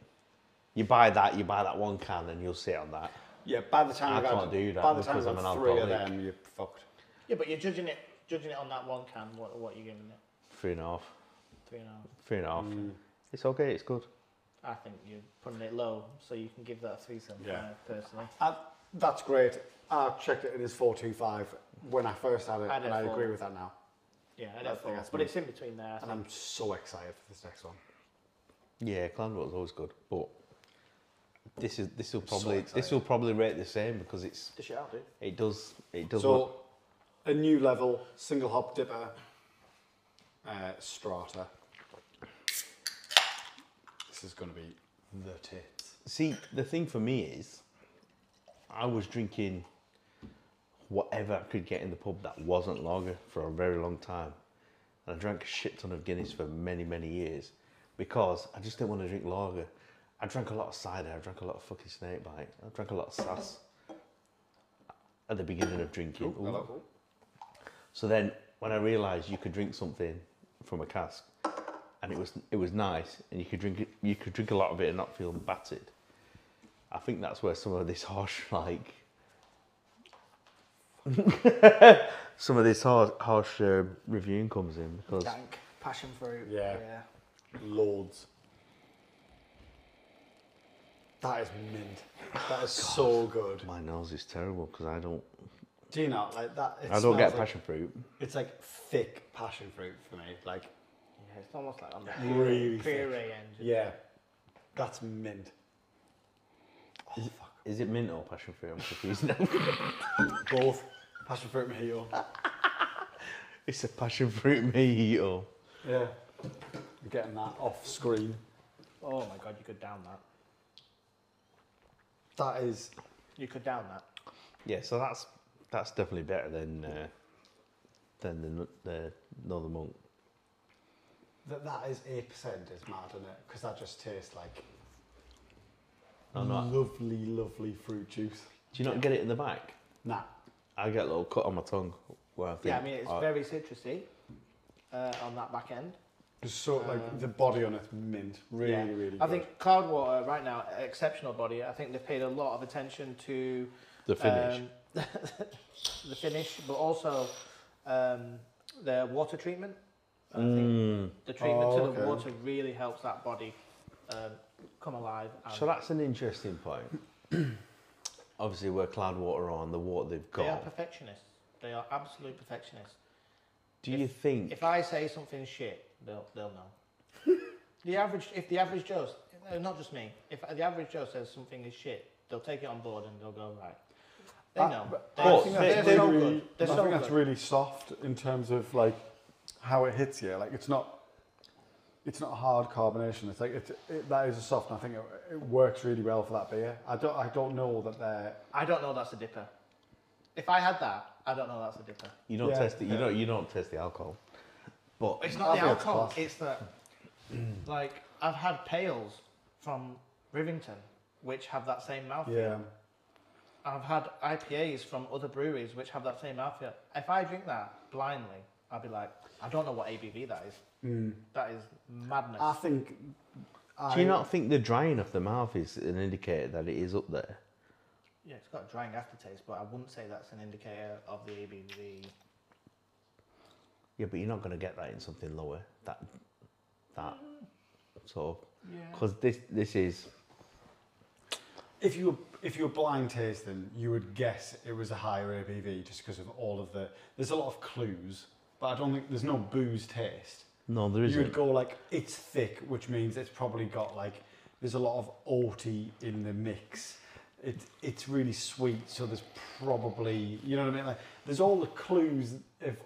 S2: You buy that, you buy that one can, and you'll sit on that.
S1: Yeah, by the time
S2: I
S1: I've had-
S2: can't do that
S1: by the time
S2: because
S1: I've
S2: I'm
S1: had
S2: an
S1: three of
S2: alcoholic.
S1: them, you're fucked.
S3: Yeah, but you're judging it, judging it on that one can. What, what are you giving it?
S2: Three and a half,
S3: Three and a half.
S2: three and a half. It's okay. It's good.
S3: I think you're putting it low, so you can give that a three seven five
S1: Yeah.
S3: personally.
S1: I, Uh, that's great. I checked it in his four two five when I first had it,
S3: I did
S1: and I
S3: four.
S1: agree with that now.
S3: Yeah, I
S1: I
S3: don't
S1: think
S3: think
S1: that's
S3: But
S1: me.
S3: it's in between there. I
S1: And
S3: think.
S1: I'm so excited for this next one.
S2: Yeah, Clanwell's always good, but this is this will probably this
S1: excited.
S2: will probably rate the same because it's
S3: Dish it out, dude.
S2: it does it does. look-
S1: So, a new level, single hop dipper, uh, strata. This is going to be the tits.
S2: See, the thing for me is, I was drinking whatever I could get in the pub that wasn't lager for a very long time. And I drank a shit ton of Guinness for many, many years because I just didn't want to drink lager. I drank a lot of cider, I drank a lot of fucking snake bite, I drank a lot of sass at the beginning of drinking. Ooh.
S1: Hello.
S2: So then, when I realised you could drink something from a cask, and it was it was nice, and you could drink it, you could drink a lot of it and not feel battered. I think that's where some of this harsh like. some of this harsh, harsh uh, reviewing comes in because
S3: Dank, passion fruit.
S1: Yeah.
S3: yeah.
S1: Loads. That is mint. That is so good.
S2: my nose is terrible because I don't
S1: Do you not like that? It
S2: I don't
S1: smells
S2: get
S1: like-
S2: passion fruit.
S1: It's like thick passion fruit for me. Like,
S3: Yeah, it's almost like on the
S1: Really
S3: puree, puree end.
S1: yeah, that's mint. Oh,
S2: Is it mint or passion fruit? I'm confused now.
S1: Both passion fruit mojito.
S2: it's a passion fruit mojito.
S1: Yeah, I'm getting that off screen.
S3: Oh my god, you could down that.
S1: That is
S3: You could down that.
S2: Yeah, so that's that's definitely better than uh, than the n- the Northern Monk.
S1: That that is eight percent is mad, isn't it? Because that just tastes like
S2: No, no.
S3: Mm.
S1: lovely, lovely fruit juice.
S2: Do you not get it in the back?
S1: Nah,
S2: I get a little cut on my tongue where I think.
S3: Yeah, I mean it's
S2: oh,
S3: very citrusy uh, on that back end.
S1: Just so like the body on it's mint, really, really.
S3: I
S1: good.
S3: think Cloudwater right now exceptional body. I think they've paid a lot of attention to
S2: The finish.
S3: um, the finish, but also um, their water treatment. I
S2: Mm.
S3: think the treatment
S1: Oh,
S3: to the
S1: okay.
S3: water really helps that body um, come alive. And
S2: So that's an interesting point. Obviously, where Cloudwater are on the water they've
S3: they are
S2: got.
S3: perfectionists. They are absolute perfectionists.
S2: Do you think?
S3: If I say something's shit, they'll they'll know. the average, if the average Joe, no, not just me, if the average Joe says something is shit, they'll take it on board and they'll go right. They
S1: Ah,
S3: know.
S1: but
S3: They,
S1: I
S2: But
S1: think
S3: they're
S1: that's
S2: they-
S3: so
S1: really-
S3: good. They're
S1: I
S3: so
S1: think that's
S3: good.
S1: really soft in terms of like how it hits you. Like it's not, it's not hard carbonation. It's like it's, it, that is a soft, and I think it, it works really well for that beer. I don't, I don't know that they're.
S3: I don't know that's a dipper. If I had that, I don't know that's a dipper.
S2: You don't
S1: Yeah.
S2: test it. You don't. You don't test the alcohol. But
S3: It's not
S1: That'd
S3: the
S1: be a
S3: alcohol.
S1: class.
S3: It's that, like, I've had pails from Rivington, which have that same mouthfeel.
S1: Yeah,
S3: I've had IPAs from other breweries which have that same mouthfeel. If I drink that blindly, I'll be like, I don't know what ABV that is. That is madness.
S1: Hmm. I think.
S2: do you not think the drying of the mouth is an indicator that it is up there?
S3: yeah, it's got a drying aftertaste, but I wouldn't say that's an indicator of the ABV.
S2: Yeah, but you're not going to get that in something lower. That that sort of
S3: Yeah.
S2: because this this is
S1: If you were, if you were blind tasting, you would guess it was a higher ABV just because of all of the. There's a lot of clues, but I don't think there's no booze taste.
S2: no, there
S1: You would
S2: isn't.
S1: go like it's thick, which means it's probably got like there's a lot of oaty in the mix. It, it's really sweet, so there's probably you know what I mean. Like there's all the clues if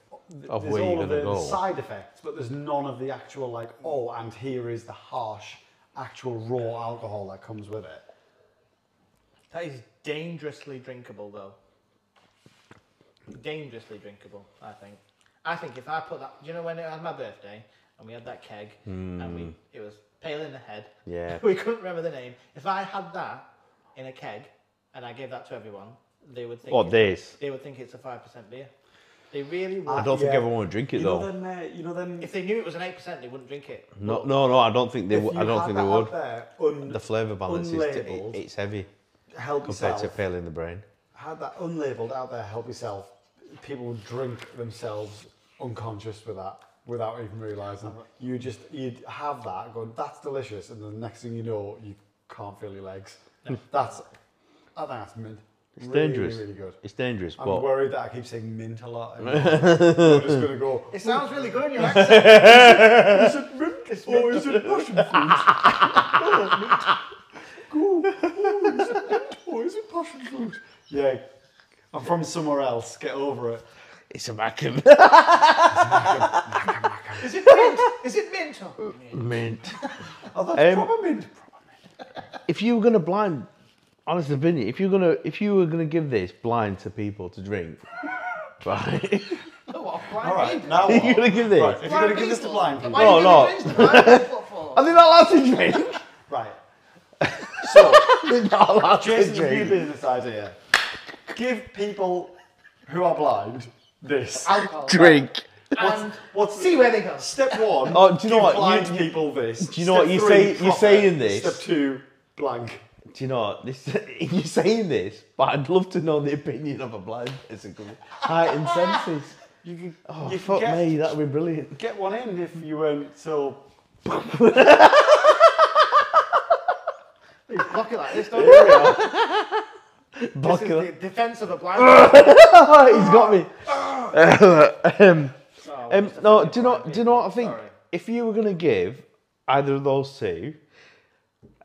S2: Of
S1: there's
S2: where
S1: all
S2: you're
S1: of
S2: gonna
S1: the, the
S2: go.
S1: side effects, but there's none of the actual like oh, and here is the harsh actual raw alcohol that comes with it.
S3: That is dangerously drinkable, though. Dangerously drinkable, I think. I think if I put that, do you know when I had my birthday and we had that keg and we it was pale in the head.
S2: Yeah.
S3: we couldn't remember the name. If I had that in a keg and I gave that to everyone, they would think.
S2: Or
S3: it's-
S2: this.
S3: They would think it's a five percent beer. They really would.
S2: I don't think
S1: Yeah.
S2: everyone would drink it
S1: You know
S2: though.
S1: them, uh, you know them.
S3: if they knew it was an eight percent, they wouldn't drink it.
S2: No, no, no. I don't think they.
S1: if
S2: would.
S1: you
S2: I don't
S1: had
S2: think
S1: that
S2: they
S1: out
S2: would.
S1: there, un-
S2: The flavour balance is it,
S1: unlabelled.
S2: it's heavy
S1: help
S2: compared
S1: yourself.
S2: to pale in the brain.
S1: had that unlabeled out there help yourself people would drink themselves unconscious with that without even realizing you just you'd have that going that's delicious and the next thing you know you can't feel your legs that's i think that's mint
S2: It's
S1: really,
S2: dangerous.
S1: really good
S2: It's dangerous,
S1: i'm
S2: but
S1: worried that i keep saying mint a lot and i'm just gonna go
S3: It sounds really good in your accent.
S1: is it mint or is it passion fruit oh, mint. Go. oh is it mint or is it passion fruit yeah i'm from somewhere else get over it
S2: it's a vacuum.
S3: Is it mint? Is it mint? Oh,
S2: Mint.
S1: Oh, that's
S2: Um,
S1: proper mint.
S2: If you were gonna blind, honest opinion, if you're gonna if you were gonna give this blind to people to drink, right?
S3: what a
S1: All
S3: blind
S1: right,
S3: people.
S1: now what?
S2: You're gonna give this?
S1: Right, if you're gonna give this to blind people,
S3: Why
S2: No, no.
S3: you giving this to blind people for?
S2: Are they not allowed to drink?
S1: right? So,
S2: They're not allowed
S1: Jason,
S2: to
S1: new
S2: drink.
S1: business idea: give people who are blind this.
S3: Alcohol.
S2: Drink.
S3: And
S1: What's
S3: see where they go.
S1: Step one.
S2: Oh, do you know
S1: give
S2: what? You-
S1: Blind
S2: you-
S1: people this. Do
S2: you know what? You say- you're saying this.
S1: Step two, blank.
S2: Do you know what? this? You're saying this, but I'd love to know the opinion of a blind person. 'cause Heightened senses.
S1: You can,
S2: Oh,
S1: you can
S2: fuck
S1: get,
S2: me, that would be brilliant.
S1: Get one in if you weren't so.
S3: Block it like this, don't you?
S2: Block
S3: This
S2: it up.
S3: is the defense of a blind man.
S2: He's got me. um,
S3: Oh,
S2: um,
S3: it's a
S2: no,
S3: fucking
S2: do you know?
S3: blind
S2: Do you know what I
S3: man,
S2: think?
S3: sorry.
S2: If you were gonna give either of those two,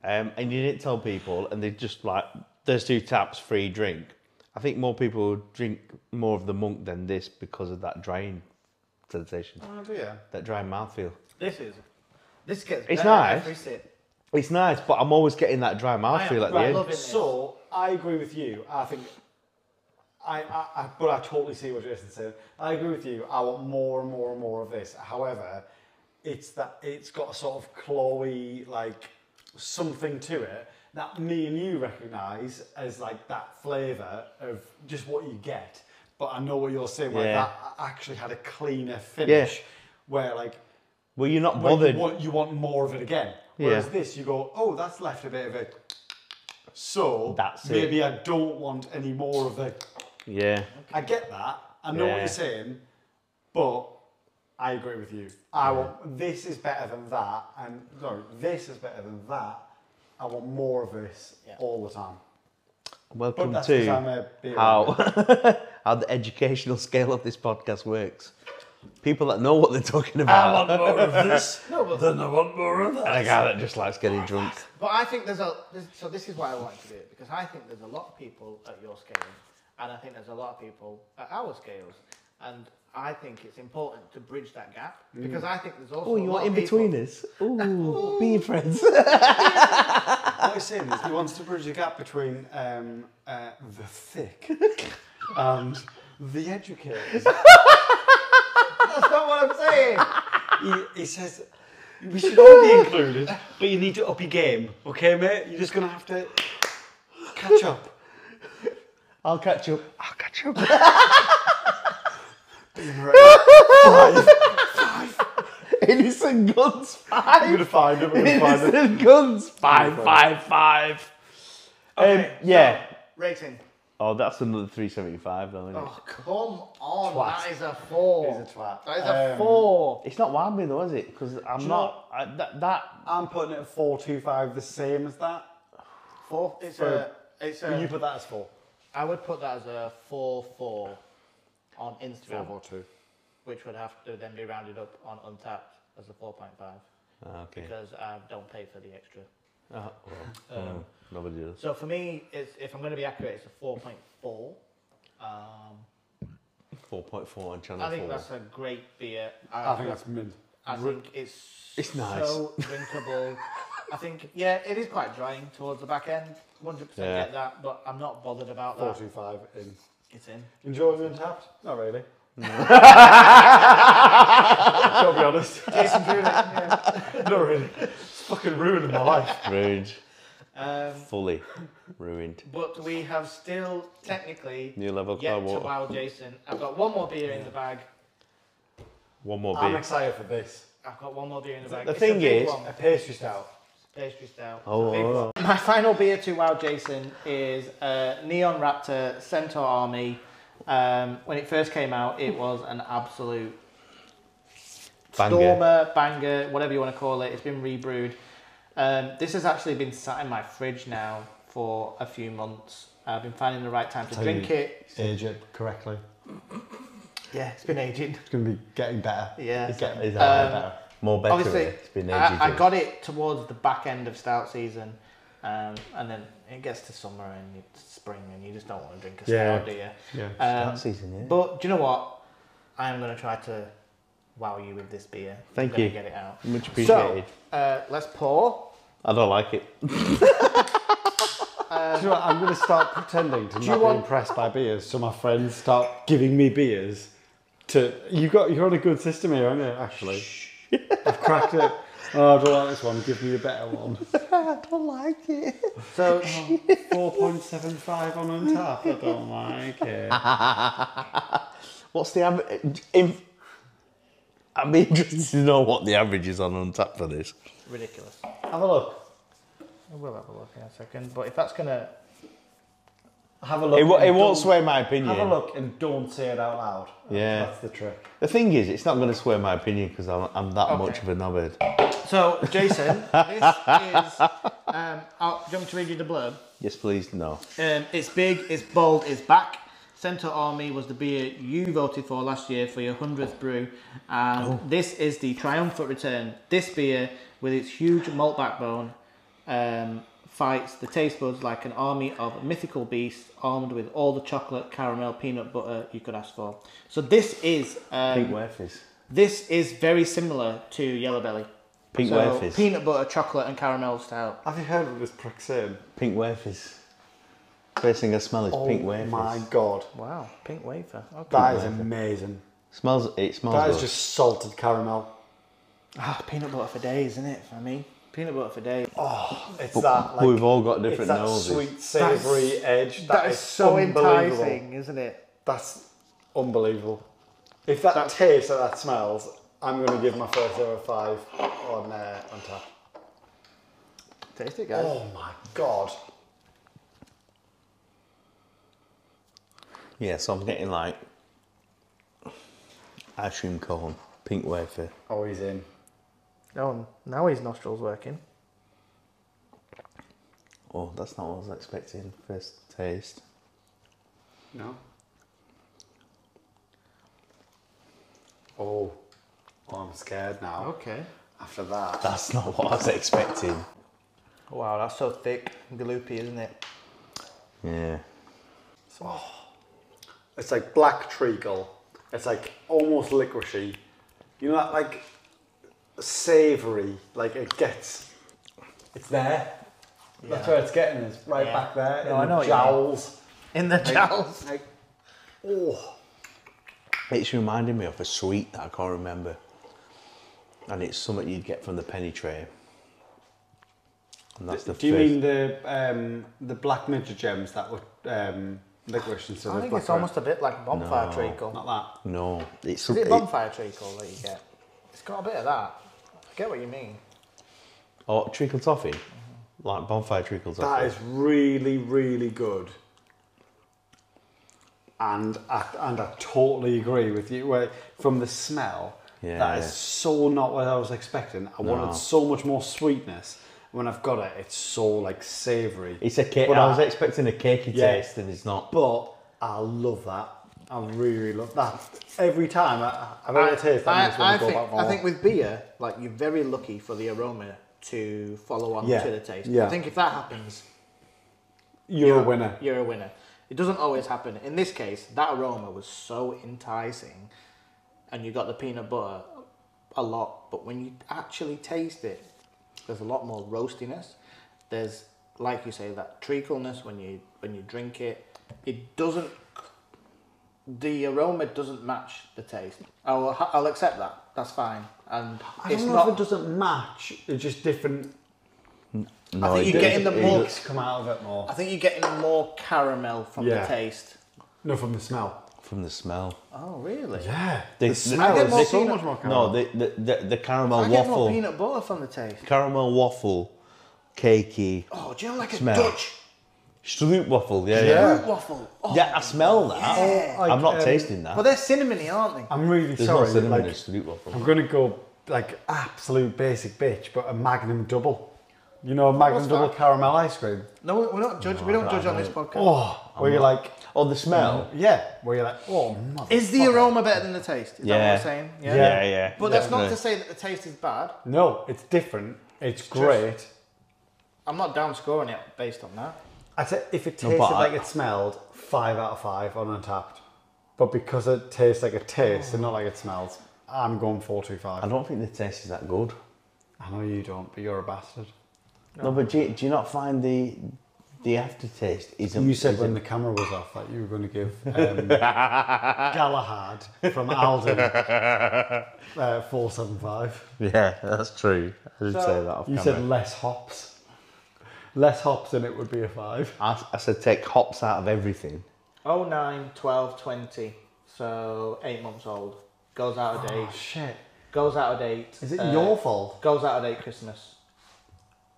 S2: um, and you didn't tell people, and they just like there's two taps, free drink. I think more people would drink more of the monk than this because of that drying sensation,
S1: Oh dear.
S2: that drying mouthfeel.
S3: This is. This gets.
S2: It's
S3: better
S2: nice.
S3: Every sip.
S2: It's nice, but I'm always getting that dry mouthfeel
S3: I
S2: at
S3: am
S2: the
S3: right,
S2: end.
S3: love it.
S1: So I agree with you. I think I, I, I but I totally see what Jason said. I agree with you. I want more and more and more of this. However, it's that it's got a sort of Chloe like something to it that me and you recognise as like that flavour of just what you get. But I know what you're saying. Like
S2: Yeah.
S1: that actually had a cleaner finish, where like
S2: Well, you're not
S1: Well,
S2: bothered.
S1: you, want, you want more of it again. Whereas
S2: Yeah.
S1: this, you go, oh, that's left a bit of it. So
S2: That's it.
S1: maybe I don't want any more of it.
S2: Yeah.
S1: I get that. I know what
S2: Yeah.
S1: you're saying, but I agree with you. I want this is better than that, and no, this is better than that. I want more of this all the time. But
S2: Welcome
S1: that's because I'm
S2: to
S1: a beer.
S2: how how the educational scale of this podcast works. People that know what they're talking
S1: I
S2: about,
S1: want more of this.
S3: No, but-
S1: then I want more of that.
S2: and a guy that just likes getting drunk.
S3: But I think there's a there's, so this is why I wanted to do it because I think there's a lot of people at your scale, and I think there's a lot of people at our scales, and I think it's important to bridge that gap because I think there's also
S2: Oh,
S3: a
S2: you
S3: lot
S2: want in
S3: of
S2: between
S3: people,
S2: us? Ooh, being friends.
S1: What he's saying is he wants to bridge the gap between um, uh, the thick and the educated.
S3: That's not what I'm saying.
S1: he, he says we should all be included, but you need to up your game, okay, mate? You're just gonna have to catch up.
S2: I'll catch up.
S1: I'll catch up. Five.
S2: Innocent guns.
S1: I'm gonna find him. I'm gonna find him.
S2: Innocent guns. Five, five, five. Um,
S3: Okay,
S2: yeah.
S3: so, rating.
S2: Oh, that's another 375 though, isn't it?
S3: Oh come on, that is a four.
S1: He's a twat.
S3: That is a
S1: Um,
S3: four.
S2: It's not wild me though, is it? Because I'm
S1: you
S2: not. I, that, that.
S1: I'm putting it at four two five, the same as that.
S3: Four. It's
S1: for-
S3: a. It's a.
S1: You put that as four.
S3: I would put that as a four four on Instagram,
S1: two.
S3: which would have to then be rounded up on Untapped as a four point five
S2: Okay.
S3: because I don't pay for the extra.
S2: Uh, well, um, nobody does.
S3: So for me, it's, if I'm going to be accurate, it's a four point four. Um,
S2: 4.4 on channel
S3: I think
S2: 4.
S3: that's a great beer.
S1: I think that's mint.
S3: I think it's
S2: It's nice.
S3: so drinkable. I think yeah, it is quite drying towards the back end. 100%
S2: Yeah.
S3: get that, but I'm not bothered about
S1: Four
S3: that.
S1: two five in.
S3: It's in.
S1: Enjoy the untapped? Not really. Gotta be honest.
S3: Jason Drew, yeah.
S1: Not really. It's fucking ruining my life.
S2: Ruined.
S3: Um,
S2: Fully ruined.
S3: But we have still technically
S2: New level
S3: yet
S2: cloud
S3: to
S2: water.
S3: wow Jason. I've got one more beer in the bag.
S2: One more
S1: I'm
S2: beer.
S1: excited for this.
S3: I've got one more beer in the bag.
S2: the
S3: It's a
S2: thing
S3: big
S2: is-
S3: one.
S1: A pastry stout.
S3: pastry stout.
S2: Oh,
S3: Big
S2: oh,
S3: one. My final beer to wow Jason is uh, Neon Raptor Centaur Army. Um, when it first came out, it was an absolute
S2: Banger.
S3: stormer, banger, whatever you want to call it. It's been rebrewed. Um, this has actually been sat in my fridge now for a few months. I've been finding the right time to
S1: Tell
S3: drink
S1: you.
S3: it.
S1: Age it correctly.
S3: Yeah, it's been aging.
S1: It's gonna be getting better. Um,
S3: Yeah.
S1: It's getting
S2: Is that
S1: better.
S2: right? More better.
S3: Obviously,
S2: eh? it's been ages.
S3: I, I
S2: eh?
S3: got it towards the back end of stout season, um, and then it gets to summer and it's spring, and you just don't want to drink a
S1: Yeah.
S3: stout, do you?
S1: Yeah.
S3: Um,
S2: That season, yeah.
S3: but do you know what? I am going to try to wow you with this beer.
S2: Thank
S3: I'm gonna
S2: you.
S3: Get it out.
S2: Much appreciated.
S3: So, uh, let's pour.
S2: I don't like it.
S1: Do you know what? I'm gonna start pretending to not be
S3: want-
S1: impressed by beers, so my friends start giving me beers. To you got you're on a good system here, aren't you? Actually, I've cracked it. Oh, I don't like this one. Give me a better one.
S2: I don't like it.
S3: So,
S1: Four point seven five on untap. I don't like it.
S2: What's the average? If, I'm interested to know what the average is on Untappd for this.
S3: ridiculous.
S1: Have a look.
S3: We'll have a look in a second, but if that's going to.
S1: Have a
S2: It,
S1: look.
S2: wo- it
S1: and
S2: won't
S1: don't-
S2: sway my opinion.
S1: Have a look and don't say it out loud.
S2: Yeah.
S1: That's the trick.
S2: The thing is, it's not going to sway my opinion because I'm, I'm that
S3: Okay.
S2: much of a knobhead.
S3: So, Jason, this is. Um, I'll, do you want me to read you the blurb?
S2: Yes, please, no.
S3: Um, it's big, it's bold, it's back. Centre Army was the beer you voted for last year for your 100th brew, and this is the triumphant return. This beer, with its huge malt backbone, um, fights the taste buds like an army of mythical beasts armed with all the chocolate, caramel, peanut butter you could ask for. So, this is
S2: Pink
S3: um,
S2: Werthies.
S3: this is very similar to Yellow Belly.
S2: Pink
S3: So,
S2: Werthies.
S3: peanut butter, chocolate, and caramel stout.
S1: Have you heard of this prick saying?
S2: Pink Werthies. First thing I smell is pink Werthies.
S1: Oh my god.
S3: Wow, pink wafer. Okay.
S1: That is amazing.
S2: Smells. It smells.
S1: That
S2: good.
S1: is just salted caramel.
S3: Ah, peanut butter for days, isn't it, for me? Peanut butter for days.
S1: Oh, it's that. Like,
S2: We've all got different
S1: it's that
S2: noses.
S1: sweet, savoury edge.
S3: that is, so
S1: unbelievable.
S3: enticing, isn't it?
S1: That's unbelievable. If that tastes like that smells, I'm going to give my first ever five on uh, on tap.
S3: Taste it, guys.
S1: Oh my god!
S2: Yeah, so I'm getting like ice cream cone, pink wafer.
S1: Oh, he's in.
S3: Oh, now his nostrils working.
S2: Oh, that's not what I was expecting. First taste.
S1: No. Oh, oh I'm scared now.
S3: Okay.
S1: After that,
S2: That's not what I was expecting.
S3: Wow, that's so thick and gloopy, isn't it?
S2: Yeah.
S1: Oh, It's like black treacle. It's like almost licoricey. You know that like savoury, like it gets. It's there. That's where it's getting. It's right
S3: Yeah.
S1: back there.
S3: No,
S1: in
S3: I
S1: the
S3: know what you mean.
S1: jowls.
S3: In the jowls.
S1: Like, oh,
S2: It's reminding me of a sweet that I can't remember. And it's something you'd get from the penny tray. And that's the
S1: do you
S2: first-
S1: mean the um, the black ninja gems that were um, licorice instead
S3: I
S1: of
S3: think
S1: black
S3: it's almost a bit like bonfire
S2: No.
S3: treacle.
S1: not
S2: No, it's
S3: Is it
S2: it-
S3: bonfire treacle that you get? It's got a bit of that. I get what you mean.
S2: oh, treacle toffee, like bonfire treacle
S1: that. That
S2: toffee.
S1: is really really good. And I, and I totally agree with you. Where from the smell,
S2: Yeah.
S1: that is so not what I was expecting. I
S2: No.
S1: wanted so much more sweetness. When I've got it, it's so like savoury.
S2: It's a cake.
S1: But
S2: I
S1: I-
S2: was expecting a cakey
S1: Yeah.
S2: taste, and it's not.
S1: But I love that. I really love that. Every time I, I've had a taste,
S3: I,
S1: I, just want
S3: I
S1: to go
S3: think,
S1: back for
S3: I
S1: more.
S3: think with beer, like you're very lucky for the aroma to follow on
S1: Yeah,
S3: to the taste.
S1: yeah.
S3: I think if that happens,
S1: you're, a winner.
S3: You're a winner. It doesn't always happen. In this case, that aroma was so enticing, and you got the peanut butter a lot. But when you actually taste it, there's a lot more roastiness. There's, like you say, that treacleness when you when you drink it. It doesn't. The aroma doesn't match the taste. I'll ha- I'll accept that. That's fine. And
S1: I
S3: it's
S1: don't know
S3: not.
S1: if it doesn't match. It's just different
S2: No,
S3: I think
S2: it
S3: you're
S2: doesn't-
S3: getting the
S2: it
S3: more.
S1: looks come out of it more.
S3: I think you're getting more caramel from
S1: Yeah.
S3: the taste.
S1: No, from the smell.
S2: from the smell.
S3: Oh really?
S1: Yeah.
S2: The,
S1: smell
S3: is so
S1: much more
S2: No, the the, the, the caramel
S3: I get more
S2: waffle,
S3: peanut butter from the taste.
S2: caramel waffle, cakey,
S3: Oh, do you know like a
S2: Smell.
S3: Dutch
S2: stroop waffle. Yeah, yeah.
S1: Yeah.
S2: yeah.
S3: fruit waffle? Oh.
S2: I smell that.
S3: Yeah.
S1: Like,
S2: I'm not
S1: um,
S2: tasting that.
S3: Well, they're cinnamony, aren't they?
S1: I'm really
S2: There's
S1: sorry.
S2: no cinnamon
S1: like,
S2: in stroop waffle.
S1: I'm gonna go like absolute basic bitch, but a Magnum double. You know, a Magnum
S3: What's
S1: double
S3: that?
S1: caramel ice cream.
S3: No, we're not judge. we don't judge on this podcast.
S1: Oh, where you're like,
S2: Oh, the smell.
S1: yeah, where you're like, oh, mother.
S3: Is the aroma better than the taste? Is that what
S2: Yeah.
S3: I'm saying?
S2: Yeah, yeah.
S3: But that's not to
S2: definitely.
S3: say that the taste is bad.
S1: No, it's different. It's, great.
S3: I'm not down scoring it based on that.
S1: I'd say if it
S2: No,
S1: tasted
S2: but I-
S1: like it smelled, five out of five on Untapped. But because it tastes like it tastes and not like it smells, I'm going four two
S2: I
S1: five.
S2: don't think the taste is that good.
S1: I know you don't, but you're a bastard.
S2: No, but do you, do you not find the the aftertaste isn't?
S1: You said
S2: isn't-
S1: when the camera was off that you were going to give um, Galahad from Alden uh, four seven five.
S2: Yeah, that's true. I did say that. Off
S1: You
S2: camera.
S1: said less hops. Less hops and it would be a five.
S2: I, I said take hops out of everything.
S3: 09, 12, 20. So eight months old. Goes out of date.
S1: Oh shit!
S3: Goes out of date.
S1: Is it
S3: uh,
S1: your fault?
S3: Goes out of date Christmas.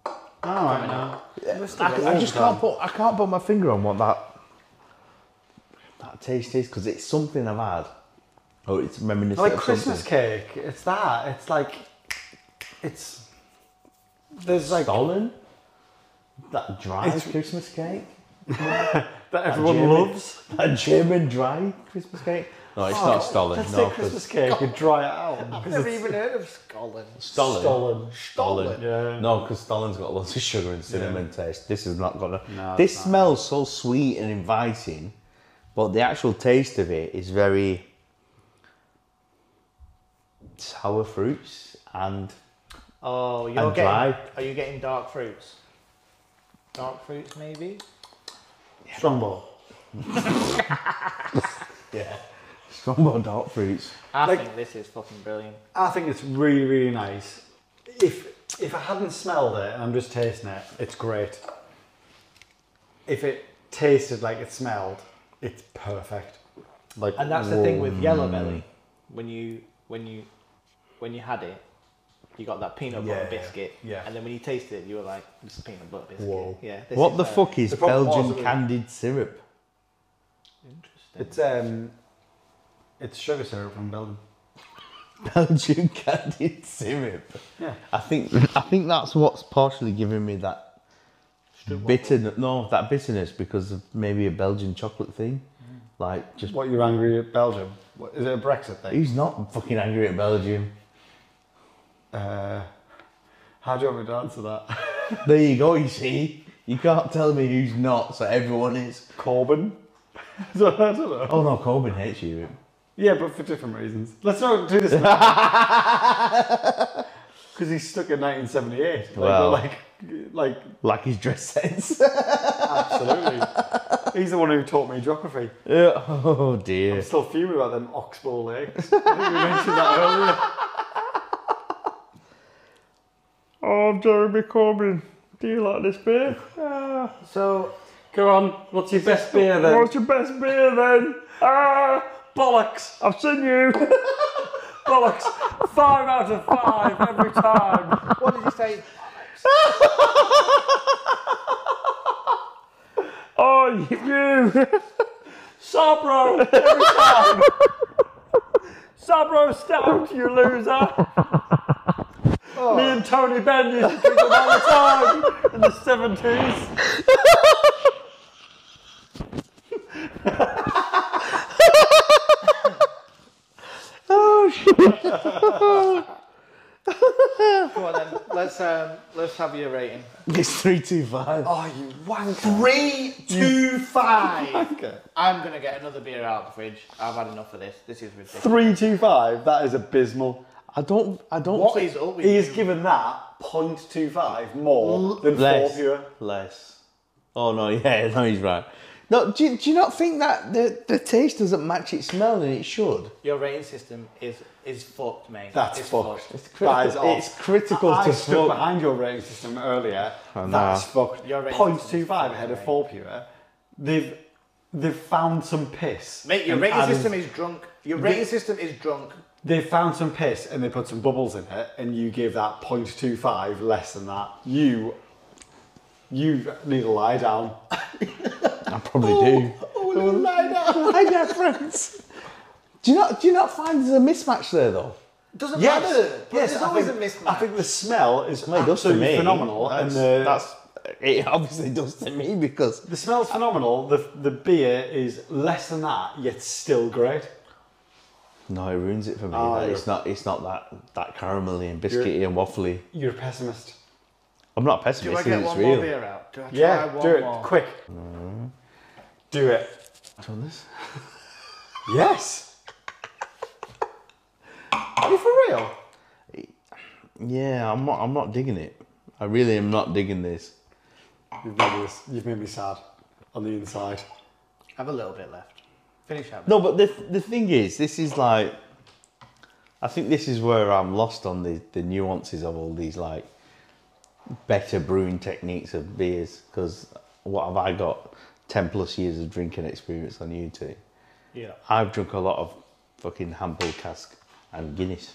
S1: All right, no.
S2: I, I just can't put I can't put my finger on what that that taste is because it's something I've had. Oh, it's reminiscent
S1: like
S2: of
S1: Christmas
S2: something.
S1: cake. It's that. It's like, it's there's like
S2: Stolen? That dry Christmas cake?
S1: that everyone
S2: German-
S1: loves.
S2: That German dry Christmas cake? No, it's not stolen.
S1: Oh, Let's
S2: no,
S1: take Christmas cake and dry it out.
S3: I've never even heard of Scotland.
S2: Stolen.
S1: Stolen.
S2: Stolen.
S1: Yeah.
S2: No, because Stolen's got lots of sugar and cinnamon taste. This is not gonna.
S1: No, it's
S2: this
S1: not.
S2: smells so sweet and inviting, but the actual taste of it is very sour fruits and
S3: Oh, you're
S2: And
S3: getting.
S2: dry.
S3: Are you getting dark fruits? Dark fruits, maybe.
S1: Strongbow.
S2: yeah, strong dark fruits.
S3: I
S1: Like-
S3: think this is fucking brilliant.
S1: I think it's really, really nice. If if I hadn't smelled it and I'm just tasting it, it's great. If it tasted like it smelled, it's perfect. Like Mm.
S2: mm.
S3: And that's the thing with yellow belly. When you when you when you had it, you got that peanut butter
S1: Yeah,
S3: biscuit.
S1: yeah.
S3: And then when you tasted it, you were like, this is peanut butter biscuit.
S1: Whoa.
S3: Yeah. this
S2: What
S3: is uh,
S2: the
S3: better.
S2: fuck is
S1: The problem
S2: Belgian
S1: was that we-
S2: candied syrup?
S3: Interesting.
S1: It's um, it's sugar syrup from Belgium.
S2: Belgian candied syrup.
S1: Yeah.
S2: I think I think that's what's partially giving me that bitterness. No, that bitterness because of maybe a Belgian chocolate thing. Like just
S1: Mm. What you're angry at Belgium? What, is it a Brexit thing?
S2: who's not fucking angry at Belgium?
S1: Uh, how do you want me to answer that?
S2: There you go. You see, you can't tell me who's not. So everyone is.
S1: Corbyn. I don't I don't know.
S2: Oh no, Corbyn hates Europe.
S1: Yeah, but for different reasons. Let's not do this because he's stuck in 1978. Like,
S2: Well.
S1: like, like
S2: Like his dress sense.
S1: absolutely. he's the one who taught me geography.
S2: oh dear.
S1: Still fuming about them Oxbow Lakes. I think we mentioned that earlier.
S2: Oh, Jeremy Corbyn. Do you like this beer? Ah.
S3: So,
S1: Go on. What's your best beer then?
S2: What's your best beer then? Ah, bollocks! I've seen you.
S1: bollocks. Five out of five every time.
S3: what did you say?
S2: Oh, you.
S1: Sabro. Every time. Sabro stout, you loser. Me and Tony Benn used to drink them all the time in the seventies.
S2: Oh shit!
S3: Come on then. Let's um, let's have your rating.
S2: It's three two five.
S1: Oh, you wanker.
S3: Three, two, five. I'm gonna get another beer out of the fridge. I've had enough of this. This is ridiculous.
S1: Three two five. That is abysmal.
S2: I don't. I don't.
S3: What is up with
S1: He is
S3: you?
S1: given that 0.25 more than four
S2: Less.
S1: pure.
S2: Less. Oh no! Yeah, no, he's right. No, do, you- do you not think that the, the taste doesn't match its smell and it should?
S3: Your rating system is is fucked, mate.
S1: That's
S3: It's
S1: fucked.
S2: critical-
S1: That is off.
S2: it's critical
S1: I,
S2: to
S1: I stood
S2: fuck.
S1: behind your rating system earlier.
S2: know.
S1: That's fucked.
S3: Your rating
S1: Point
S3: system
S1: two
S3: is
S1: five
S3: fucked,
S1: ahead of
S3: mate.
S1: four pure. They've they've found some piss.
S3: Mate, your
S1: and
S3: rating
S1: added-
S3: system is drunk. Your rating system is drunk.
S1: They've found some piss and they put some bubbles in it, and you give that 0.25 less than that. You you need to lie down.
S2: I probably do. Hi there, friends. Do you not? Do you not find there's a mismatch there though?
S3: Doesn't matter.
S1: Yes,
S3: But
S1: yes.
S3: there's
S1: I
S3: always
S1: think,
S3: a
S1: I
S3: mismatch.
S1: think the smell is
S2: Well, it does to
S1: absolutely
S2: me.
S1: phenomenal,
S2: That's,
S1: and the,
S2: that's uh, it. Obviously, does to me because
S1: The smell's phenomenal. The the beer is less than that, yet still great.
S2: no, it ruins it for me.
S1: Oh,
S2: that
S1: you're-
S2: it's not. It's not that that caramelly and biscuity and waffly.
S1: You're a pessimist.
S2: I'm not
S3: Do I
S2: pessimistic.
S3: get
S2: it's
S3: one
S2: real.
S3: more beer out? Do I try
S1: Yeah,
S3: one
S1: do it
S3: more?
S1: quick. Do it.
S2: Try this.
S1: Yes. Are you for real?
S2: Yeah, I'm not. I'm not digging it. I really am not digging this.
S1: You've made me, this- you've made me sad on the inside.
S3: Have a little bit left. Finish that.
S2: No, but the the thing is, this is like. I think this is where I'm lost on the the nuances of all these like better brewing techniques of beers because what have I got? Ten plus years of drinking experience on YouTube.
S3: Yeah.
S2: I've drunk a lot of fucking Hampel cask and Guinness.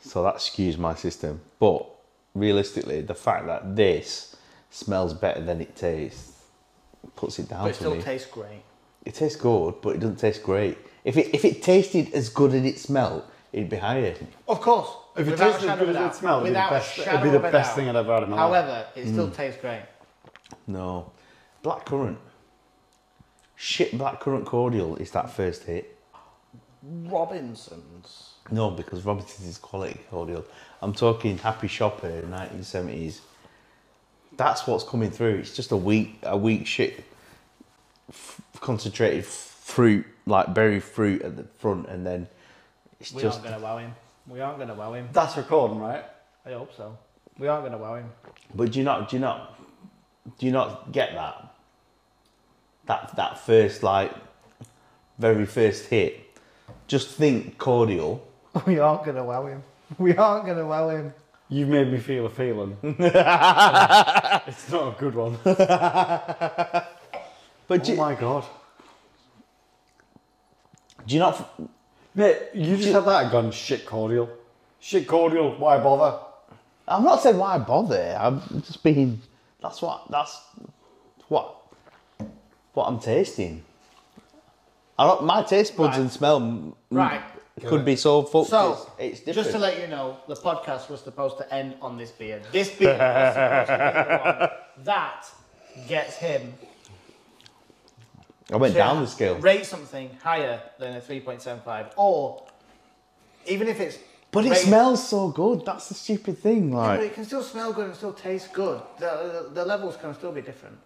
S2: So that skews my system. But realistically, the fact that this smells better than it tastes puts it down
S3: But
S2: for
S3: it still
S2: me.
S3: tastes great.
S2: it tastes good, but it doesn't taste great. If it if it tasted as good as it smelled, it'd be higher.
S3: Of course.
S1: If it
S3: Without a
S1: tasted
S3: shadow
S1: good
S3: of a
S1: as it
S3: doubt.
S1: smelled, it'd be the
S3: Without a
S1: best- it'd
S3: shadow
S1: be the
S3: of a
S1: best
S3: doubt.
S1: thing I'd ever had in my life. Mm.
S3: However, it still tastes great.
S2: No. Blackcurrant. Shit blackcurrant cordial is that first hit.
S3: Robinson's.
S2: No, because Robinson's is quality cordial. I'm talking Happy Shopper, 1970s. That's what's coming through. It's just a weak, a weak shit, f- concentrated fruit, like berry fruit at the front, and then it's
S3: We
S2: just
S3: aren't going to wow him. We aren't going to wow him.
S1: That's recording, right?
S3: I hope so. We aren't going to wow him.
S2: But do you not do you not do you not get that? That that first like very first hit. Just think cordial.
S3: We aren't going to wow him. We aren't going to wow him.
S1: You've made me feel a feeling. it's not a good one. oh
S2: But do, you-
S1: my god.
S2: do you not
S1: Mate, you just had that and gone shit cordial. Shit cordial, why bother?
S2: I'm not saying why bother. I'm just being. That's what. That's what. What I'm tasting. I don't, my taste buds
S3: Right.
S2: and smell m-
S1: Mm.
S3: Right.
S2: could be so fucked.
S3: So,
S2: it's, it's different.
S3: just to let you know, the podcast was supposed to end on this beer. This beer was supposed to be the one that gets him
S2: I went
S3: to
S2: down the scale.
S3: Rate something higher than a 3.75, or even if it's.
S2: But it
S3: rate-
S2: smells so good. That's the stupid thing. Like
S3: But it can still smell good and still taste good. The, the, the levels can still be different.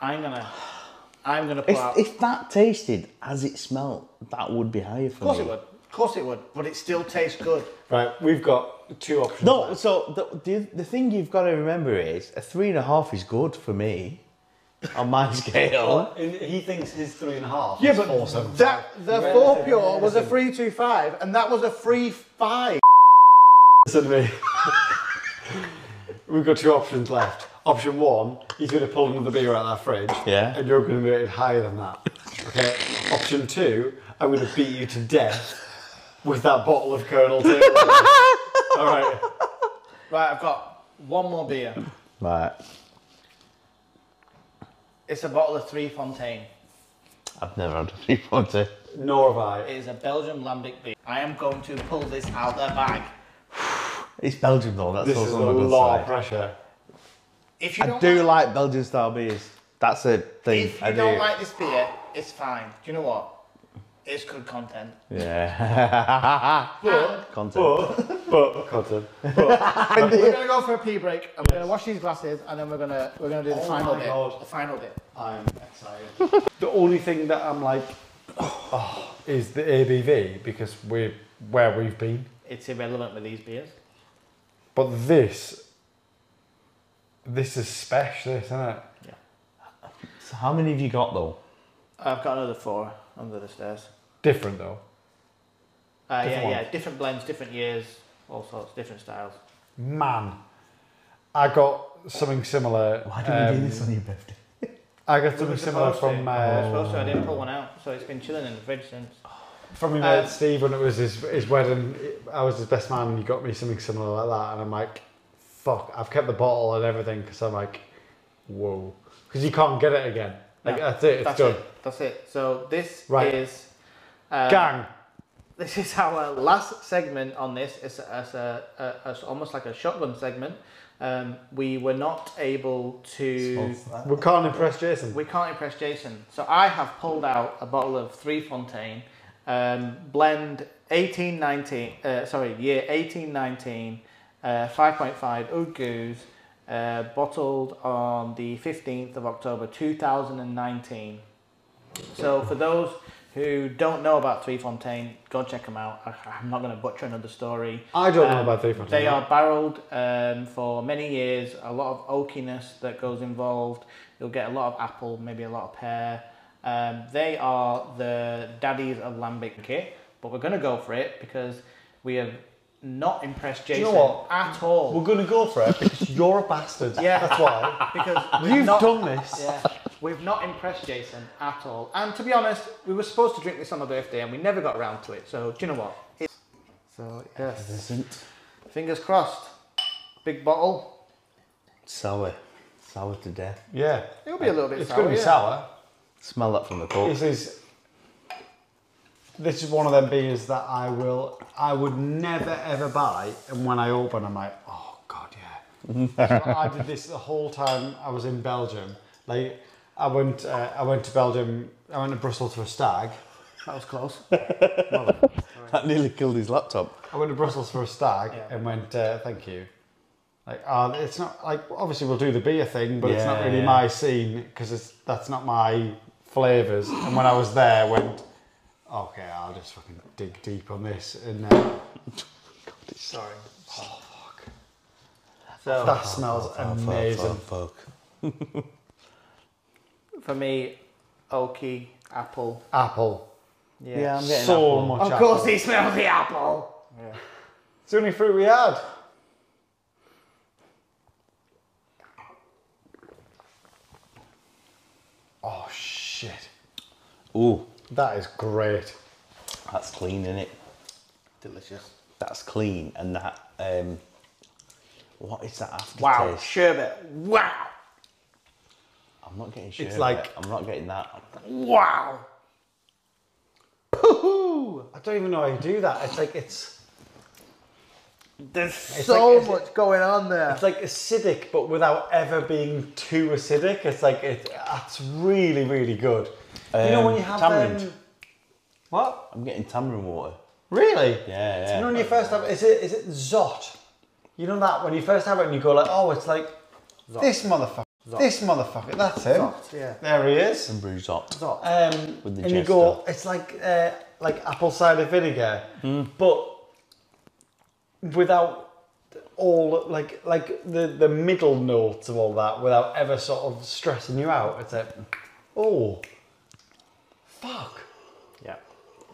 S3: I'm gonna. I'm gonna put
S2: if,
S3: out.
S2: if that tasted as it smelled, that would be higher for
S3: of course
S2: me.
S3: it would. Of course it would. But it still tastes good.
S1: Right, we've got two options.
S2: No, so the, the the thing you've got to remember is a three and a half is good for me on my scale.
S1: And he thinks his three and a half.
S3: Yeah,
S1: is
S3: but
S1: four, seven,
S3: that
S1: five.
S3: the
S1: Relative-
S3: four pure was a three two five, and that was a three five.
S1: Listen to me. We've got two options left. Option one, he's going to pull another beer out of that fridge.
S2: Yeah.
S1: And you're going to rate it higher than that. Okay. Option two, I'm going to beat you to death with that bottle of Colonel Taylor. All right.
S3: Right, I've got one more beer.
S2: Right,
S3: It's a bottle of Three Fontaine.
S2: I've never had a three forty.
S1: Nor have I.
S3: It is a Belgian lambic beer. I am going to pull this out their bag.
S2: It's Belgium though. That's
S1: This is a
S2: also on the good
S1: lot of
S2: side.
S1: pressure.
S3: If you
S2: I
S3: don't
S2: do
S3: like,
S2: like Belgian style beers. That's a thing.
S3: if
S2: I
S3: you don't
S2: do.
S3: like this beer, it's fine. Do you know what? It's good content.
S2: Yeah. Content.
S1: But, but, Cotton.
S3: We're gonna go for a pee break. and we're gonna wash these glasses, and then we're gonna we're gonna do the final
S1: Oh my
S3: bit.
S1: God.
S3: The final bit.
S1: I'm excited. the only thing that I'm like, oh, is the ABV because we're where we've been.
S3: It's irrelevant with these beers.
S1: But this, this is special, isn't it?
S2: So how many have you got though?
S3: I've got another four under the stairs.
S1: Different though.
S3: Uh, yeah,
S1: Different
S3: yeah,
S1: ones.
S3: different blends, different years, all sorts, different styles.
S1: Man, I got something similar. um,
S2: on your birthday?
S1: I got something similar from
S3: I
S1: uh,
S3: I didn't pull one out, so it's been chilling in the fridge since.
S1: from my
S3: Uh,
S1: mate Steve when it was his, his wedding. I was his best man, and he got me something similar like that, and I'm like, fuck, I've kept the bottle and everything because I'm like, whoa, because you can't get it again. Like
S3: No,
S1: that's it, it's
S3: That's
S1: done.
S3: it. That's it. So this
S1: Right.
S3: is. Um,
S1: Gang.
S3: This is our last segment on this. It's, a- it's, a, a, it's almost like a shotgun segment. Um, we were not able to.
S1: We can't impress Jason.
S3: We can't impress Jason. So I have pulled out a bottle of Three Fontaine, um, blend 1819, uh, sorry, year 1819, uh, 5.5 Oud Goose, uh, bottled on the 15th of October 2019. So for those who don't know about Three Fontaine, go check them out. I, I'm not going to butcher another story.
S1: I don't know
S3: Um,
S1: about three foot.
S3: They are barreled um, for many years. A lot of oakiness that goes involved. You'll get a lot of apple, maybe a lot of pear. Um, they are the daddies of lambic kit, but we're going to go for it because we have not impressed
S1: you
S3: Jason
S1: know what?
S3: at all.
S1: We're gonna go for it because you're a bastard.
S3: Yeah.
S1: that's why.
S3: because we've
S1: You've
S3: not,
S1: done this.
S3: Yeah, we've not impressed Jason at all. And to be honest, we were supposed to drink this on my birthday and we never got around to it. So do you know what? It- so yes,
S2: Isn't
S3: fingers crossed. Big bottle.
S2: sour. Sour to death.
S1: Yeah,
S3: It'll be a little bit
S1: it's
S3: sour.
S1: gonna be
S3: yeah.
S1: sour.
S2: Smell that from the cup.
S1: This is this is one of them beers that I will I would never ever buy, and when I open, I'm like, oh god, yeah. so I did this the whole time I was in Belgium. Like I went uh, I went to Belgium. I went to Brussels for a stag.
S3: That was close.
S2: That nearly killed his laptop.
S1: I went to Brussels for a stag and went, uh, thank you. Like, uh, it's not like obviously we'll do the beer thing, but it's not
S2: Yeah,
S1: really
S2: yeah.
S1: my scene because that's not my flavors. And when I was there, I went, okay, I'll just fucking dig deep on this. And uh,
S3: Sorry.
S1: oh fuck,
S2: Oh,
S3: So
S1: that smells
S2: Fuck,
S1: amazing.
S2: fuck, fuck.
S3: for me, oaky apple.
S1: Apple,
S3: Yeah.
S2: I'm getting
S1: so
S2: apple.
S1: much.
S3: Of
S1: apple.
S3: course, he smells the apple.
S1: it's the only fruit we had. Oh shit,
S2: Ooh,
S1: that is great.
S2: that's clean, innit?
S3: Delicious.
S2: That's clean, and that um, what is that aftertaste?
S3: Wow, sherbet. Wow,
S2: I'm not getting sherbet.
S3: like-
S2: I'm not getting that.
S3: wow. Pooh!
S1: I don't even know how you do that. It's like it's
S3: There's so
S1: like-
S3: much going on there.
S1: it's like acidic, but without ever being too acidic. It's like it. That's really really good. you know when
S2: Um,
S1: you have
S2: tamarind.
S1: um, what?
S2: I'm getting tamarind water.
S1: Really?
S2: Yeah,
S1: So
S2: yeah.
S1: you know when you first have is it is it zot? You know that when you first have it and you go like, oh, it's like this motherfucker. This motherfucker. That's him.
S3: yeah.
S1: There he is.
S2: Some brews up.
S1: Um,
S2: With the
S1: and you go, it's like uh, like apple cider vinegar,
S2: Mm.
S1: but without all like like the the middle notes of all that, without ever sort of stressing you out. It's like, oh, fuck!
S3: Yeah.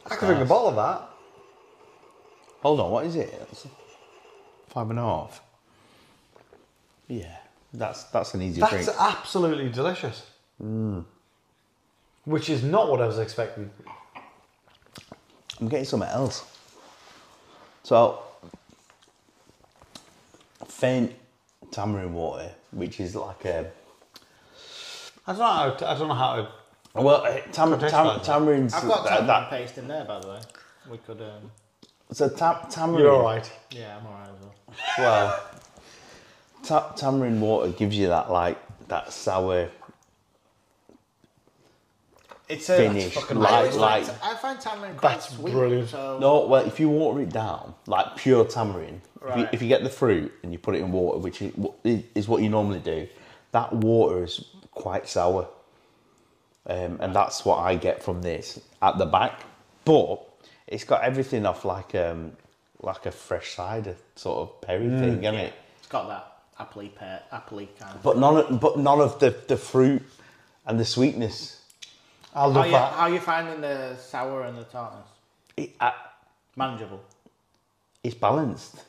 S1: I could drink a bottle of that.
S2: Hold on, what is it? It's five and a half. Yeah, that's that's an easy
S1: That's
S2: drink. Mm.
S1: absolutely delicious. Which is not what I was expecting.
S2: I'm getting something else. So, faint tamarind water, which is like a
S1: I don't know. How to, I don't know how to.
S2: well, uh, tam-
S1: Contextualise
S2: tam-
S1: it.
S2: tamarind's
S3: I've got
S2: that,
S3: tamarind
S2: that-
S3: paste in there, by the way. We could, um,
S2: so ta- tamarind.
S1: You're all right.
S3: yeah, I'm alright as well.
S2: Well, ta- tamarind water gives you that like that sour
S3: It's uh,
S2: finish, like like.
S3: I find tamarind quite
S1: That's
S3: sweet.
S1: brilliant.
S3: So
S2: No, well, if you water it down, like pure tamarind, if, you,
S3: Right.
S2: if you get the fruit and you put it in water, which is, wh- i- is what you normally do, that water is quite sour. Um, and that's what I get from this at the back. But it's got everything off like um, like a fresh cider sort of perry
S1: Mm.
S2: thing, isn't it?
S3: it's got that appley pear, appley kind of.
S2: But none of, but none of the, the fruit and the sweetness.
S1: I love
S3: How you,
S1: that.
S3: how you finding the sour and the tartness?
S2: It, uh,
S3: Manageable.
S2: it's balanced.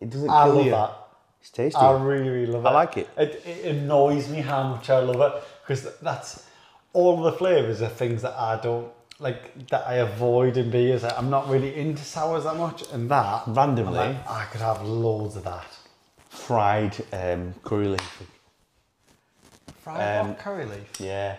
S2: It doesn't
S1: I
S2: kill
S1: love
S2: you.
S1: that.
S2: It's tasty.
S1: I really, really love it.
S2: I like it.
S1: it. It annoys me how much I love it because that's all the flavors are things that I don't like that I avoid in beers. Like, I'm not really into sours that much, and that
S2: Randomly.
S1: I'm like, I could have loads of that.
S2: fried um, curry leaf.
S1: Fried
S2: Um,
S1: hot curry leaf.
S2: Yeah.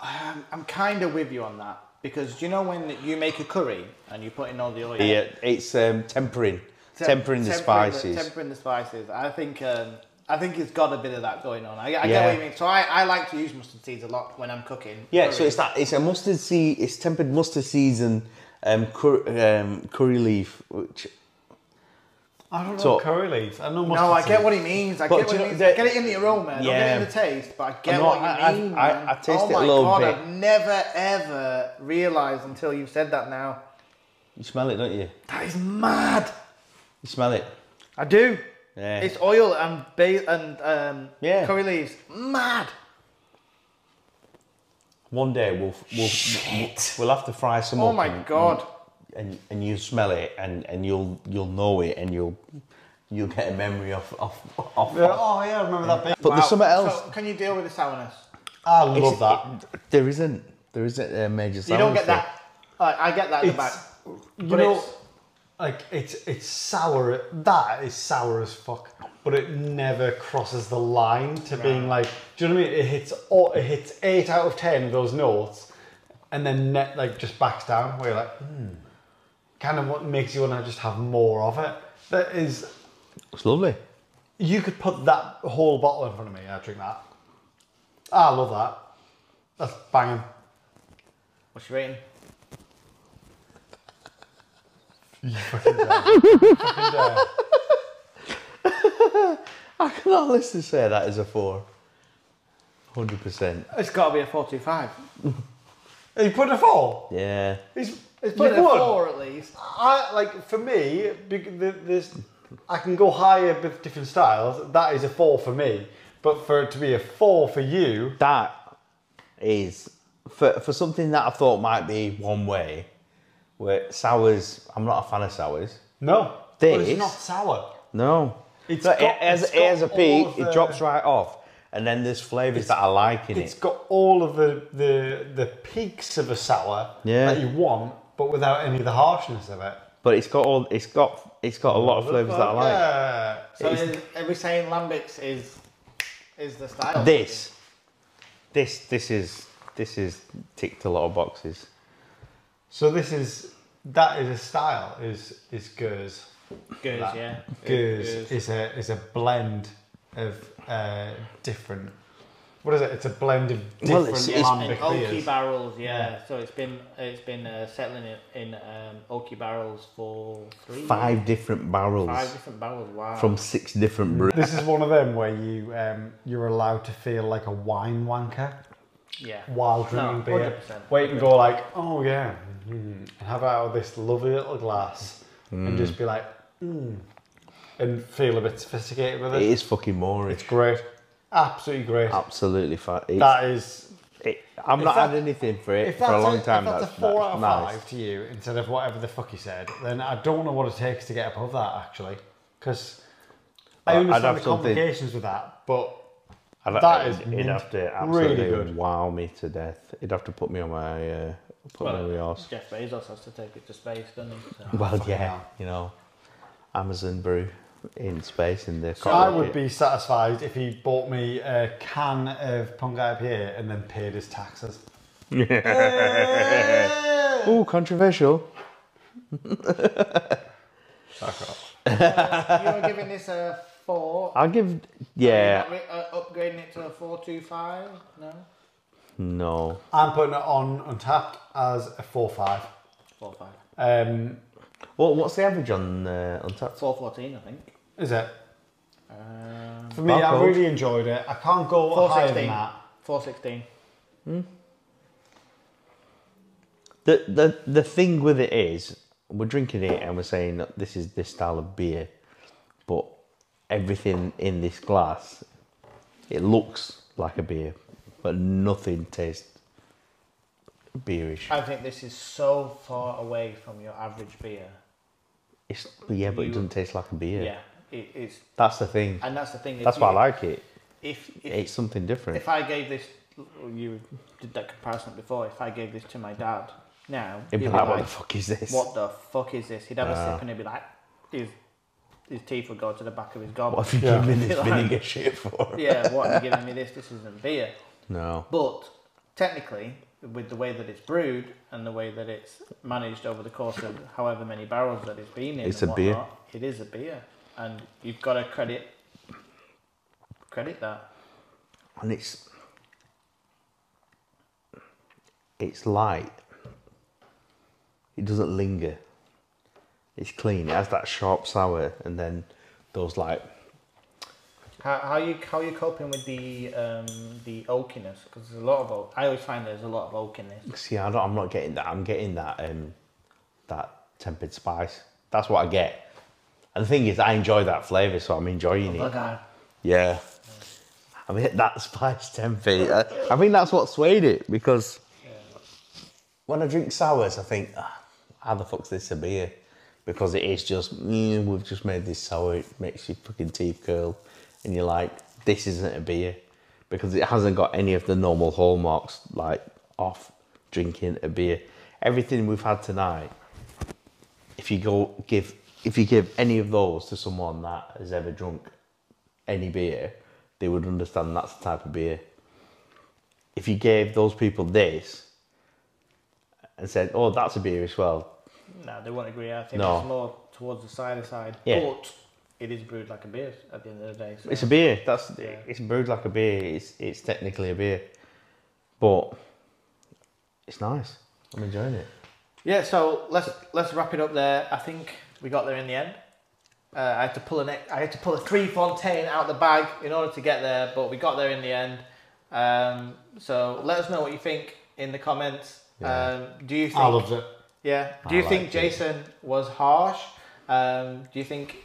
S3: I'm, I'm kind of with you on that because do you know when you make a curry and you put in all the oil?
S2: Yeah, it's um, tempering,
S3: Tem-
S2: tempering the spices.
S3: Tempering the spices. I think um, I think it's got a bit of that going on. I, I get
S2: Yeah.
S3: what you mean. So I, I like to use mustard seeds a lot when I'm cooking.
S2: yeah,
S3: curry.
S2: so it's that. It's a mustard seed. It's tempered mustard seeds and um, cur- um, curry leaf. Which,
S1: I don't know
S2: so-
S1: Oh, curry leaf. I know
S3: No, I
S1: mustard
S3: get
S1: seed.
S3: what he means. I
S2: But do
S3: get what
S2: you
S3: he
S2: know,
S3: means.
S2: the-
S3: I get it in the aroma, not
S2: Yeah.
S3: get it in the taste, but I get
S2: know,
S3: what you
S2: I- I-
S3: mean.
S2: I-
S3: man.
S2: I taste it
S3: oh
S2: a
S3: my
S2: little
S3: God,
S2: bit.
S3: I've never ever realised until you've said that now.
S2: you smell it, don't you?
S3: That is mad.
S2: You smell it.
S3: I do.
S2: Yeah.
S3: It's oil and ba- and um,
S2: Yeah.
S3: curry leaves. Mad.
S2: One day we'll we'll, we'll we'll have to fry some
S3: Oh
S2: up
S3: my
S2: and,
S3: God.
S2: and and you smell it and, and you'll you'll know it and you'll you'll get a memory off off off.
S1: Yeah, oh yeah, I remember that bit.
S2: But
S3: Wow.
S2: there's something else.
S3: So can you deal with the sourness?
S1: I love that.
S2: there isn't there isn't a major.
S3: You don't get that. I, I get that in the
S1: It's-
S3: back.
S1: you
S3: But
S1: know,
S3: it's-
S1: like it's it's sour. That is sour as fuck. But it never crosses the line to being like, do you know what I mean? It hits all, it hits eight out of ten of those notes, and then net like just backs down. Where you're like, hmm, kind of what makes you want to just have more of it. That is,
S2: It's lovely.
S1: you could put that whole bottle in front of me. I would drink that. I love that. That's banging.
S3: What's your rating?
S2: I can honestly say that is a four. 100%.
S3: It's got to be a four-two-five.
S1: He put a four.
S2: Yeah.
S1: He's,
S3: It's put
S1: you've
S3: a
S1: won.
S3: four at least.
S1: I like for me. bec- th- This I can go higher with different styles. That is a four for me. But for it to be a four for you,
S2: That is, for, for something that I thought might be one way, where sours, I'm not a fan of sours.
S1: no. But
S2: This-
S1: it's not sour.
S2: No.
S1: It's
S2: So it
S1: got-
S2: has,
S1: it's
S2: it has a
S1: got
S2: peak,
S1: all of
S2: it
S1: the-
S2: drops right off, and then there's flavours that I like in
S1: It's
S2: it.
S1: got all of the the the peaks of a sour
S2: Yeah.
S1: that you want, but without any of the harshness of it.
S2: But it's got all. It's got. It's got a lot of flavors that I like.
S1: Yeah.
S3: So is, are we saying lambics is is the style?
S2: This, this, this is this is ticked a lot of boxes.
S1: So this is that is a style is is Gers.
S3: Goes,
S1: That-
S3: yeah.
S1: Gers is a is a blend of uh, different. What is it? It's a blend of different
S2: Well, it's- it's-
S1: lambic
S3: And oaky
S1: beers.
S3: barrels, yeah.
S1: Yeah.
S3: So it's been it's been uh, settling in, in um, oaky barrels for three
S2: Five different barrels
S3: five different barrels. Wow.
S2: from six different brews.
S1: this is one of them where you um, you're allowed to feel like a wine wanker
S3: yeah.
S1: while drinking
S3: No,
S1: beer.
S3: 100%.
S1: Where you can go like, oh yeah, mm, and have out of this lovely little glass and just be like, mm, and feel a bit sophisticated with
S2: It
S1: it.
S2: is fucking Moorish.
S1: It's great, absolutely great.
S2: Oh, Absolutely fat. It's,
S1: That is
S2: it, I'm
S1: if
S2: not
S1: that-
S2: had anything for
S1: If
S2: it for
S1: that's
S2: a long time.
S1: If that's, a four out of
S2: nice.
S1: five to you instead of whatever the fuck you said, then I don't know what it takes to get above that actually, because I
S2: I'd
S1: understand
S2: have
S1: the
S2: something-
S1: complications with that, but
S2: I'd-
S1: that
S2: I'd-
S1: is
S2: it'd
S1: mint.
S2: have to
S1: Really
S2: absolutely
S1: good.
S2: wow me to death. It'd have to put me on my uh, put me on my horse.
S3: Jeff Bezos has to take it to space, doesn't he? So.
S2: Well, yeah,
S1: hell.
S2: you know, Amazon brew in space in the.
S1: I would be satisfied if he bought me a can of Punk IPA and then paid his taxes.
S2: Oh, controversial.
S3: You're giving this a four.
S2: I'll give. Yeah.
S3: You're not re- uh, upgrading it to a four two five. No.
S2: No.
S1: I'm putting it on untapped as a four five.
S3: Four five.
S1: Um,
S2: Well, what's the average on uh, on tap?
S3: Four fourteen, I think.
S1: is it
S3: Um,
S1: for me? I
S2: Barcode.
S1: really enjoyed it. I can't go
S3: four
S1: higher than
S3: sixteen.
S1: that.
S3: Four sixteen.
S2: The the the thing with it is, we're drinking it and we're saying that this is this style of beer, but everything in this glass, it looks like a beer, but nothing tastes beerish.
S3: I think this is so far away from your average beer.
S2: It's yeah, but it
S3: You-
S2: doesn't taste like a beer.
S3: Yeah. It, it's
S2: That's the thing.
S3: and that's the thing. if
S2: That's why I
S3: you-
S2: like it.
S3: If if,
S2: It's something different.
S3: if I gave this, you did that comparison before. If I gave this to my dad now,
S2: It'd be
S3: he'd
S2: like, what the fuck is this?
S3: What the fuck is this? He'd have
S2: Uh.
S3: a sip and he'd be like, his his teeth would go to the back of his gob.
S2: What have you
S1: Yeah.
S2: given me this
S3: Like-
S2: vinegar shit for?
S3: yeah, what are you giving me this? This isn't beer.
S2: No.
S3: But technically, with the way that it's brewed and the way that it's managed over the course of however many barrels that it's been in,
S2: It's
S3: and
S2: a beer.
S3: whatnot, It is a beer, and you've got to credit credit that.
S2: and it's it's light. It doesn't linger. It's clean. It has that sharp sour, and then those like
S3: How, how you how you coping with the um, the oakiness? Because there's a lot of oak. I always find there's a lot of oak in this.
S2: see. I don't, I'm not getting that. I'm getting that um, that tempered spice. That's what I get. And the thing is, I enjoy that flavour, so I'm enjoying it.
S3: God.
S2: Yeah. I mean, that spice tempe. I, I think that's what swayed it because when I drink sours, I think, "Ah, how the fuck's this a beer? Because it is just, mm, we've just made this sour, it makes your fucking teeth curl. And you're like, this isn't a beer because it hasn't got any of the normal hallmarks like off drinking a beer. Everything we've had tonight if you go give if you give any of those to someone that has ever drunk any beer, they would understand that's the type of beer. If you gave those people this and said, "Oh, that's a beer as well,"
S3: No, they won't agree. I think
S2: No.
S3: it's more towards the cider side.
S2: Yeah.
S3: But it is brewed like a beer at the end of the day. So.
S2: it's a beer. That's
S3: Yeah.
S2: it's brewed like a beer. It's it's technically a beer, but it's nice. I'm enjoying it.
S3: Yeah, so let's let's wrap it up there. I think we got there in the end. Uh, I had to pull an I had to pull a three Fontaine out the bag in order to get there, but we got there in the end. Um, so let us know what you think in the comments. Um, do you think?
S1: I loved it.
S3: Yeah. Do
S2: I
S3: you think
S2: liked it.
S3: Jason was harsh? Um, do you think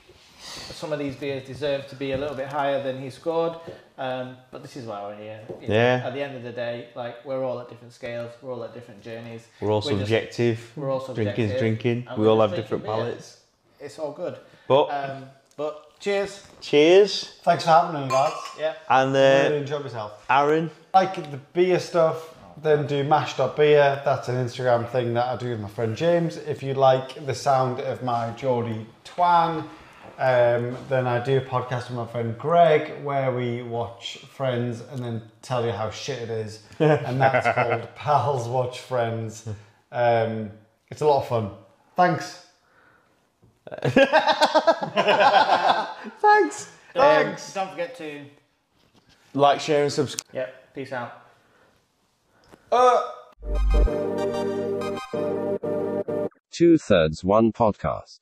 S3: some of these beers deserve to be a little bit higher than he scored? Um, but this is why we're here. you know.
S2: Yeah.
S3: At the end of the day, like we're all at different scales, we're all at different journeys.
S2: We're all
S3: We're just-
S2: subjective.
S3: we're all
S2: Drinking's
S3: subjective,
S2: drinking.
S3: and
S2: We
S3: we're
S2: all
S3: just
S2: have different
S3: drinking beer.
S2: palates.
S3: It's all good.
S2: But
S3: Um, but cheers.
S2: cheers
S1: Thanks for having me, lads.
S3: Yeah.
S2: and
S1: Really
S2: uh,
S1: enjoyed myself.
S2: Aaron.
S1: Like the beer stuff, Then do mashed up beer. That's an Instagram thing that I do with my friend James. If you like the sound of my Geordie twan, um, then I do a podcast with my friend Greg where we watch Friends and then tell you how shit it is. And that's called Pals Watch Friends. Um, it's a lot of fun. Thanks.
S7: Thanks.
S3: Thanks. don't forget to.
S7: Like, share, and subscribe.
S3: Yep. Peace out.
S4: Two thirds one podcast.